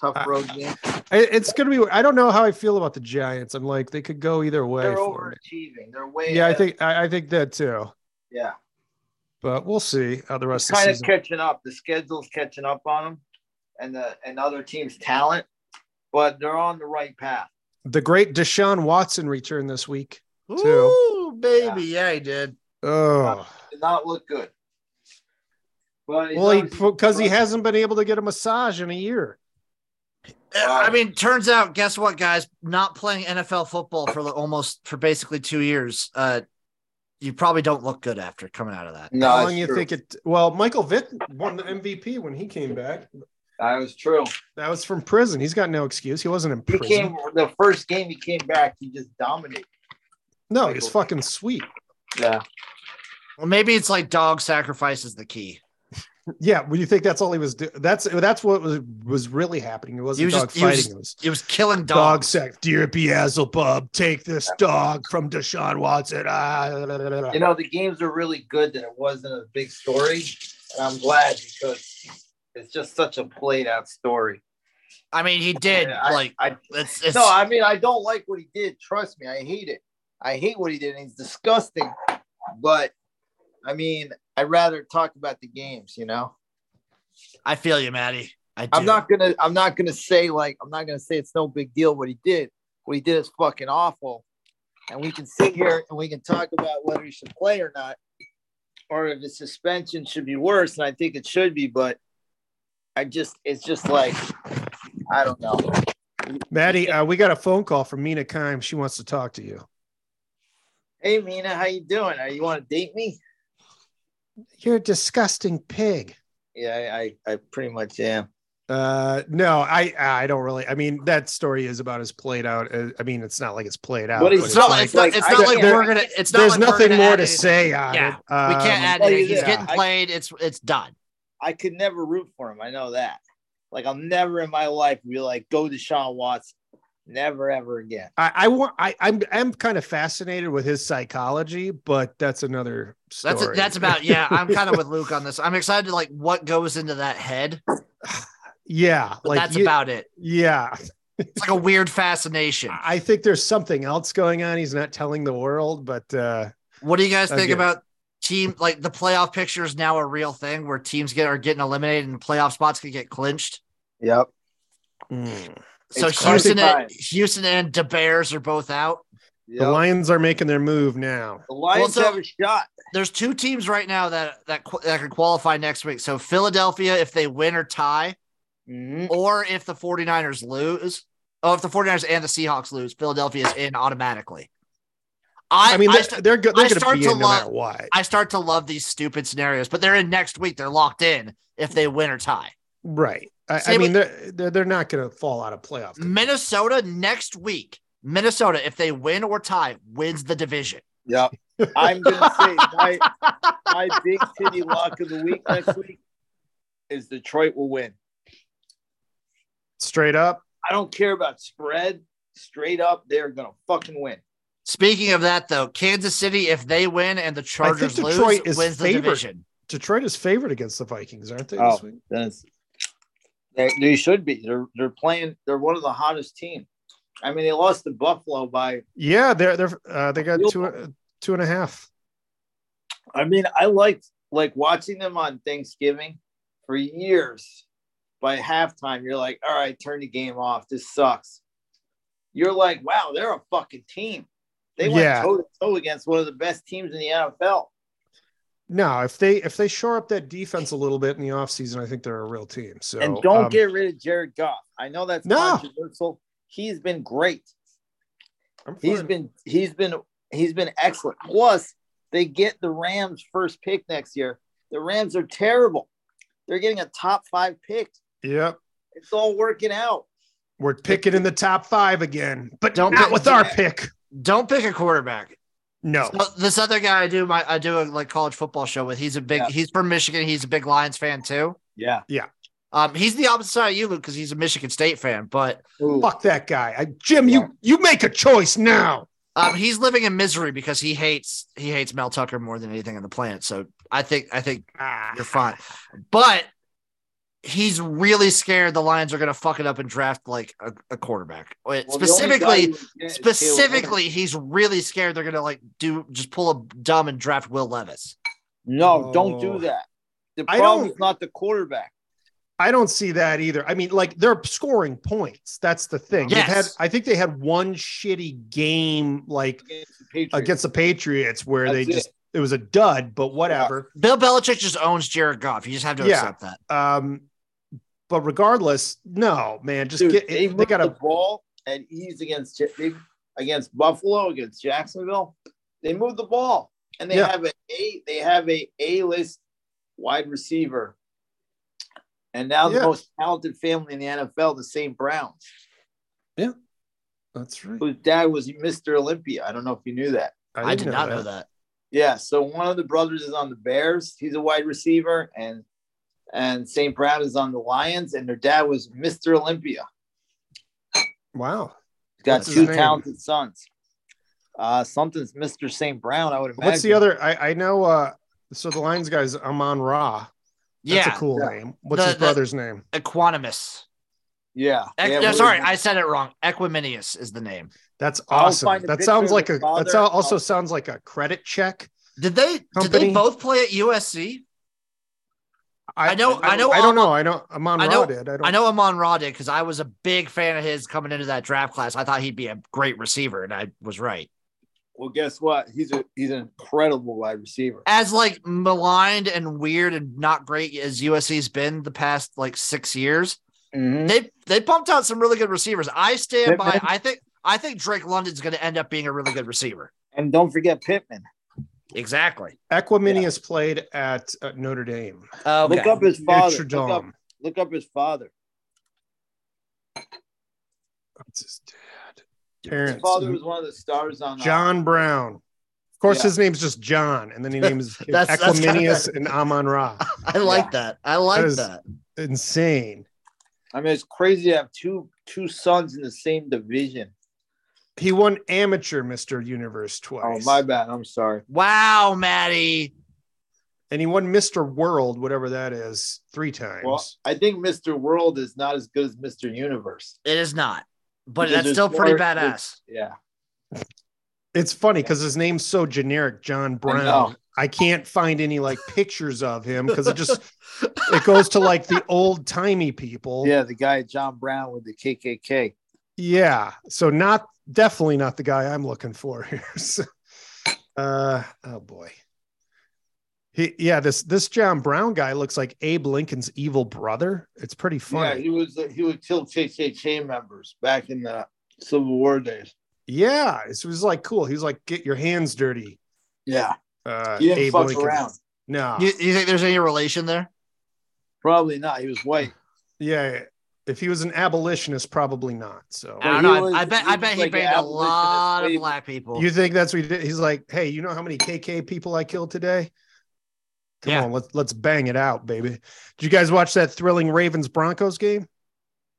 [SPEAKER 2] Tough
[SPEAKER 1] I-
[SPEAKER 2] road game.
[SPEAKER 1] I- it's going to be. I don't know how I feel about the Giants. I'm like they could go either way.
[SPEAKER 2] They're
[SPEAKER 1] for me.
[SPEAKER 2] overachieving. They're way.
[SPEAKER 1] Yeah, I
[SPEAKER 2] ahead.
[SPEAKER 1] think I, I think that too.
[SPEAKER 2] Yeah,
[SPEAKER 1] But we'll see how the rest of the
[SPEAKER 2] kind of
[SPEAKER 1] season.
[SPEAKER 2] catching up. The schedule's catching up on them, and the and other teams' talent, but they're on the right path.
[SPEAKER 1] The great Deshaun Watson returned this week. too.
[SPEAKER 3] Ooh, baby. Yeah. I did.
[SPEAKER 1] Oh.
[SPEAKER 2] Did not look good. But it's
[SPEAKER 1] Well, he
[SPEAKER 2] obviously-
[SPEAKER 1] because he hasn't been able to get a massage in a year.
[SPEAKER 3] Uh, I mean, turns out, guess what, guys? Not playing NFL football for the- almost for basically two years. Uh, you probably don't look good after coming out of that.
[SPEAKER 2] No,
[SPEAKER 1] How
[SPEAKER 2] it's
[SPEAKER 1] long you
[SPEAKER 2] true.
[SPEAKER 1] think it? Well, Michael Vick won the MVP when he came back.
[SPEAKER 2] that was true.
[SPEAKER 1] That was from prison. He's got no excuse. He wasn't in
[SPEAKER 2] He
[SPEAKER 1] prison.
[SPEAKER 2] came the first game he came back, he just dominated.
[SPEAKER 1] no, he's fucking sweet.
[SPEAKER 2] Yeah.
[SPEAKER 3] Well, maybe it's like dog sacrifice is the key.
[SPEAKER 1] Yeah, well, you think that's all he was doing? That's that's what was was really happening. It wasn't
[SPEAKER 3] He was
[SPEAKER 1] dog
[SPEAKER 3] just- he was
[SPEAKER 1] fighting. it
[SPEAKER 3] just
[SPEAKER 1] was
[SPEAKER 3] It was killing
[SPEAKER 1] dog,
[SPEAKER 3] dogs.
[SPEAKER 1] sex. Dear Beelzebub, take this dog from Deshaun Watson. Ah, da, da, da, da, da.
[SPEAKER 2] You know, the games are really good that it wasn't a big story. And I'm glad because it's just such a played out story.
[SPEAKER 3] I mean, he did.
[SPEAKER 2] Yeah, I-
[SPEAKER 3] like,
[SPEAKER 2] I
[SPEAKER 3] it's, it's
[SPEAKER 2] no, I mean I don't like what he did. Trust me, I hate it. I hate what he did, and he's disgusting. But I mean, I'd rather talk about the games, you know.
[SPEAKER 3] I feel you, Maddie. I do.
[SPEAKER 2] I'm not gonna I'm not gonna say like I'm not gonna say it's no big deal what he did. What he did is fucking awful. And we can sit here and we can talk about whether he should play or not, or if his suspension should be worse, and I think it should be, but I just it's just like I don't know.
[SPEAKER 1] Maddie, uh, we got a phone call from Mina Kime. She wants to talk to you.
[SPEAKER 2] Hey Mina, how you doing? Are you wanna date me?
[SPEAKER 1] You're a disgusting pig.
[SPEAKER 2] Yeah, I, I, I pretty much am.
[SPEAKER 1] Uh, no, I I don't really. I mean, that story is about as played out. as- I mean, it's not like it's played out.
[SPEAKER 2] What is-
[SPEAKER 1] but
[SPEAKER 3] It's
[SPEAKER 1] it's
[SPEAKER 3] not.
[SPEAKER 1] like-
[SPEAKER 3] it's not. It's not
[SPEAKER 2] I-
[SPEAKER 3] like
[SPEAKER 1] there-
[SPEAKER 3] we're gonna. It's not.
[SPEAKER 1] there's
[SPEAKER 3] like we're
[SPEAKER 1] nothing
[SPEAKER 3] gonna
[SPEAKER 1] more
[SPEAKER 3] add
[SPEAKER 1] to
[SPEAKER 3] anything.
[SPEAKER 1] say on
[SPEAKER 3] Yeah,
[SPEAKER 1] it.
[SPEAKER 3] We
[SPEAKER 1] Um,
[SPEAKER 3] can't add
[SPEAKER 2] tell you
[SPEAKER 3] anything. He's
[SPEAKER 2] this,
[SPEAKER 3] getting
[SPEAKER 2] I-
[SPEAKER 3] played. It's it's done.
[SPEAKER 2] I could never root for him. I know that. Like I'll never in my life be like, go to Sean Watson. Never ever again.
[SPEAKER 1] I, I want. I, I'm. I'm kind of fascinated with his psychology, but that's another story.
[SPEAKER 3] That's that's about yeah. I'm kind of with Luke on this. I'm excited to like what goes into that head.
[SPEAKER 1] yeah.
[SPEAKER 3] But
[SPEAKER 1] like
[SPEAKER 3] that's
[SPEAKER 1] you-
[SPEAKER 3] about it.
[SPEAKER 1] Yeah,
[SPEAKER 3] It's like a weird fascination.
[SPEAKER 1] I think there's something else going on. He's not telling the world, but uh,
[SPEAKER 3] What do you guys think
[SPEAKER 1] Again.
[SPEAKER 3] about team like the playoff picture is now a real thing where teams get are getting eliminated and playoff spots can get clinched.
[SPEAKER 2] Yep.
[SPEAKER 3] Hmm. So
[SPEAKER 2] It's
[SPEAKER 3] Houston
[SPEAKER 2] classified.
[SPEAKER 3] and Houston and De Bears are both out.
[SPEAKER 1] the Lions are making their move now.
[SPEAKER 2] The Lions
[SPEAKER 3] Well, so-
[SPEAKER 2] have a shot.
[SPEAKER 3] There's two teams right now that that qu- that could qualify next week. So Philadelphia, if they win or tie, or if the 49ers lose, oh, if the 49ers and the Seahawks lose, Philadelphia is in automatically. I,
[SPEAKER 1] I, mean,
[SPEAKER 3] I
[SPEAKER 1] they're,
[SPEAKER 3] st-
[SPEAKER 1] they're, go- they're
[SPEAKER 3] I
[SPEAKER 1] going to
[SPEAKER 3] start
[SPEAKER 1] be
[SPEAKER 3] to
[SPEAKER 1] in no
[SPEAKER 3] love-
[SPEAKER 1] matter what.
[SPEAKER 3] I start to love these stupid scenarios, but they're in next week. They're locked in if they win or tie.
[SPEAKER 1] Right. I, I
[SPEAKER 3] Same
[SPEAKER 1] mean, they're, they're, they're not going to fall out of playoff.
[SPEAKER 3] Minnesota next week. Minnesota, if they win or tie, wins the division.
[SPEAKER 2] Yep. I'm gonna say my my big titty lock of the week next week is Detroit will win.
[SPEAKER 1] Straight up.
[SPEAKER 2] I don't care about spread. Straight up, they're gonna fucking win.
[SPEAKER 3] Speaking of that, though, Kansas City, if they win and the Chargers lose,
[SPEAKER 1] Detroit is
[SPEAKER 3] wins the
[SPEAKER 1] favored.
[SPEAKER 3] division.
[SPEAKER 1] Detroit is favored against the Vikings, aren't they?
[SPEAKER 2] Oh.
[SPEAKER 1] This week?
[SPEAKER 2] Then it's they, they should be. They're they're playing. They're one of the hottest teams. I mean, they lost to Buffalo by.
[SPEAKER 1] Yeah, they're they're uh, they got
[SPEAKER 2] Field
[SPEAKER 1] two uh, two and a half.
[SPEAKER 2] I mean, I liked like watching them on Thanksgiving for years. By halftime, you're like, all right, turn the game off. This sucks. You're like, wow, they're a fucking team. They
[SPEAKER 1] Yeah.
[SPEAKER 2] went toe to toe against one of the best teams in the NFL.
[SPEAKER 1] No, if they if they shore up that defense a little bit in the offseason, I think they're a real team. So
[SPEAKER 2] and don't
[SPEAKER 1] um,
[SPEAKER 2] get rid of Jared Goff. I know that's
[SPEAKER 1] No.
[SPEAKER 2] controversial. He's been great.
[SPEAKER 1] I'm
[SPEAKER 2] He's
[SPEAKER 1] fine.
[SPEAKER 2] been he's been he's been excellent. Plus, they get the Rams first pick next year. The Rams are terrible. They're getting a top five pick.
[SPEAKER 1] Yep.
[SPEAKER 2] It's all working out.
[SPEAKER 1] We're picking in the top five again, but
[SPEAKER 3] Don't
[SPEAKER 1] not
[SPEAKER 3] get-
[SPEAKER 1] with our pick.
[SPEAKER 3] Don't pick a quarterback.
[SPEAKER 1] No.
[SPEAKER 3] So this other guy I do my I do a like college football show with. He's a big
[SPEAKER 2] Yeah.
[SPEAKER 3] he's from Michigan. He's a big Lions fan too.
[SPEAKER 2] Yeah.
[SPEAKER 3] Um, he's the opposite side of you, Luke, because he's a Michigan State fan. But
[SPEAKER 1] Fuck that guy. I, Jim, you you make a choice now.
[SPEAKER 3] Um, he's living in misery because he hates he hates Mel Tucker more than anything on the planet. So I think I think
[SPEAKER 1] Ah.
[SPEAKER 3] you're fine. But he's really scared the Lions are going to fuck it up and draft like a, a quarterback. Wait,
[SPEAKER 2] Well, the only guy
[SPEAKER 3] specifically,
[SPEAKER 2] you would get is Caleb
[SPEAKER 3] specifically, he's really scared they're going to like do just pull a dumb and draft Will Levis.
[SPEAKER 2] Hunter. No, don't
[SPEAKER 1] Oh.
[SPEAKER 2] do that. The
[SPEAKER 1] I
[SPEAKER 2] problem
[SPEAKER 1] don't-
[SPEAKER 2] is not the quarterback.
[SPEAKER 1] I don't see that either. I mean, like they're scoring points. That's the thing. They've
[SPEAKER 3] Yes.
[SPEAKER 1] had- I think they had one shitty game like
[SPEAKER 2] Against the Patriots.
[SPEAKER 1] against the Patriots where
[SPEAKER 2] That's
[SPEAKER 1] they
[SPEAKER 2] it.
[SPEAKER 1] just it was a dud, but whatever.
[SPEAKER 3] Bill Belichick just owns Jared Goff. You just have to
[SPEAKER 1] Yeah.
[SPEAKER 3] accept that.
[SPEAKER 1] Um, but regardless, no man, just
[SPEAKER 2] Dude,
[SPEAKER 1] get
[SPEAKER 2] they,
[SPEAKER 1] they,
[SPEAKER 2] moved
[SPEAKER 1] got
[SPEAKER 2] the
[SPEAKER 1] to
[SPEAKER 2] ball at ease against Ja- they, against Buffalo, against Jacksonville. They move the ball, and they
[SPEAKER 1] Yeah.
[SPEAKER 2] have a A they have a A list wide receiver, and now
[SPEAKER 1] Yeah.
[SPEAKER 2] the most talented family in the NFL, the St. Browns,
[SPEAKER 1] That's right.
[SPEAKER 2] whose dad was Mr. Olympia. I don't know if you knew that.
[SPEAKER 3] I,
[SPEAKER 1] didn't
[SPEAKER 3] did not know that.
[SPEAKER 2] Yeah, so one of the brothers is on the Bears. He's a wide receiver, and and St. Brown is on the Lions, and their dad was Mr. Olympia.
[SPEAKER 1] Wow.
[SPEAKER 2] He's got
[SPEAKER 1] What's his
[SPEAKER 2] two
[SPEAKER 1] name?
[SPEAKER 2] talented sons. Uh, something's Mr. St. Brown, I would imagine.
[SPEAKER 1] What's the other? I, I know. Uh, so the Lions guy's Amon Ra. That's
[SPEAKER 3] yeah,
[SPEAKER 1] a cool
[SPEAKER 2] Yeah.
[SPEAKER 1] name. What's
[SPEAKER 3] The-
[SPEAKER 1] his
[SPEAKER 3] the-
[SPEAKER 1] brother's name?
[SPEAKER 3] Equanimous.
[SPEAKER 2] Yeah.
[SPEAKER 3] Equ-
[SPEAKER 2] yeah,
[SPEAKER 3] no,
[SPEAKER 2] what
[SPEAKER 3] sorry,
[SPEAKER 2] is it?
[SPEAKER 3] I said it wrong. Equiminius is the name.
[SPEAKER 1] That's
[SPEAKER 2] I'll
[SPEAKER 1] awesome.
[SPEAKER 2] find a
[SPEAKER 1] That
[SPEAKER 2] picture
[SPEAKER 1] sounds
[SPEAKER 2] of
[SPEAKER 1] like
[SPEAKER 2] the
[SPEAKER 1] a. That's
[SPEAKER 2] father.
[SPEAKER 1] al- also
[SPEAKER 2] I'll-
[SPEAKER 1] sounds like a credit check.
[SPEAKER 3] Did they did
[SPEAKER 1] Company?
[SPEAKER 3] they both play at USC? I know- I know
[SPEAKER 1] I don't
[SPEAKER 3] Amon-
[SPEAKER 1] know. I know. Amon
[SPEAKER 3] I
[SPEAKER 1] Ra
[SPEAKER 3] know-
[SPEAKER 1] did. I don't.
[SPEAKER 3] I know Amon Ra did because I was a big fan of his coming into that draft class. I thought he'd be a great receiver, and I was right.
[SPEAKER 2] Well, guess what? He's a he's an incredible wide receiver.
[SPEAKER 3] As like maligned and weird and not great as USC's been the past like six years,
[SPEAKER 1] Mm-hmm.
[SPEAKER 3] they they pumped out some really good receivers. I stand by.
[SPEAKER 2] Pittman?
[SPEAKER 3] I think I think Drake London's going to end up being a really good receiver.
[SPEAKER 2] And don't forget Pittman.
[SPEAKER 3] Exactly.
[SPEAKER 1] Equiminius played at uh, Notre Dame.
[SPEAKER 3] Okay.
[SPEAKER 2] Look up his father.
[SPEAKER 1] Notre
[SPEAKER 2] Look up,
[SPEAKER 1] Dame.
[SPEAKER 2] look up his father.
[SPEAKER 1] That's his dad.
[SPEAKER 2] His
[SPEAKER 1] Terrence.
[SPEAKER 2] father was one of the stars on uh,
[SPEAKER 1] John Brown. Of course,
[SPEAKER 2] Yeah.
[SPEAKER 1] his name's just John, and then he names his
[SPEAKER 3] That's- that's kinda-
[SPEAKER 1] Equiminius and Amon Ra.
[SPEAKER 3] I like
[SPEAKER 2] Yeah.
[SPEAKER 3] that. I like
[SPEAKER 1] That is-
[SPEAKER 3] that.
[SPEAKER 1] Insane.
[SPEAKER 2] I mean, it's crazy to have two two sons in the same division.
[SPEAKER 1] He won amateur Mr. Universe
[SPEAKER 2] Oh,
[SPEAKER 1] twice.
[SPEAKER 2] my bad. I'm sorry.
[SPEAKER 3] Wow, Maddie.
[SPEAKER 1] and he won Mr. World, whatever that is, three times.
[SPEAKER 2] Well, I think Mr. World is not as good as Mr. Universe.
[SPEAKER 3] It is not, but
[SPEAKER 2] Because
[SPEAKER 3] that's
[SPEAKER 2] it's
[SPEAKER 3] still pretty
[SPEAKER 2] more-
[SPEAKER 3] badass.
[SPEAKER 2] Yeah.
[SPEAKER 1] it's funny because his name's so generic, John Brown.
[SPEAKER 2] know.
[SPEAKER 1] I, can't find any like pictures of him because it just it goes to like the old timey people.
[SPEAKER 2] Yeah, the guy John Brown with the KKK.
[SPEAKER 1] Yeah. So not definitely not the guy I'm looking for here. So, uh oh boy. He yeah, this this John Brown guy looks like Abe Lincoln's evil brother. It's pretty
[SPEAKER 2] Yeah,
[SPEAKER 1] funny.
[SPEAKER 2] he was uh, he would kill KKK members back in the Civil War days.
[SPEAKER 1] Yeah, it was like cool. He was like, get your hands dirty.
[SPEAKER 2] Yeah,
[SPEAKER 1] Uh
[SPEAKER 2] he didn't
[SPEAKER 1] Abe
[SPEAKER 2] fuck
[SPEAKER 1] Lincoln.
[SPEAKER 2] around.
[SPEAKER 1] No.
[SPEAKER 3] You, you think there's any relation there?
[SPEAKER 2] Probably not. He was white.
[SPEAKER 1] Yeah. If he was an abolitionist, probably not. So
[SPEAKER 3] I don't
[SPEAKER 2] he
[SPEAKER 3] know.
[SPEAKER 2] was-
[SPEAKER 3] I, I bet.
[SPEAKER 2] he
[SPEAKER 3] I bet
[SPEAKER 2] was
[SPEAKER 3] he
[SPEAKER 2] like
[SPEAKER 3] banged
[SPEAKER 2] an
[SPEAKER 3] a lot of
[SPEAKER 2] abolitionist
[SPEAKER 3] black people.
[SPEAKER 1] you think that's what he did? He's like, hey, you know how many KK people I killed today? Come
[SPEAKER 3] Yeah.
[SPEAKER 1] on, let's let's bang it out, baby. Did you guys watch that thrilling Ravens Broncos game?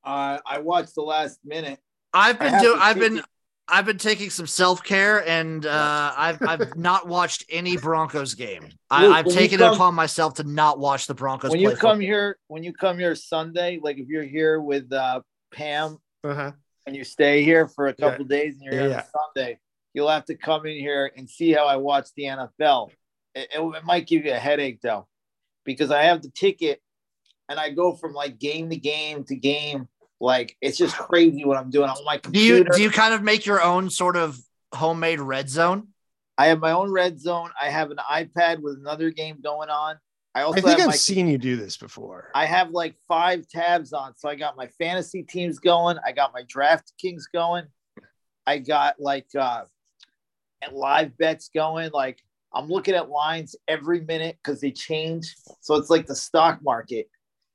[SPEAKER 2] Uh, I watched the last minute.
[SPEAKER 3] I've
[SPEAKER 2] I
[SPEAKER 3] been
[SPEAKER 2] have
[SPEAKER 3] doing.
[SPEAKER 2] to
[SPEAKER 3] I've
[SPEAKER 2] see
[SPEAKER 3] been.
[SPEAKER 2] it.
[SPEAKER 3] I've been taking some self care, and uh, I've I've not watched any Broncos game. I,
[SPEAKER 2] Luke,
[SPEAKER 3] I've
[SPEAKER 2] when you
[SPEAKER 3] taken
[SPEAKER 2] come-
[SPEAKER 3] it upon myself to not watch the Broncos.
[SPEAKER 2] When
[SPEAKER 3] play
[SPEAKER 2] you come
[SPEAKER 3] football.
[SPEAKER 2] here, when you come here Sunday, like if you're here with uh, Pam
[SPEAKER 1] Uh-huh.
[SPEAKER 2] and you stay here for a
[SPEAKER 1] Yeah.
[SPEAKER 2] couple days and you're
[SPEAKER 1] Yeah.
[SPEAKER 2] here on Sunday, you'll have to come in here and see how I watch the NFL. It, it, it might give you a headache though, because I have the ticket and I go from like game to game to game. Like it's just crazy what I'm doing on my
[SPEAKER 3] do you
[SPEAKER 2] computer.
[SPEAKER 3] do you kind of make your own sort of homemade red zone?
[SPEAKER 2] I have my own red zone. I have an iPad with another game going on. I also
[SPEAKER 1] I think
[SPEAKER 2] have
[SPEAKER 1] I've
[SPEAKER 2] my
[SPEAKER 1] seen you do this before.
[SPEAKER 2] I have like five tabs on. So I got my fantasy teams going. I got my DraftKings going. I got like uh and live bets going. Like I'm looking at lines every minute because they change. So it's like the stock market.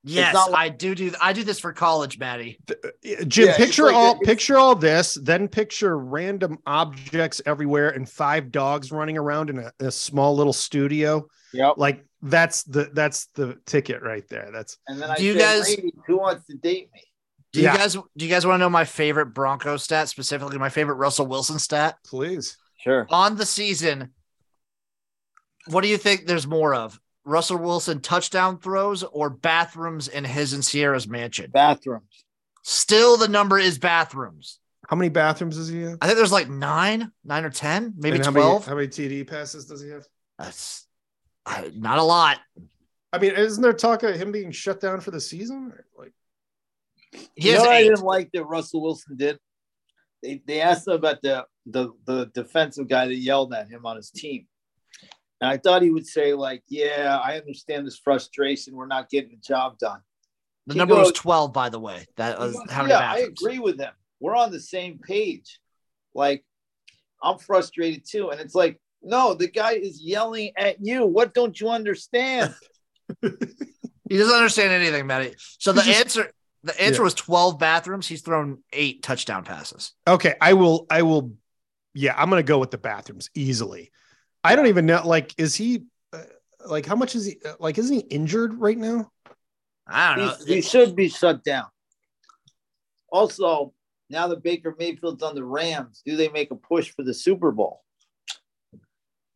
[SPEAKER 3] Yes,
[SPEAKER 2] not like-
[SPEAKER 3] I do do. I do this for college, Maddie.
[SPEAKER 1] Yeah, Jim,
[SPEAKER 2] Yeah, it's
[SPEAKER 1] picture
[SPEAKER 2] like
[SPEAKER 1] all
[SPEAKER 2] a- it's-
[SPEAKER 1] picture all this, then picture random objects everywhere and five dogs running around in a, a small little studio.
[SPEAKER 2] Yep.
[SPEAKER 1] Like that's the that's the ticket right there. That's
[SPEAKER 2] And then I
[SPEAKER 3] Do you
[SPEAKER 2] said,
[SPEAKER 3] guys-
[SPEAKER 2] "Lady, who wants to date me?
[SPEAKER 3] Do
[SPEAKER 1] Yeah.
[SPEAKER 3] you guys do you guys want to know my favorite Bronco stat, specifically my favorite Russell Wilson stat?
[SPEAKER 1] please.
[SPEAKER 2] Sure.
[SPEAKER 3] On the season, what do you think there's more of? Russell Wilson touchdown throws or bathrooms in his and Sierra's mansion?
[SPEAKER 2] Bathrooms.
[SPEAKER 3] Still the number is bathrooms.
[SPEAKER 1] How many bathrooms does he have?
[SPEAKER 3] I think there's like nine, nine or ten, maybe
[SPEAKER 1] And how
[SPEAKER 3] twelve.
[SPEAKER 1] Many, how many TD passes does he have?
[SPEAKER 3] That's I- not a lot.
[SPEAKER 1] I mean, isn't there talk of him being shut down for the season? Like,
[SPEAKER 3] He
[SPEAKER 2] you
[SPEAKER 3] has
[SPEAKER 2] know what I
[SPEAKER 3] eight.
[SPEAKER 2] didn't like that Russell Wilson did? They, they asked him about the, the the defensive guy that yelled at him on his team. And I thought he would say, like, yeah, I understand this frustration. We're not getting the job done.
[SPEAKER 3] The
[SPEAKER 2] he
[SPEAKER 3] number was
[SPEAKER 2] goes-
[SPEAKER 3] twelve, by the way. That was
[SPEAKER 2] He goes,
[SPEAKER 3] how many
[SPEAKER 2] yeah, I
[SPEAKER 3] bathrooms?
[SPEAKER 2] agree with him. We're on the same page. Like, I'm frustrated too. And it's like, no, the guy is yelling at you. What don't you understand?
[SPEAKER 3] He doesn't understand anything, Maddie. So
[SPEAKER 1] He
[SPEAKER 3] the
[SPEAKER 1] just-
[SPEAKER 3] answer the answer
[SPEAKER 1] Yeah.
[SPEAKER 3] was 12 bathrooms. He's thrown eight touchdown passes.
[SPEAKER 1] okay, I will, I will, yeah, I'm gonna go with the bathrooms easily. I don't even know, like, is he, uh, like, how much is he, uh, like, isn't he injured right now?
[SPEAKER 3] I don't know.
[SPEAKER 2] He, he should be shut down. Also, now that Baker Mayfield's on the Rams, do they make a push for the Super Bowl?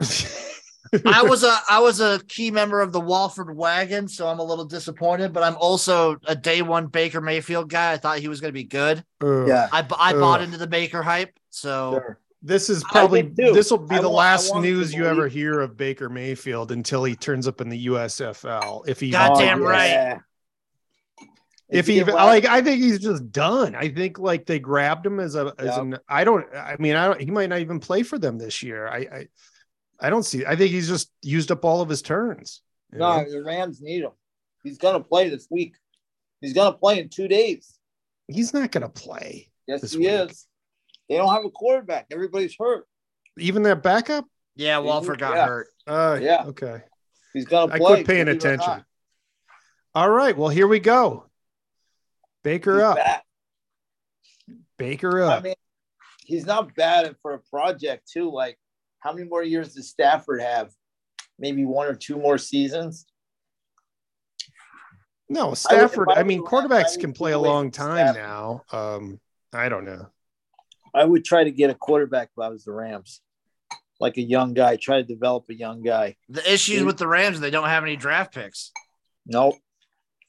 [SPEAKER 3] I was a I was a key member of the Walford wagon, so I'm a little disappointed. But I'm also a day one Baker Mayfield guy. I thought he was going to be good.
[SPEAKER 1] Ugh.
[SPEAKER 2] Yeah,
[SPEAKER 3] I, bu- I bought
[SPEAKER 1] Ugh.
[SPEAKER 3] into the Baker hype, so
[SPEAKER 2] sure.
[SPEAKER 1] This is probably
[SPEAKER 2] would too.
[SPEAKER 1] this will be
[SPEAKER 2] I
[SPEAKER 1] the
[SPEAKER 2] want- I
[SPEAKER 1] last
[SPEAKER 2] want to
[SPEAKER 1] news you
[SPEAKER 2] believe-
[SPEAKER 1] ever hear of Baker Mayfield until he turns up in the USFL. If he
[SPEAKER 3] Goddamn
[SPEAKER 2] Oh,
[SPEAKER 1] even-
[SPEAKER 3] right.
[SPEAKER 1] If oh, he even- like, I think he's just done. I think like they grabbed him as a as
[SPEAKER 2] Yep.
[SPEAKER 1] an. I don't. I mean, I don't. He might not even play for them this year. I I, I don't see. I think he's just used up all of his turns. you
[SPEAKER 2] no,
[SPEAKER 1] know?
[SPEAKER 2] the Rams need him. He's gonna play this week. He's gonna play in two days.
[SPEAKER 1] he's not going to play.
[SPEAKER 2] Yes,
[SPEAKER 1] This
[SPEAKER 2] he
[SPEAKER 1] week.
[SPEAKER 2] is. They don't have a quarterback. Everybody's hurt.
[SPEAKER 1] Even that backup.
[SPEAKER 3] yeah, Walford got
[SPEAKER 2] Yeah.
[SPEAKER 3] hurt.
[SPEAKER 1] Uh,
[SPEAKER 2] Yeah.
[SPEAKER 1] Okay.
[SPEAKER 2] He's gonna
[SPEAKER 1] I
[SPEAKER 2] play.
[SPEAKER 1] quit paying
[SPEAKER 2] believe it or not.
[SPEAKER 1] attention. All right. Well, here we go. Baker
[SPEAKER 2] He's
[SPEAKER 1] up.
[SPEAKER 2] back.
[SPEAKER 1] Baker
[SPEAKER 2] I
[SPEAKER 1] up.
[SPEAKER 2] mean, he's not bad at- for a project too. Like, how many more years does Stafford have? Maybe one or two more seasons.
[SPEAKER 1] No, Stafford.
[SPEAKER 2] I
[SPEAKER 1] I, mean,
[SPEAKER 2] would- I
[SPEAKER 1] quarterbacks
[SPEAKER 2] would
[SPEAKER 1] can
[SPEAKER 2] keep
[SPEAKER 1] play a
[SPEAKER 2] away
[SPEAKER 1] long
[SPEAKER 2] from
[SPEAKER 1] time
[SPEAKER 2] Stafford.
[SPEAKER 1] now. Um, I don't know.
[SPEAKER 2] I would try to get a quarterback if I was the Rams, like a young guy. Try to develop a young guy.
[SPEAKER 3] The issues
[SPEAKER 2] Dude.
[SPEAKER 3] with the Rams, they don't have any draft picks.
[SPEAKER 2] Nope.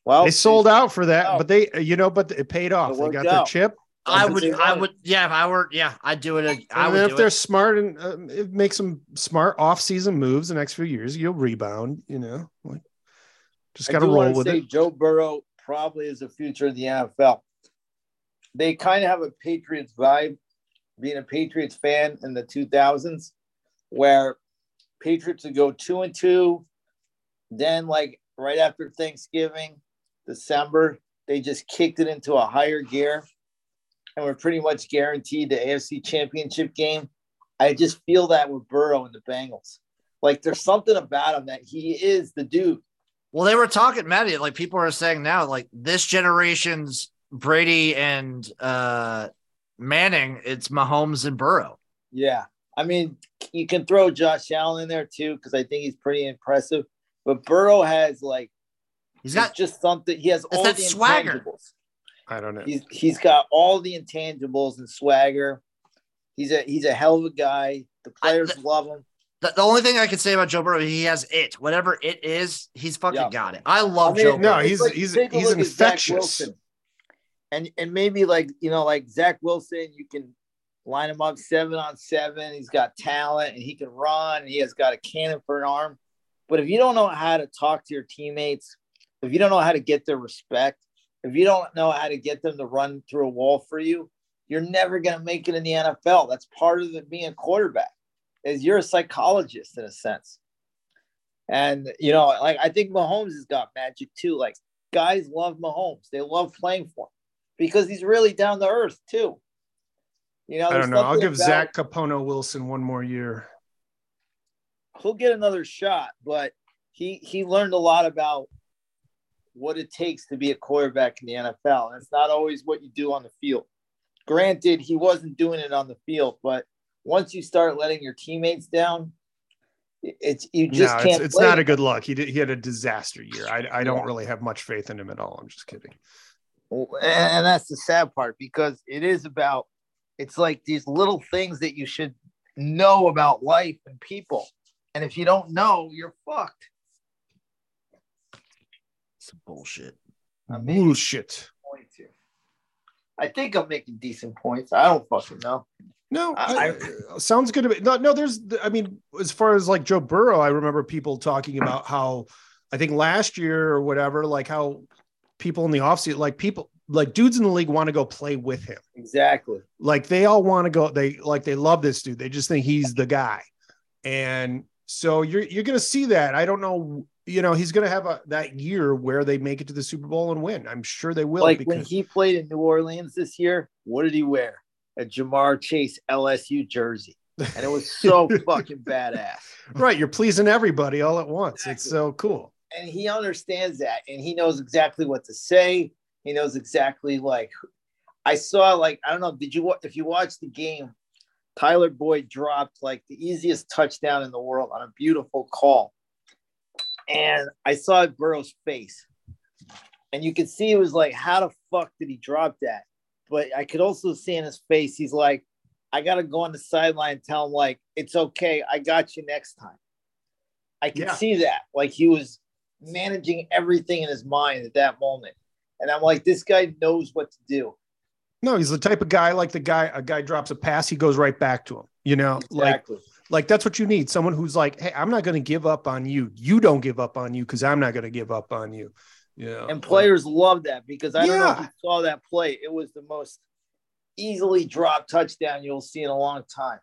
[SPEAKER 2] Well,
[SPEAKER 1] They sold out for that,
[SPEAKER 2] Oh.
[SPEAKER 1] but they, you know, but it paid off. They
[SPEAKER 2] worked
[SPEAKER 1] got their
[SPEAKER 2] out.
[SPEAKER 1] chip.
[SPEAKER 3] I
[SPEAKER 2] That's
[SPEAKER 3] would,
[SPEAKER 2] what they
[SPEAKER 3] I
[SPEAKER 2] wanted.
[SPEAKER 3] would, yeah. If I were, yeah, I'd do it. ag- I
[SPEAKER 1] And
[SPEAKER 3] would
[SPEAKER 1] then if
[SPEAKER 3] do
[SPEAKER 1] they're
[SPEAKER 3] it.
[SPEAKER 1] smart and um, it makes some smart off-season moves the next few years, you'll rebound. You know, like just got to
[SPEAKER 2] I do
[SPEAKER 1] roll
[SPEAKER 2] wanna
[SPEAKER 1] with
[SPEAKER 2] say
[SPEAKER 1] it.
[SPEAKER 2] Joe Burrow probably is the future of the NFL. They kind of have a Patriots vibe, being a Patriots fan in the 2000s, where Patriots would go two and two. Then, like right after Thanksgiving, December, they just kicked it into a higher gear and we're pretty much guaranteed the AFC championship game. I just feel that with Burrow and the Bengals. Like there's something about him that he is the dude.
[SPEAKER 3] Well, they were talking, Maddie. Like people are saying now, like this generation's Brady and uh Manning, it's Mahomes and Burrow.
[SPEAKER 2] Yeah. I mean, you can throw Josh Allen in there too, because I think he's pretty impressive. But Burrow has like
[SPEAKER 3] He's
[SPEAKER 2] he's
[SPEAKER 3] got
[SPEAKER 2] just something. He has all
[SPEAKER 3] that
[SPEAKER 2] the
[SPEAKER 3] swagger.
[SPEAKER 2] intangibles.
[SPEAKER 1] I don't know.
[SPEAKER 2] He's he's got all the intangibles and swagger. He's a he's a hell of a guy. The
[SPEAKER 3] I-
[SPEAKER 2] players love him.
[SPEAKER 3] the, the only thing I could say about Joe Burrow, he has it. Whatever it is, he's fucking
[SPEAKER 2] Yeah.
[SPEAKER 3] got it. I love
[SPEAKER 2] I mean,
[SPEAKER 3] Joe.
[SPEAKER 1] no,
[SPEAKER 3] Burrow.
[SPEAKER 1] he's-
[SPEAKER 2] Like, take a
[SPEAKER 1] he's
[SPEAKER 2] look at Zach
[SPEAKER 1] infectious.
[SPEAKER 2] Wilson. And and maybe like you know like Zach Wilson, you can line him up seven on seven. He's got talent and he can run. And he has got a cannon for an arm. But if you don't know how to talk to your teammates, if you don't know how to get their respect, if you don't know how to get them to run through a wall for you, you're never going to make it in the NFL. That's part of the, being a quarterback. Is you're a psychologist in a sense. And you know, like I think Mahomes has got magic too. Like guys love Mahomes. They love playing for him because he's really down to earth too. You know,
[SPEAKER 1] I
[SPEAKER 2] there's
[SPEAKER 1] don't know. I'll
[SPEAKER 2] something
[SPEAKER 1] give
[SPEAKER 2] about-
[SPEAKER 1] Zach Capono Wilson one more year.
[SPEAKER 2] he'll get another shot, but he he learned a lot about what it takes to be a quarterback in the NFL. And it's not always what you do on the field. Granted, he wasn't doing it on the field, but once you start letting your teammates down, it- it's you just
[SPEAKER 1] no,
[SPEAKER 2] can't.
[SPEAKER 1] it's, it's
[SPEAKER 2] play.
[SPEAKER 1] not a good look. He did. He had a disaster year. I, I don't really have much faith in him at all. I'm just kidding.
[SPEAKER 2] and, and that's the sad part because it is about it's like these little things that you should know about life and people and if you don't know you're fucked
[SPEAKER 3] Some bullshit.
[SPEAKER 1] Bullshit.
[SPEAKER 2] Point here. i think i'm making decent points i don't fucking know
[SPEAKER 1] No,
[SPEAKER 2] I-
[SPEAKER 1] I- sounds good to me. No, no, there's, I mean, as far as like Joe Burrow, I remember people talking about how I think last year or whatever, like how people in the offseason, like people, like dudes in the league want to go play with him.
[SPEAKER 2] exactly
[SPEAKER 1] Like they all want to go, they like they love this dude. They just think he's the guy. And so you're you're gonna see that. I don't know, you know, he's gonna have a that year where they make it to the Super Bowl and win. I'm sure they will
[SPEAKER 2] like
[SPEAKER 1] because
[SPEAKER 2] when he played in new orleans this year what did he wear a jamar chase lsu jersey and it was so fucking badass
[SPEAKER 1] right, you're pleasing everybody all at once. It's
[SPEAKER 2] Exactly.
[SPEAKER 1] so cool.
[SPEAKER 2] and he understands that and he knows exactly what to say he knows exactly like i saw like i don't know did you wa- if you watched the game tyler boyd dropped like the easiest touchdown in the world on a beautiful call and i saw burrow's face and you could see it was like, how the fuck did he drop that? But I could also see in his face, he's like, I gotta go on the sideline and tell him like, it's okay, I got you next time. I could
[SPEAKER 1] Yeah.
[SPEAKER 2] see that. Like he was managing everything in his mind at that moment. And I'm like, this guy knows what to do.
[SPEAKER 1] No, he's the type of guy like the guy a guy drops a pass, he goes right back to him. You know, like
[SPEAKER 2] Exactly.
[SPEAKER 3] Uh,
[SPEAKER 1] like that's what you need. Someone who's like, hey, I'm not going to give up on you. You don't give up on you because I'm not going to give up on you. Yeah,
[SPEAKER 2] and players love that because I don't know if
[SPEAKER 1] Yeah.
[SPEAKER 2] you saw that play. It was the most easily dropped touchdown you'll see in a long time.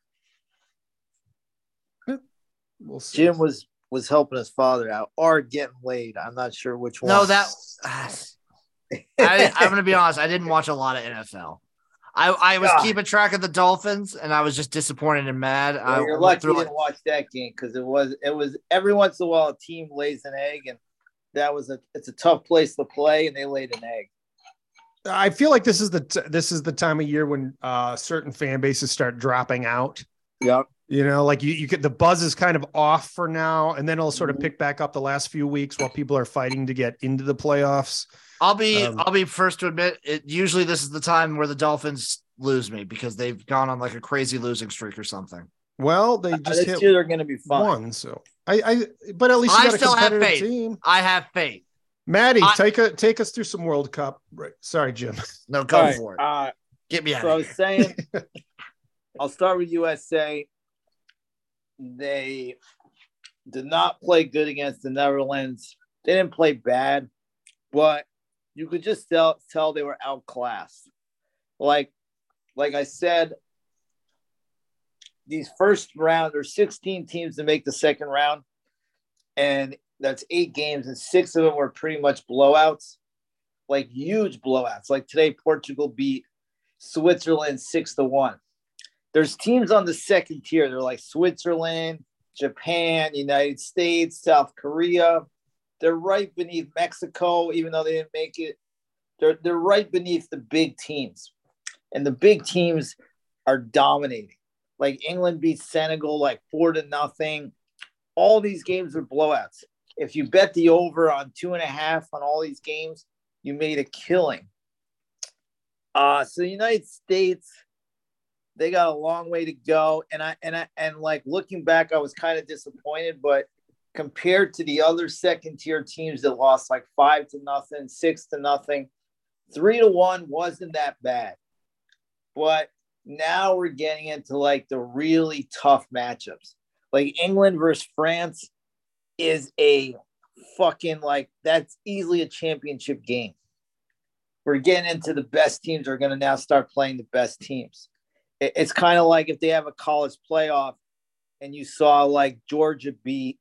[SPEAKER 1] We'll see.
[SPEAKER 2] Jim was was helping his father out or getting laid. I'm not sure which one.
[SPEAKER 3] No, that I, I'm gonna be honest. I didn't watch a lot of NFL. I, I was
[SPEAKER 2] God.
[SPEAKER 3] keeping track of the Dolphins, and I was just disappointed and mad. I
[SPEAKER 2] Well, you're
[SPEAKER 3] went
[SPEAKER 2] lucky
[SPEAKER 3] through,
[SPEAKER 2] you
[SPEAKER 3] like-
[SPEAKER 2] didn't watch that game because it was it was every once in a while a team lays an egg and that was a it's a tough place to play and they laid an egg.
[SPEAKER 1] I feel like this is the t- this is the time of year when uh, certain fan bases start dropping out.
[SPEAKER 2] Yep.
[SPEAKER 1] You know, like you, you get the buzz is kind of off for now, and then it'll sort of
[SPEAKER 2] Mhm.
[SPEAKER 1] pick back up the last few weeks while people are fighting to get into the playoffs.
[SPEAKER 3] I'll be
[SPEAKER 1] Um,
[SPEAKER 3] I'll be first to admit it. Usually, this is the time where the Dolphins lose me because they've gone on like a crazy losing streak or something.
[SPEAKER 1] Well, they just
[SPEAKER 2] This
[SPEAKER 1] hit
[SPEAKER 2] year they're gonna be fun.
[SPEAKER 1] one, so I, I but at least you
[SPEAKER 3] I
[SPEAKER 1] got a
[SPEAKER 3] still have
[SPEAKER 1] competitive
[SPEAKER 3] faith.
[SPEAKER 1] team.
[SPEAKER 3] I have faith.
[SPEAKER 1] Maddie,
[SPEAKER 3] I-
[SPEAKER 1] take a take us through some World Cup. Right. Sorry, Jim.
[SPEAKER 3] No, go
[SPEAKER 2] All right,
[SPEAKER 3] for it.
[SPEAKER 2] uh,
[SPEAKER 3] Get me out.
[SPEAKER 2] So I
[SPEAKER 3] of
[SPEAKER 2] was
[SPEAKER 3] here.
[SPEAKER 2] saying, I'll start with USA. They did not play good against the Netherlands. They didn't play bad, but you could just tell tell they were outclassed. Like, like I said, these first round there's 16 teams to make the second round, and that's eight games, and six of them were pretty much blowouts, like huge blowouts. Like today, Portugal beat Switzerland six to one. There's teams on the second tier. They're like Switzerland, Japan, United States, South Korea. They're right beneath Mexico, even though they didn't make it. They're they're right beneath the big teams, and the big teams are dominating. Like England beat Senegal like four to nothing. All these games are blowouts. If you bet the over on two and a half on all these games, you made a killing. Uh, so the United States, they got a long way to go, and I and I and like looking back, I was kind of disappointed, but compared to the other second tier teams that lost like five to nothing, six to nothing, three to one wasn't that bad, but now we're getting into like the really tough matchups, like England versus France is a fucking like that's easily a championship game we're getting into the best teams are going to now start playing the best teams. It- it's kind of like if they have a college playoff and you saw like Georgia beat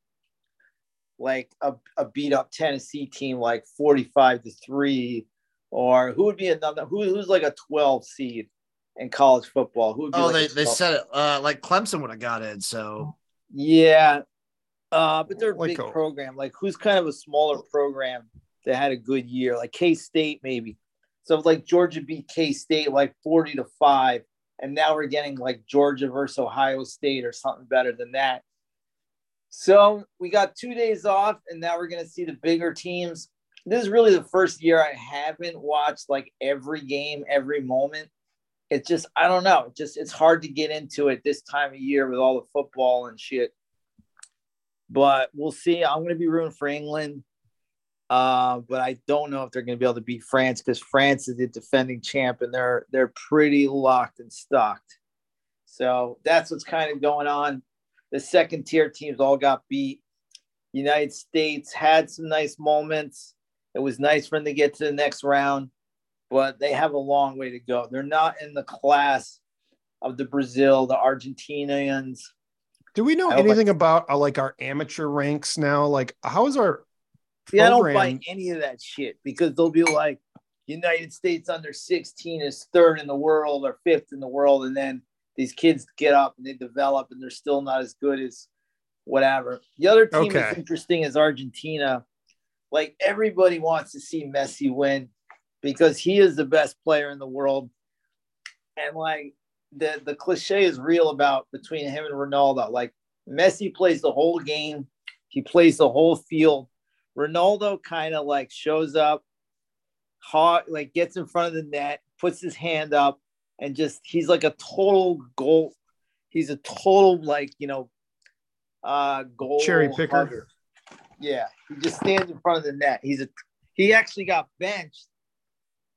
[SPEAKER 2] like a, a beat up Tennessee team like 45 to 3 or who would be another who, who's like a 12 seed in college football who would be
[SPEAKER 3] Oh,
[SPEAKER 2] like
[SPEAKER 3] they,
[SPEAKER 2] a
[SPEAKER 3] they
[SPEAKER 2] 12?
[SPEAKER 3] said it uh, like Clemson would have got in. So
[SPEAKER 2] yeah uh but they're a
[SPEAKER 1] Like
[SPEAKER 2] big
[SPEAKER 1] a- Oh.
[SPEAKER 2] program like who's kind of a smaller program that had a good year, like K State maybe. So if, like Georgia beat K State like forty to five, and now we're getting like Georgia versus Ohio State or something better than that. So we got two days off, and now we're gonna see the bigger teams. This is really the first year I haven't watched like every game, every moment. It's just I don't know. It Just it's hard to get into it this time of year with all the football and shit. But we'll see. I'm gonna be rooting for England. Uh, but I don't know if they're going to be able to beat France because France is the defending champ and they're they're pretty locked and stocked. So that's what's kind of going on. The second tier teams all got beat. United States had some nice moments. It was nice for them to get to the next round, but they have a long way to go. They're not in the class of the Brazil, the Argentinians.
[SPEAKER 1] Do we know
[SPEAKER 2] I don't
[SPEAKER 1] anything about uh, like our amateur ranks now? Like, how is our
[SPEAKER 2] See, I don't
[SPEAKER 1] program-
[SPEAKER 2] buy any of that shit because they'll be like, United States under 16 is third in the world or fifth in the world. And then these kids get up and they develop and they're still not as good as whatever. The other team
[SPEAKER 1] Okay.
[SPEAKER 2] that's interesting is Argentina. Like everybody wants to see Messi win because he is the best player in the world. And like the, the cliche is real about between him and Ronaldo. Like Messi plays the whole game, he plays the whole field. Ronaldo kind of like shows up hard, like gets in front of the net, puts his hand up, and just he's like a total goal. He's a total like you know, uh, goal
[SPEAKER 1] Cherry picker.
[SPEAKER 2] hugger. Yeah, he just stands in front of the net. He's a he actually got benched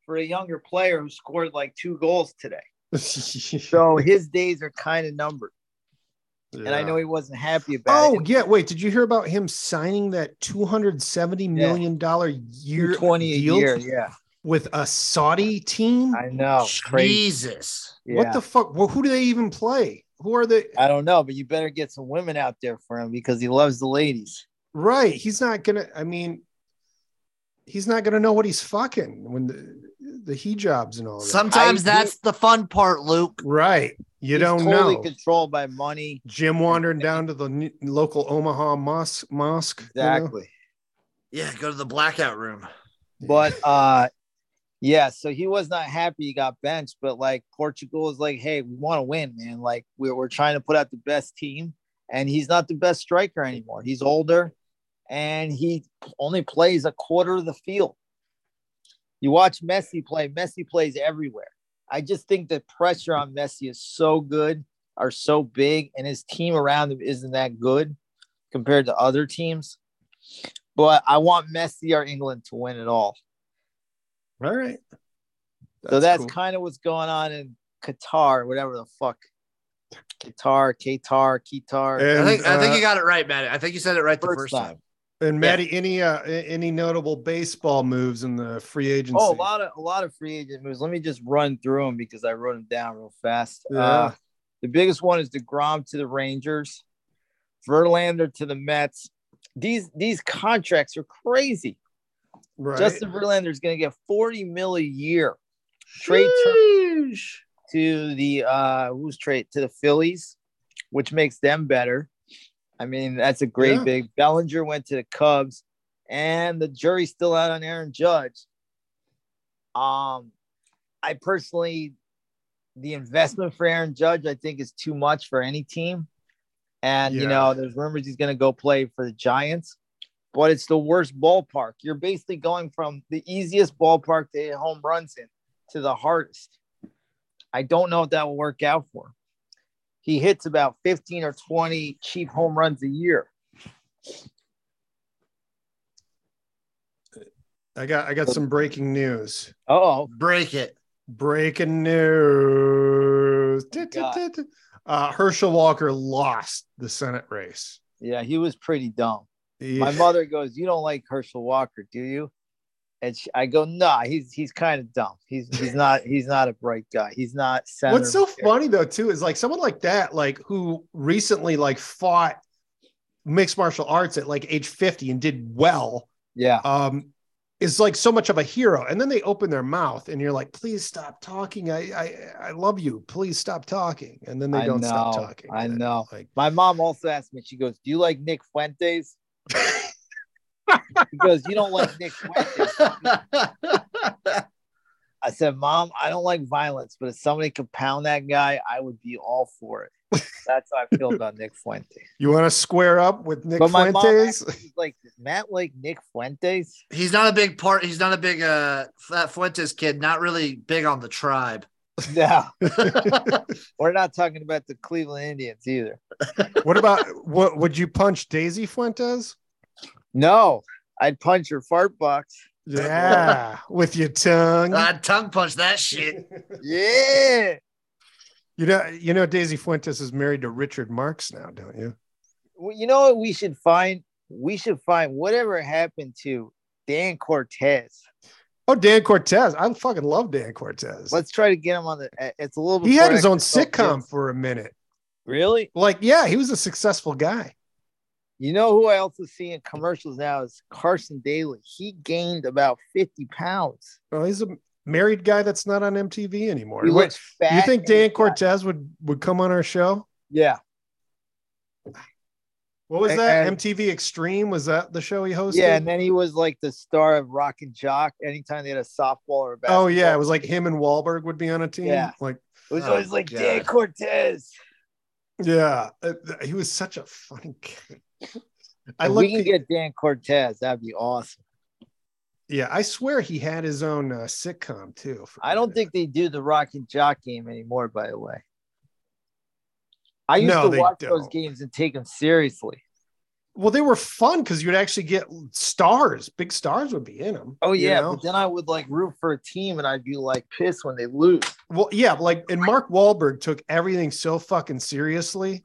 [SPEAKER 2] for a younger player who scored like two goals today. So his days are kind of numbered, and I know he wasn't happy about
[SPEAKER 1] Oh
[SPEAKER 2] it.
[SPEAKER 1] yeah, wait. Did you hear about him signing that two hundred seventy million dollar year
[SPEAKER 2] twenty a
[SPEAKER 1] deal
[SPEAKER 2] year, yeah,
[SPEAKER 1] with a Saudi team?
[SPEAKER 2] I know, Oh, crazy.
[SPEAKER 3] Jesus.
[SPEAKER 2] Yeah.
[SPEAKER 1] What the fuck? Well, who do they even play? Who are they?
[SPEAKER 2] I don't know, but you better get some women out there for him because he loves the ladies.
[SPEAKER 1] Right. He's not gonna. I mean, he's not gonna know what he's fucking when the the hijabs and all that.
[SPEAKER 3] Sometimes
[SPEAKER 2] I-
[SPEAKER 3] that's the fun part, Luke.
[SPEAKER 1] right. You
[SPEAKER 2] He's
[SPEAKER 1] don't
[SPEAKER 2] totally
[SPEAKER 1] know.
[SPEAKER 2] controlled by money.
[SPEAKER 1] Jim wandering down to the n- local Omaha mosque. Mosque. you know?
[SPEAKER 2] Exactly.
[SPEAKER 3] Yeah, go to the blackout room.
[SPEAKER 2] But uh yeah, so he was not happy he got benched, but like Portugal is like, hey, we want to win, man. Like we're we're trying to put out the best team, and he's not the best striker anymore. He's older and he only plays a quarter of the field. You watch Messi play, Messi plays everywhere. I just think the pressure on Messi is so good, are so big, and his team around him isn't that good compared to other teams. But I want Messi or England to win it all.
[SPEAKER 1] all right.
[SPEAKER 2] so that's
[SPEAKER 1] cool.
[SPEAKER 2] kind of what's going on in Qatar, whatever the fuck. Qatar, Qatar, Qatar.
[SPEAKER 1] And,
[SPEAKER 3] I think I think
[SPEAKER 1] uh,
[SPEAKER 3] you got it right, Matt. I think you said it right the
[SPEAKER 2] First
[SPEAKER 3] first,
[SPEAKER 2] time.
[SPEAKER 3] time.
[SPEAKER 1] And Maddie, any uh, a- any notable baseball moves in the free agency?
[SPEAKER 2] Oh, a lot of a lot of free agent moves. Let me just run through them because I wrote them down real fast.
[SPEAKER 1] Yeah.
[SPEAKER 2] Uh, the biggest one is Degrom to the Rangers, Verlander to the Mets. These these contracts are crazy.
[SPEAKER 1] right?
[SPEAKER 2] Justin Verlander is going to get forty mil a year. Trade term
[SPEAKER 1] Sheesh.
[SPEAKER 2] to the uh who's trade to the Phillies, which makes them better. I mean, that's a great
[SPEAKER 1] Yeah.
[SPEAKER 2] big Bellinger went to the Cubs, and the jury's still out on Aaron Judge. Um, I personally the investment for Aaron Judge, I think, is too much for any team. And you
[SPEAKER 1] Yeah.
[SPEAKER 2] know, there's rumors he's gonna go play for the Giants, but it's the worst ballpark. You're basically going from the easiest ballpark to hit home runs in to the hardest. I don't know if that will work out for him. He hits about 15 or 20 cheap home runs a year.
[SPEAKER 1] I got I got some breaking news.
[SPEAKER 2] Oh,
[SPEAKER 3] Break it.
[SPEAKER 1] Breaking news.
[SPEAKER 2] Oh, God.
[SPEAKER 1] Uh, Herschel Walker lost the Senate race.
[SPEAKER 2] yeah, he was pretty dumb.
[SPEAKER 1] He-
[SPEAKER 2] My mother goes, "You don't like Herschel Walker, do you?" And she, I go, "Nah, he's he's kind of dumb. He's he's not he's not a bright guy. He's not center."
[SPEAKER 1] What's so funny though too is like someone like that, like who recently like fought mixed martial arts at like age fifty and did well.
[SPEAKER 2] Yeah,
[SPEAKER 1] um, is like so much of a hero. And then they open their mouth and you're like, please stop talking. I I, I love you. Please stop talking. And then they
[SPEAKER 2] I
[SPEAKER 1] don't stop
[SPEAKER 2] know.
[SPEAKER 1] talking.
[SPEAKER 2] I
[SPEAKER 1] And,
[SPEAKER 2] know.
[SPEAKER 1] Like,
[SPEAKER 2] my mom also asked me. She goes, "Do you like Nick Fuentes?" She goes, "You don't like Nick Fuentes." I said, "Mom, I don't like violence, but if somebody could pound that guy, I would be all for it." That's how I feel about Nick Fuentes.
[SPEAKER 1] you want to square up with Nick
[SPEAKER 2] But my mom
[SPEAKER 1] Fuentes?
[SPEAKER 2] She's like, "Does Matt like Nick Fuentes?
[SPEAKER 3] he's not a big part. He's not a big uh that Fuentes kid. Not really big on the tribe.
[SPEAKER 2] No, we're not talking about the Cleveland Indians either.
[SPEAKER 1] what about what would you punch Daisy Fuentes?
[SPEAKER 2] No, I'd punch your fart box.
[SPEAKER 1] Yeah, with your tongue.
[SPEAKER 3] I tongue punch that Ah, shit.
[SPEAKER 2] Yeah.
[SPEAKER 1] You know, you know Daisy Fuentes is married to Richard Marks now, don't you?
[SPEAKER 2] Well, you know what we should find? We should find whatever happened to Dan Cortez.
[SPEAKER 1] Oh, Dan Cortez. I fucking love Dan Cortez.
[SPEAKER 2] Let's try to get him on the. It's a little.
[SPEAKER 1] he had
[SPEAKER 2] before
[SPEAKER 1] his own
[SPEAKER 2] Extra
[SPEAKER 1] sitcom
[SPEAKER 2] Soap Kids.
[SPEAKER 1] for a minute.
[SPEAKER 2] Really?
[SPEAKER 1] Like, yeah, he was a successful guy.
[SPEAKER 2] You know who I also see in commercials now is Carson Daly. He gained about fifty pounds.
[SPEAKER 1] Well, Oh, he's a married guy that's not on MTV anymore.
[SPEAKER 2] He
[SPEAKER 1] What-
[SPEAKER 2] looks fat.
[SPEAKER 1] you think
[SPEAKER 2] and he's
[SPEAKER 1] Dan
[SPEAKER 2] got-
[SPEAKER 1] Cortez would would come on our show?
[SPEAKER 2] Yeah.
[SPEAKER 1] What was
[SPEAKER 2] And-
[SPEAKER 1] that?
[SPEAKER 2] and-
[SPEAKER 1] MTV Extreme was that the show he hosted?
[SPEAKER 2] Yeah, and then he was like the star of Rock and Jock. Anytime they had a softball or a basketball,
[SPEAKER 1] oh yeah, it was like him and Wahlberg would be on a team.
[SPEAKER 2] Yeah.
[SPEAKER 1] Like
[SPEAKER 2] it was
[SPEAKER 3] Oh,
[SPEAKER 2] always like
[SPEAKER 3] God.
[SPEAKER 2] Dan Cortez.
[SPEAKER 1] yeah, Uh, th- he was such a funny guy. I
[SPEAKER 2] if
[SPEAKER 1] look.
[SPEAKER 2] we can get Dan Cortez, that'd be awesome.
[SPEAKER 1] Yeah, I swear he had his own uh, sitcom too. for
[SPEAKER 2] I
[SPEAKER 1] a
[SPEAKER 2] don't
[SPEAKER 1] minute.
[SPEAKER 2] think they do the Rock and Jock game anymore, by the way. I used
[SPEAKER 1] No,
[SPEAKER 2] to
[SPEAKER 1] they
[SPEAKER 2] watch those
[SPEAKER 1] don't.
[SPEAKER 2] games and take them seriously.
[SPEAKER 1] Well, they were fun because you'd actually get stars. Big stars would be in them.
[SPEAKER 2] Oh, yeah. But then I would like root for a team and I'd be like pissed when they lose.
[SPEAKER 1] Well, yeah, like and Mark Wahlberg took everything so fucking seriously.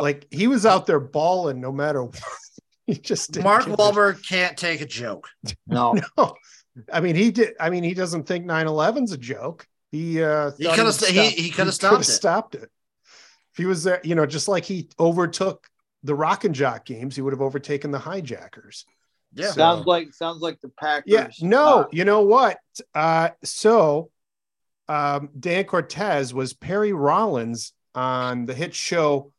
[SPEAKER 1] Like he was out there balling no matter what. he just didn't
[SPEAKER 3] Mark
[SPEAKER 1] give a-
[SPEAKER 3] Wahlberg can't take a joke.
[SPEAKER 2] no.
[SPEAKER 1] I mean, he did. I mean, he doesn't think 9-11's a joke. He uh,
[SPEAKER 3] He
[SPEAKER 1] thought
[SPEAKER 3] coulda
[SPEAKER 1] would
[SPEAKER 3] st- he-
[SPEAKER 1] stop-
[SPEAKER 3] he coulda
[SPEAKER 1] coulda
[SPEAKER 3] stopped it.
[SPEAKER 1] stopped it. If he was there, you know, just like he overtook the Rock and Jock games, he would have overtaken the hijackers.
[SPEAKER 3] Yeah.
[SPEAKER 1] So-
[SPEAKER 2] Sounds like sounds like the Packers.
[SPEAKER 1] Yeah, no,
[SPEAKER 2] Uh,
[SPEAKER 1] you know what? Uh, so um, Dan Cortez was Perry Rollins on the hit show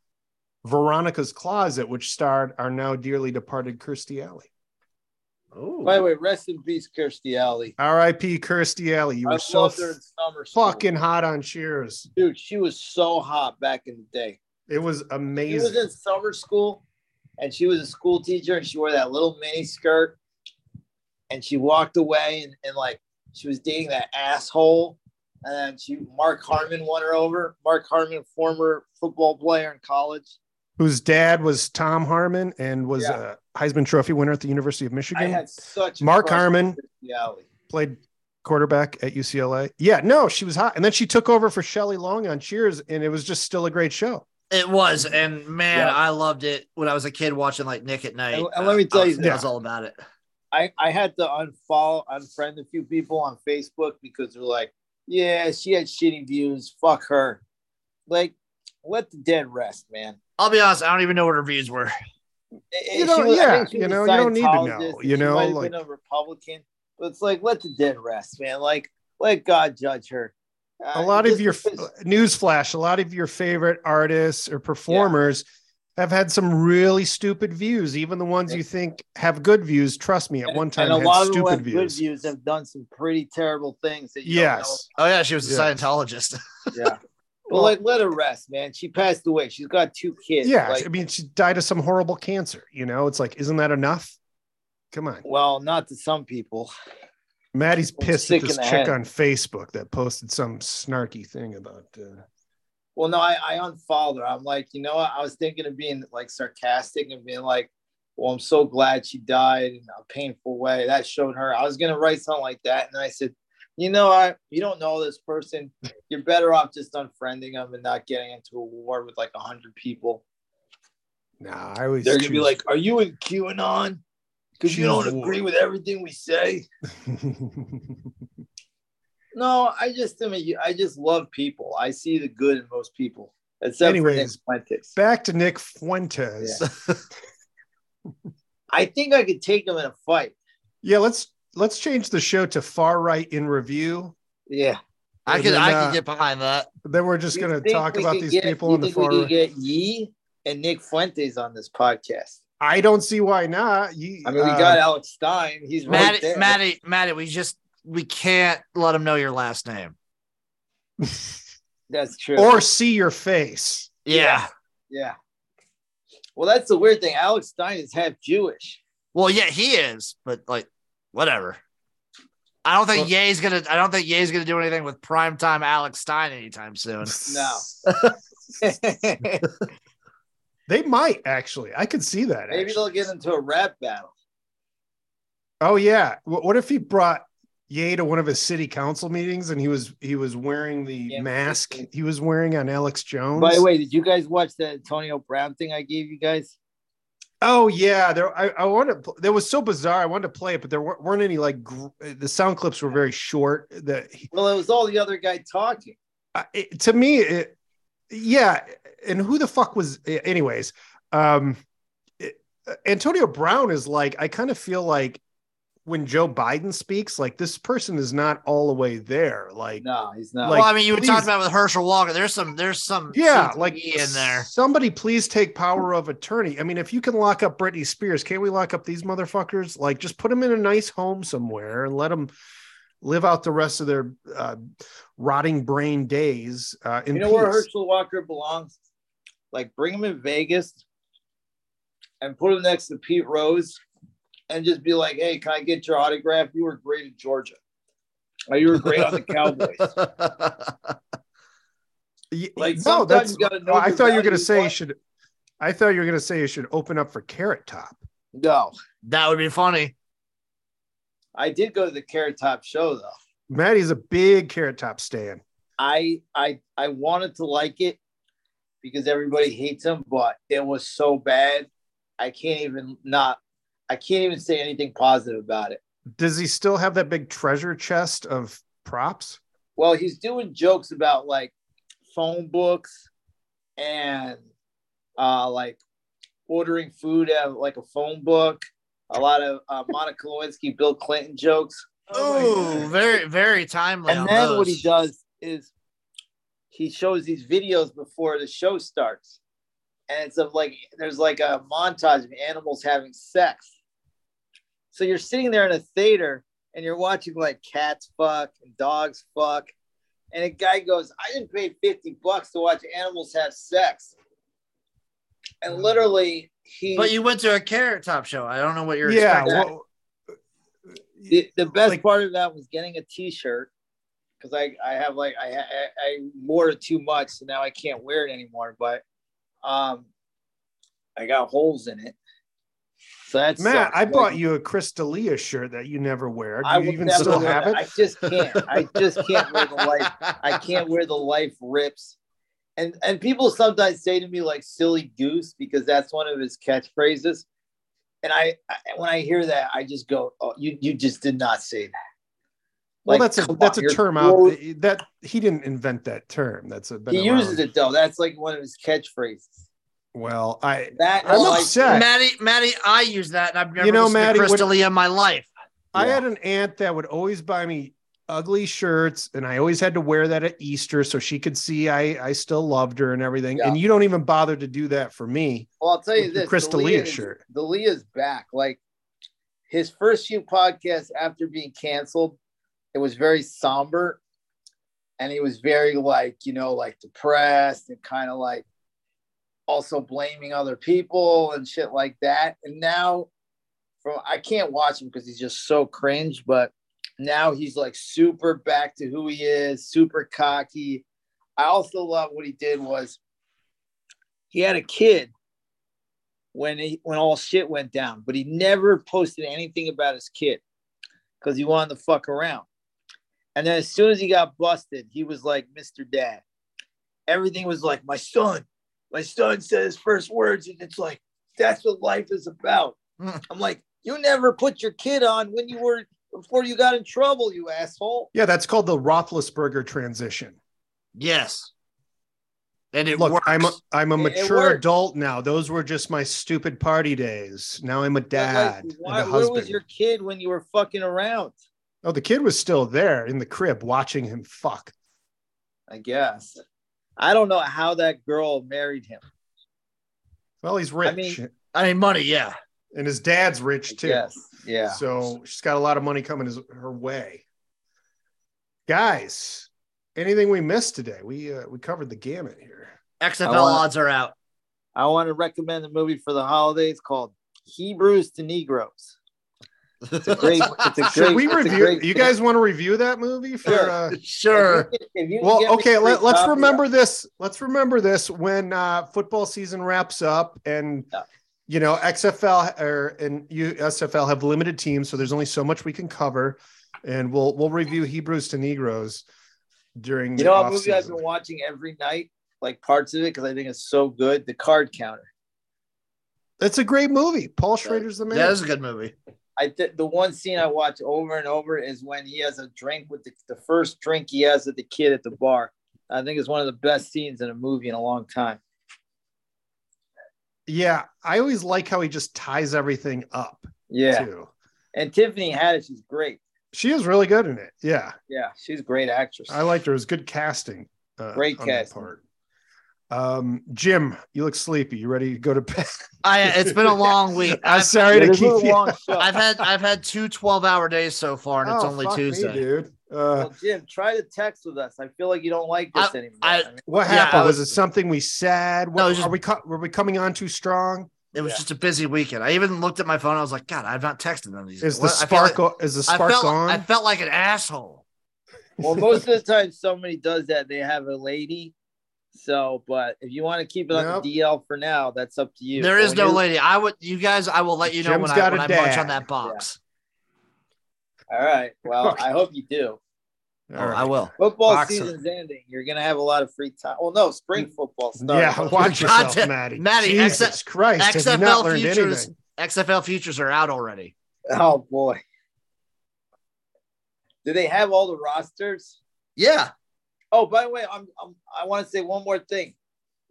[SPEAKER 1] Veronica's Closet, which starred our now dearly departed Kirstie Alley.
[SPEAKER 3] Ooh.
[SPEAKER 2] Uh, by the way, rest in peace, Kirstie Alley.
[SPEAKER 1] R.I.P. Kirstie Alley. You
[SPEAKER 2] I
[SPEAKER 1] were so
[SPEAKER 2] loved her in summer school.
[SPEAKER 1] fucking hot on Cheers.
[SPEAKER 2] dude. She was so hot back in the day.
[SPEAKER 1] It was
[SPEAKER 2] She was
[SPEAKER 1] amazing.
[SPEAKER 2] in summer school, and she was a school teacher, and she wore that little mini skirt, and she walked away, and, and like she was dating that asshole, and then she Mark Harmon won her over. Mark Harmon, former football player in college.
[SPEAKER 1] Whose dad was Tom Harmon and was
[SPEAKER 2] Yeah.
[SPEAKER 1] a Heisman Trophy winner at the University of
[SPEAKER 2] I
[SPEAKER 1] Michigan.
[SPEAKER 2] had such a
[SPEAKER 1] Mark
[SPEAKER 2] crush on
[SPEAKER 1] Harmon.
[SPEAKER 2] Kirstie Alley.
[SPEAKER 1] played quarterback at UCLA. Yeah, no, she was hot. And then she took over for Shelley Long on Cheers, and it was just still a great show.
[SPEAKER 3] It was, and man,
[SPEAKER 2] Yeah.
[SPEAKER 3] I loved it when I was a kid watching like Nick at Night. Uh,
[SPEAKER 2] And- and let me tell
[SPEAKER 3] I was-
[SPEAKER 2] you
[SPEAKER 3] I was all about it.
[SPEAKER 2] I, I had to unfollow, unfriend a few people on Facebook because they're like, yeah, she had shitty views. Fuck her. Like, let the dead rest, man.
[SPEAKER 3] I'll be honest, I don't even know what her views were.
[SPEAKER 2] Eh,
[SPEAKER 1] You
[SPEAKER 2] eh,
[SPEAKER 1] don't-
[SPEAKER 2] she was- I
[SPEAKER 1] yeah,
[SPEAKER 2] think she
[SPEAKER 1] you
[SPEAKER 2] was a
[SPEAKER 1] know, you don't need to know,
[SPEAKER 2] Scientologist,
[SPEAKER 1] you
[SPEAKER 2] she
[SPEAKER 1] know,
[SPEAKER 2] might have
[SPEAKER 1] like-
[SPEAKER 2] been a Republican, but it's like, let the dead rest, man. Like, let God judge her.
[SPEAKER 1] A
[SPEAKER 2] Uh,
[SPEAKER 1] lot of
[SPEAKER 2] just
[SPEAKER 1] your
[SPEAKER 2] because-
[SPEAKER 1] newsflash, a lot of your favorite artists or performers have had some really stupid views. Even the ones you think have good views, trust me, at one time
[SPEAKER 2] and a lot
[SPEAKER 1] had
[SPEAKER 2] of people
[SPEAKER 1] stupid
[SPEAKER 2] have good
[SPEAKER 1] views.
[SPEAKER 2] views have done some pretty terrible things. That you don't know
[SPEAKER 1] Yes.
[SPEAKER 3] Oh yeah, she was a
[SPEAKER 1] Yeah.
[SPEAKER 3] Scientologist.
[SPEAKER 2] Yeah. But like, let her rest, man. She passed away. She's got two kids.
[SPEAKER 1] Yeah.
[SPEAKER 2] Like,
[SPEAKER 1] I mean, she died of some horrible cancer. You know, it's like, isn't that enough? Come on.
[SPEAKER 2] well, not to some people.
[SPEAKER 1] Maddie's
[SPEAKER 2] I'm
[SPEAKER 1] pissed
[SPEAKER 2] sick
[SPEAKER 1] at
[SPEAKER 2] in
[SPEAKER 1] this
[SPEAKER 2] the
[SPEAKER 1] chick
[SPEAKER 2] head.
[SPEAKER 1] on Facebook that posted some snarky thing about uh,
[SPEAKER 2] Well, no, I, I unfollowed her. I'm like, you know what? I was thinking of being like sarcastic and being like, well, I'm so glad she died in a painful way. That showed her. I was going to write something like that. And I said, you know what? You don't know this person. You're better off just unfriending them and not getting into a war with like 100 people.
[SPEAKER 1] Nah, I always
[SPEAKER 2] They're going to be
[SPEAKER 1] choose-
[SPEAKER 2] like, are you in QAnon? Because you
[SPEAKER 1] Choose
[SPEAKER 2] don't
[SPEAKER 1] war.
[SPEAKER 2] agree with everything we say. No, I just am a, I just love people. I see the good in most people. Except for Nick
[SPEAKER 1] Anyways,
[SPEAKER 2] Fuentes.
[SPEAKER 1] back to Nick Fuentes. Yeah.
[SPEAKER 2] I think I could take him in a fight.
[SPEAKER 1] let's let's change the show to far right in review.
[SPEAKER 2] Yeah.
[SPEAKER 3] I
[SPEAKER 1] And
[SPEAKER 3] could
[SPEAKER 1] then,
[SPEAKER 3] I
[SPEAKER 1] uh,
[SPEAKER 3] could get behind that.
[SPEAKER 1] Then we're just
[SPEAKER 2] You
[SPEAKER 1] gonna
[SPEAKER 2] think
[SPEAKER 1] talk
[SPEAKER 2] we
[SPEAKER 1] about
[SPEAKER 2] could
[SPEAKER 1] these
[SPEAKER 2] get-
[SPEAKER 1] people
[SPEAKER 2] you
[SPEAKER 1] in the
[SPEAKER 2] think we
[SPEAKER 1] far
[SPEAKER 2] could
[SPEAKER 1] right.
[SPEAKER 2] get Yee and Nick Fuentes on this podcast.
[SPEAKER 1] I don't see why not. You,
[SPEAKER 2] I mean, we
[SPEAKER 1] uh,
[SPEAKER 2] got Alex Stein. He's
[SPEAKER 3] Maddie,
[SPEAKER 2] right there.
[SPEAKER 3] Maddie, Maddie, we just we can't let him know your last name.
[SPEAKER 2] That's true.
[SPEAKER 1] or see your face.
[SPEAKER 3] Yeah.
[SPEAKER 2] Yeah. yeah. Well, that's the weird thing. Alex Stein is half Jewish.
[SPEAKER 3] Well, yeah, he is, but like, whatever. I don't think
[SPEAKER 1] Well-
[SPEAKER 3] Ye's gonna. I don't think Ye's gonna do anything with primetime Alex Stein anytime soon.
[SPEAKER 2] No.
[SPEAKER 1] they might actually. I could see that.
[SPEAKER 2] Maybe
[SPEAKER 1] actually.
[SPEAKER 2] they'll get into a rap battle.
[SPEAKER 1] Oh yeah. What, what if he brought Ye to one of his city council meetings and he was he was wearing the
[SPEAKER 2] Yeah.
[SPEAKER 1] mask he was wearing on Alex Jones?
[SPEAKER 2] By the way, did you guys watch the Antonio Brown thing I gave you guys?
[SPEAKER 1] Oh yeah, there. I, I wanted. to- That was so bizarre. I wanted to play it, but there weren't, weren't any like gr- the sound clips were very short. That he-
[SPEAKER 2] Well, it was all the other guy talking.
[SPEAKER 1] I- it, to me, it, yeah. And who the fuck was? Anyways, um, it- uh, Antonio Brown is like. I kind of feel like when Joe Biden speaks, like this person is not all the way there. Like,
[SPEAKER 2] No, he's not.
[SPEAKER 1] Like,
[SPEAKER 3] well, I mean, you were
[SPEAKER 1] please-
[SPEAKER 3] talking about with Herschel Walker. There's some. There's some.
[SPEAKER 1] yeah,
[SPEAKER 3] CTE
[SPEAKER 1] like
[SPEAKER 3] in there.
[SPEAKER 1] Somebody please take power of attorney. I mean, if you can lock up Britney Spears, can't we lock up these motherfuckers? Like, just put them in a nice home somewhere and let them live out the rest of their uh, rotting brain days uh, in
[SPEAKER 2] you know
[SPEAKER 1] peace.
[SPEAKER 2] where Herschel Walker belongs? Like bring him in Vegas and put him next to Pete Rose and just be like, "Hey, can I get your autograph? You were great at Georgia. Or you were great on the Cowboys." Like,
[SPEAKER 1] no,
[SPEAKER 2] sometimes
[SPEAKER 1] that's. oh,
[SPEAKER 2] you gotta know
[SPEAKER 1] I
[SPEAKER 2] your
[SPEAKER 1] thought you were gonna
[SPEAKER 2] value,
[SPEAKER 1] say you
[SPEAKER 2] but-
[SPEAKER 1] should. I thought you were gonna say you should open up for Carrot Top.
[SPEAKER 2] No,
[SPEAKER 3] that would be funny.
[SPEAKER 2] I did go to the Carrot Top show though.
[SPEAKER 1] Maddie's a big Carrot Top stan.
[SPEAKER 2] I I I wanted to like it because everybody hates him, but it was so bad. I can't even not. I can't even say anything positive about it.
[SPEAKER 1] Does he still have that big treasure chest of props?
[SPEAKER 2] Well, he's doing jokes about like phone books and uh, like ordering food out of like a phone book. A lot of uh, Monica Lewinsky, Bill Clinton jokes.
[SPEAKER 3] Oh, very, very timely. on
[SPEAKER 2] and then what
[SPEAKER 3] those.
[SPEAKER 2] he does is he shows these videos before the show starts and it's of like there's like a montage of animals having sex so you're sitting there in a theater and you're watching like cats fuck and dogs fuck and a guy goes i didn't pay 50 bucks to watch animals have sex and literally he
[SPEAKER 3] But you went to a Carrot Top show. I don't know what you're
[SPEAKER 1] yeah.
[SPEAKER 3] expecting.
[SPEAKER 1] Well,
[SPEAKER 2] the, the best
[SPEAKER 1] Like-
[SPEAKER 2] part of that was getting a t-shirt because I, I have like I, I I wore it too much so now I can't wear it anymore but um I got holes in it so that's
[SPEAKER 1] Matt, I bought you a Crystalia shirt that you never wear. Do
[SPEAKER 2] I
[SPEAKER 1] you
[SPEAKER 2] will
[SPEAKER 1] even
[SPEAKER 2] never
[SPEAKER 1] still
[SPEAKER 2] wear
[SPEAKER 1] have
[SPEAKER 2] that.
[SPEAKER 1] it?
[SPEAKER 2] I just can't I just can't wear the life I can't wear the life rips and and people sometimes say to me like silly goose because that's one of his catchphrases and I, I when I hear that I just go oh you you just did not say that
[SPEAKER 1] Well,
[SPEAKER 2] Like,
[SPEAKER 1] that's a
[SPEAKER 2] come
[SPEAKER 1] that's a
[SPEAKER 2] on, you're
[SPEAKER 1] term out
[SPEAKER 2] gross.
[SPEAKER 1] that he didn't invent that term. That's a been
[SPEAKER 2] He uses
[SPEAKER 1] around.
[SPEAKER 2] it though. That's like one of his catchphrases.
[SPEAKER 1] Well, I
[SPEAKER 2] That
[SPEAKER 1] I'm
[SPEAKER 2] all I-
[SPEAKER 1] upset.
[SPEAKER 3] Maddie, Maddie, I use that, and I've never
[SPEAKER 1] You know,
[SPEAKER 3] listened
[SPEAKER 1] Maddie,
[SPEAKER 3] to
[SPEAKER 1] when-
[SPEAKER 3] Crystalia in my life.
[SPEAKER 1] I
[SPEAKER 2] Yeah.
[SPEAKER 1] had an aunt that would always buy me ugly shirts, and I always had to wear that at Easter so she could see I I still loved her and everything.
[SPEAKER 2] Yeah.
[SPEAKER 1] And you don't even bother to do that for me.
[SPEAKER 2] well, I'll tell you
[SPEAKER 1] With your
[SPEAKER 2] this:
[SPEAKER 1] Chris
[SPEAKER 2] D'Elia
[SPEAKER 1] D'Elia
[SPEAKER 2] is-
[SPEAKER 1] shirt.
[SPEAKER 2] D'Elia's back. Like his first few podcasts after being canceled, it was very somber, and he was very like you know like depressed and kind of like also blaming other people and shit like that. And now, from I can't watch him because he's just so cringe, but. Now he's like super back to who he is, super cocky. I also love what he did was he had a kid when he when all shit went down, but he never posted anything about his kid because he wanted to fuck around. And then as soon as he got busted, he was like Mr. Dad. Everything was like my son. My son said his first words, and it's like that's what life is about.
[SPEAKER 1] Hmm.
[SPEAKER 3] Mm.
[SPEAKER 2] I'm like, you never put your kid on when you were before you got in trouble, you asshole.
[SPEAKER 1] Yeah, that's called the Roethlisberger transition.
[SPEAKER 3] Yes, and it
[SPEAKER 1] Look,
[SPEAKER 3] works.
[SPEAKER 1] I'm a, I'm a
[SPEAKER 2] It- it
[SPEAKER 1] mature
[SPEAKER 2] works.
[SPEAKER 1] adult now. Those were just my stupid party days. Now I'm a
[SPEAKER 2] Like,
[SPEAKER 1] dad
[SPEAKER 2] why-
[SPEAKER 1] and a
[SPEAKER 2] where
[SPEAKER 1] husband.
[SPEAKER 2] was your kid when you were fucking around?
[SPEAKER 1] Oh, the kid was still there in the crib watching him fuck.
[SPEAKER 2] I guess. I don't know how that girl married him.
[SPEAKER 1] Well, he's rich,
[SPEAKER 2] mean-
[SPEAKER 3] I mean, money. Yeah,
[SPEAKER 1] and his dad's rich too.
[SPEAKER 2] Yes. Yeah.
[SPEAKER 1] So she's got a lot of money coming his, her way. Guys, anything we missed today? We uh, we covered the gamut here.
[SPEAKER 3] XFL
[SPEAKER 2] I wanna-
[SPEAKER 3] odds are out.
[SPEAKER 2] I want to recommend a movie for the holidays called Hebrews to Negroes. great- it's a
[SPEAKER 1] Should
[SPEAKER 2] Great-
[SPEAKER 1] we
[SPEAKER 2] it's a
[SPEAKER 1] review?
[SPEAKER 2] great-
[SPEAKER 1] you guys want to review that movie for?
[SPEAKER 2] Sure.
[SPEAKER 1] Uh,
[SPEAKER 3] sure.
[SPEAKER 2] If you can- if you can
[SPEAKER 1] well,
[SPEAKER 2] get me
[SPEAKER 1] okay.
[SPEAKER 2] a
[SPEAKER 1] Let,
[SPEAKER 2] free
[SPEAKER 1] let's
[SPEAKER 2] copy of-
[SPEAKER 1] remember this. Let's remember this when uh, football season wraps up and.
[SPEAKER 2] Yeah.
[SPEAKER 1] You know, XFL or and USFL have limited teams, so there's only so much we can cover, and we'll we'll review Hebrews to Negroes during
[SPEAKER 2] You
[SPEAKER 1] the
[SPEAKER 2] know, a
[SPEAKER 1] off
[SPEAKER 2] movie I've
[SPEAKER 1] season.
[SPEAKER 2] been watching every night, like parts of it, because I think it's so good. The Card Counter.
[SPEAKER 1] It's a great movie. Paul Schrader's the man.
[SPEAKER 3] That is a good movie.
[SPEAKER 2] I th- the one scene I watch over and over is when he has a drink with the, the first drink he has with the kid at the bar. I think it's one of the best scenes in a movie in a long time.
[SPEAKER 1] yeah, I always like how he just ties everything up
[SPEAKER 2] Yeah.
[SPEAKER 1] too.
[SPEAKER 2] And Tiffany Haddish is great.
[SPEAKER 1] She is really good in it. Yeah,
[SPEAKER 2] Yeah, she's a great actress.
[SPEAKER 1] I liked her. It was good casting. Uh,
[SPEAKER 2] Great
[SPEAKER 1] on that
[SPEAKER 2] casting.
[SPEAKER 1] part. Um, Jim, you look sleepy. You ready to go to bed?
[SPEAKER 3] I. It's been a long week.
[SPEAKER 1] I'm
[SPEAKER 3] I've,
[SPEAKER 1] sorry
[SPEAKER 2] Yeah,
[SPEAKER 1] to
[SPEAKER 2] this
[SPEAKER 1] keep
[SPEAKER 2] was a
[SPEAKER 1] you.
[SPEAKER 2] long show.
[SPEAKER 3] I've had I've had two 12 hour days so far, and it's
[SPEAKER 1] Oh,
[SPEAKER 3] only
[SPEAKER 1] fuck me,
[SPEAKER 3] Tuesday.
[SPEAKER 1] dude. Uh,
[SPEAKER 2] Well, Jim, try to text with us. I feel like you don't like this anymore.
[SPEAKER 3] I-
[SPEAKER 2] mean,
[SPEAKER 1] what
[SPEAKER 3] Yeah, I
[SPEAKER 1] happened? was,
[SPEAKER 3] was-
[SPEAKER 1] it something we said? What,
[SPEAKER 3] was just-
[SPEAKER 1] are we co- were we coming on too strong?
[SPEAKER 3] It was just a busy weekend. I even looked at my phone. I was like, God, I've not texted none of these.
[SPEAKER 1] Is the
[SPEAKER 3] What- I feel
[SPEAKER 1] spark
[SPEAKER 3] like-
[SPEAKER 1] go- is the
[SPEAKER 3] I
[SPEAKER 1] spark
[SPEAKER 3] felt,
[SPEAKER 1] gone?
[SPEAKER 3] I felt like an asshole.
[SPEAKER 2] Well, most of the time somebody does that, they have a lady. So, but if you want to keep it on
[SPEAKER 1] Nope.
[SPEAKER 2] the DL for now, that's up to you.
[SPEAKER 3] There
[SPEAKER 2] But
[SPEAKER 3] is
[SPEAKER 2] when
[SPEAKER 3] no
[SPEAKER 2] you're-
[SPEAKER 3] lady. I would, you guys, I will let you know
[SPEAKER 1] Jim's
[SPEAKER 3] when I
[SPEAKER 1] got
[SPEAKER 3] when
[SPEAKER 1] a
[SPEAKER 3] I munch on
[SPEAKER 1] dad.
[SPEAKER 3] that box.
[SPEAKER 2] All right. Well,
[SPEAKER 1] Okay.
[SPEAKER 2] I hope you do.
[SPEAKER 1] All
[SPEAKER 3] Oh,
[SPEAKER 1] right.
[SPEAKER 3] I will.
[SPEAKER 2] Football
[SPEAKER 1] Boxer.
[SPEAKER 2] season's ending. You're gonna have a lot of free time. Well, no, spring football starts.
[SPEAKER 1] yeah, watch yourself,
[SPEAKER 3] Content-
[SPEAKER 1] Maddie.
[SPEAKER 3] Matty,
[SPEAKER 1] Jesus
[SPEAKER 3] X-
[SPEAKER 1] Christ, have you not
[SPEAKER 3] XFL
[SPEAKER 1] learned
[SPEAKER 3] futures,
[SPEAKER 1] anything?
[SPEAKER 3] XFL futures are out already.
[SPEAKER 2] Oh boy. Do they have all the rosters?
[SPEAKER 3] Yeah,
[SPEAKER 2] Oh, by the way, I'm, I'm I want to say one more thing.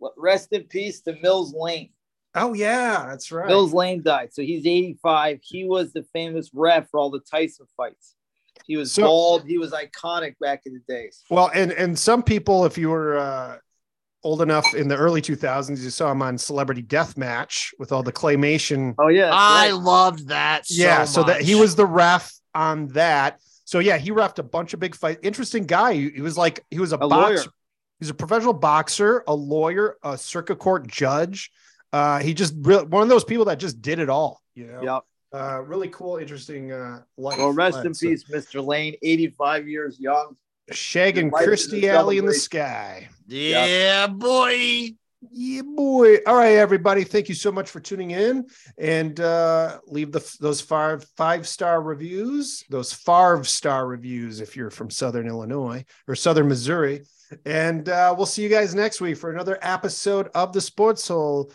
[SPEAKER 2] L- Rest in peace to Mills Lane.
[SPEAKER 1] Oh yeah, that's right.
[SPEAKER 2] Mills Lane died, so he's 85. He was the famous ref for all the Tyson fights. He was
[SPEAKER 1] So-
[SPEAKER 2] bald. He was iconic back in the days.
[SPEAKER 1] Well, and and some people, if you were uh, old enough in the early 2000s, you saw him on Celebrity Deathmatch with all the claymation.
[SPEAKER 2] Oh yeah,
[SPEAKER 3] I loved that. So
[SPEAKER 1] yeah, so that he
[SPEAKER 3] much.
[SPEAKER 1] was the ref on that. So yeah, he refed a bunch of big fights. Interesting guy. He, he was like he was a,
[SPEAKER 2] A
[SPEAKER 1] boxer.
[SPEAKER 2] lawyer.
[SPEAKER 1] He's a professional boxer, a lawyer, a circuit court judge. Uh, he just re- one of those people that just did it all. You know.
[SPEAKER 2] Yep.
[SPEAKER 1] Uh, really cool, interesting uh, life.
[SPEAKER 2] Well, rest in
[SPEAKER 1] So,
[SPEAKER 2] peace, Mr. Lane. 85 years young.
[SPEAKER 1] Shag and
[SPEAKER 2] Life is a
[SPEAKER 1] Christy Alley in the
[SPEAKER 2] celebration.
[SPEAKER 1] sky.
[SPEAKER 3] yeah, boy.
[SPEAKER 1] Yeah, boy. All right, everybody. Thank you so much for tuning in and uh, leave the those five five star reviews, those five star reviews if you're from Southern Illinois or Southern Missouri. And uh, we'll see you guys next week for another episode of the Sports Hole.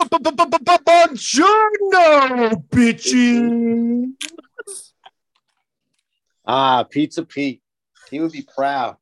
[SPEAKER 1] Buongiorno, bitches.
[SPEAKER 2] Ah, Pizza Pete. He would be proud.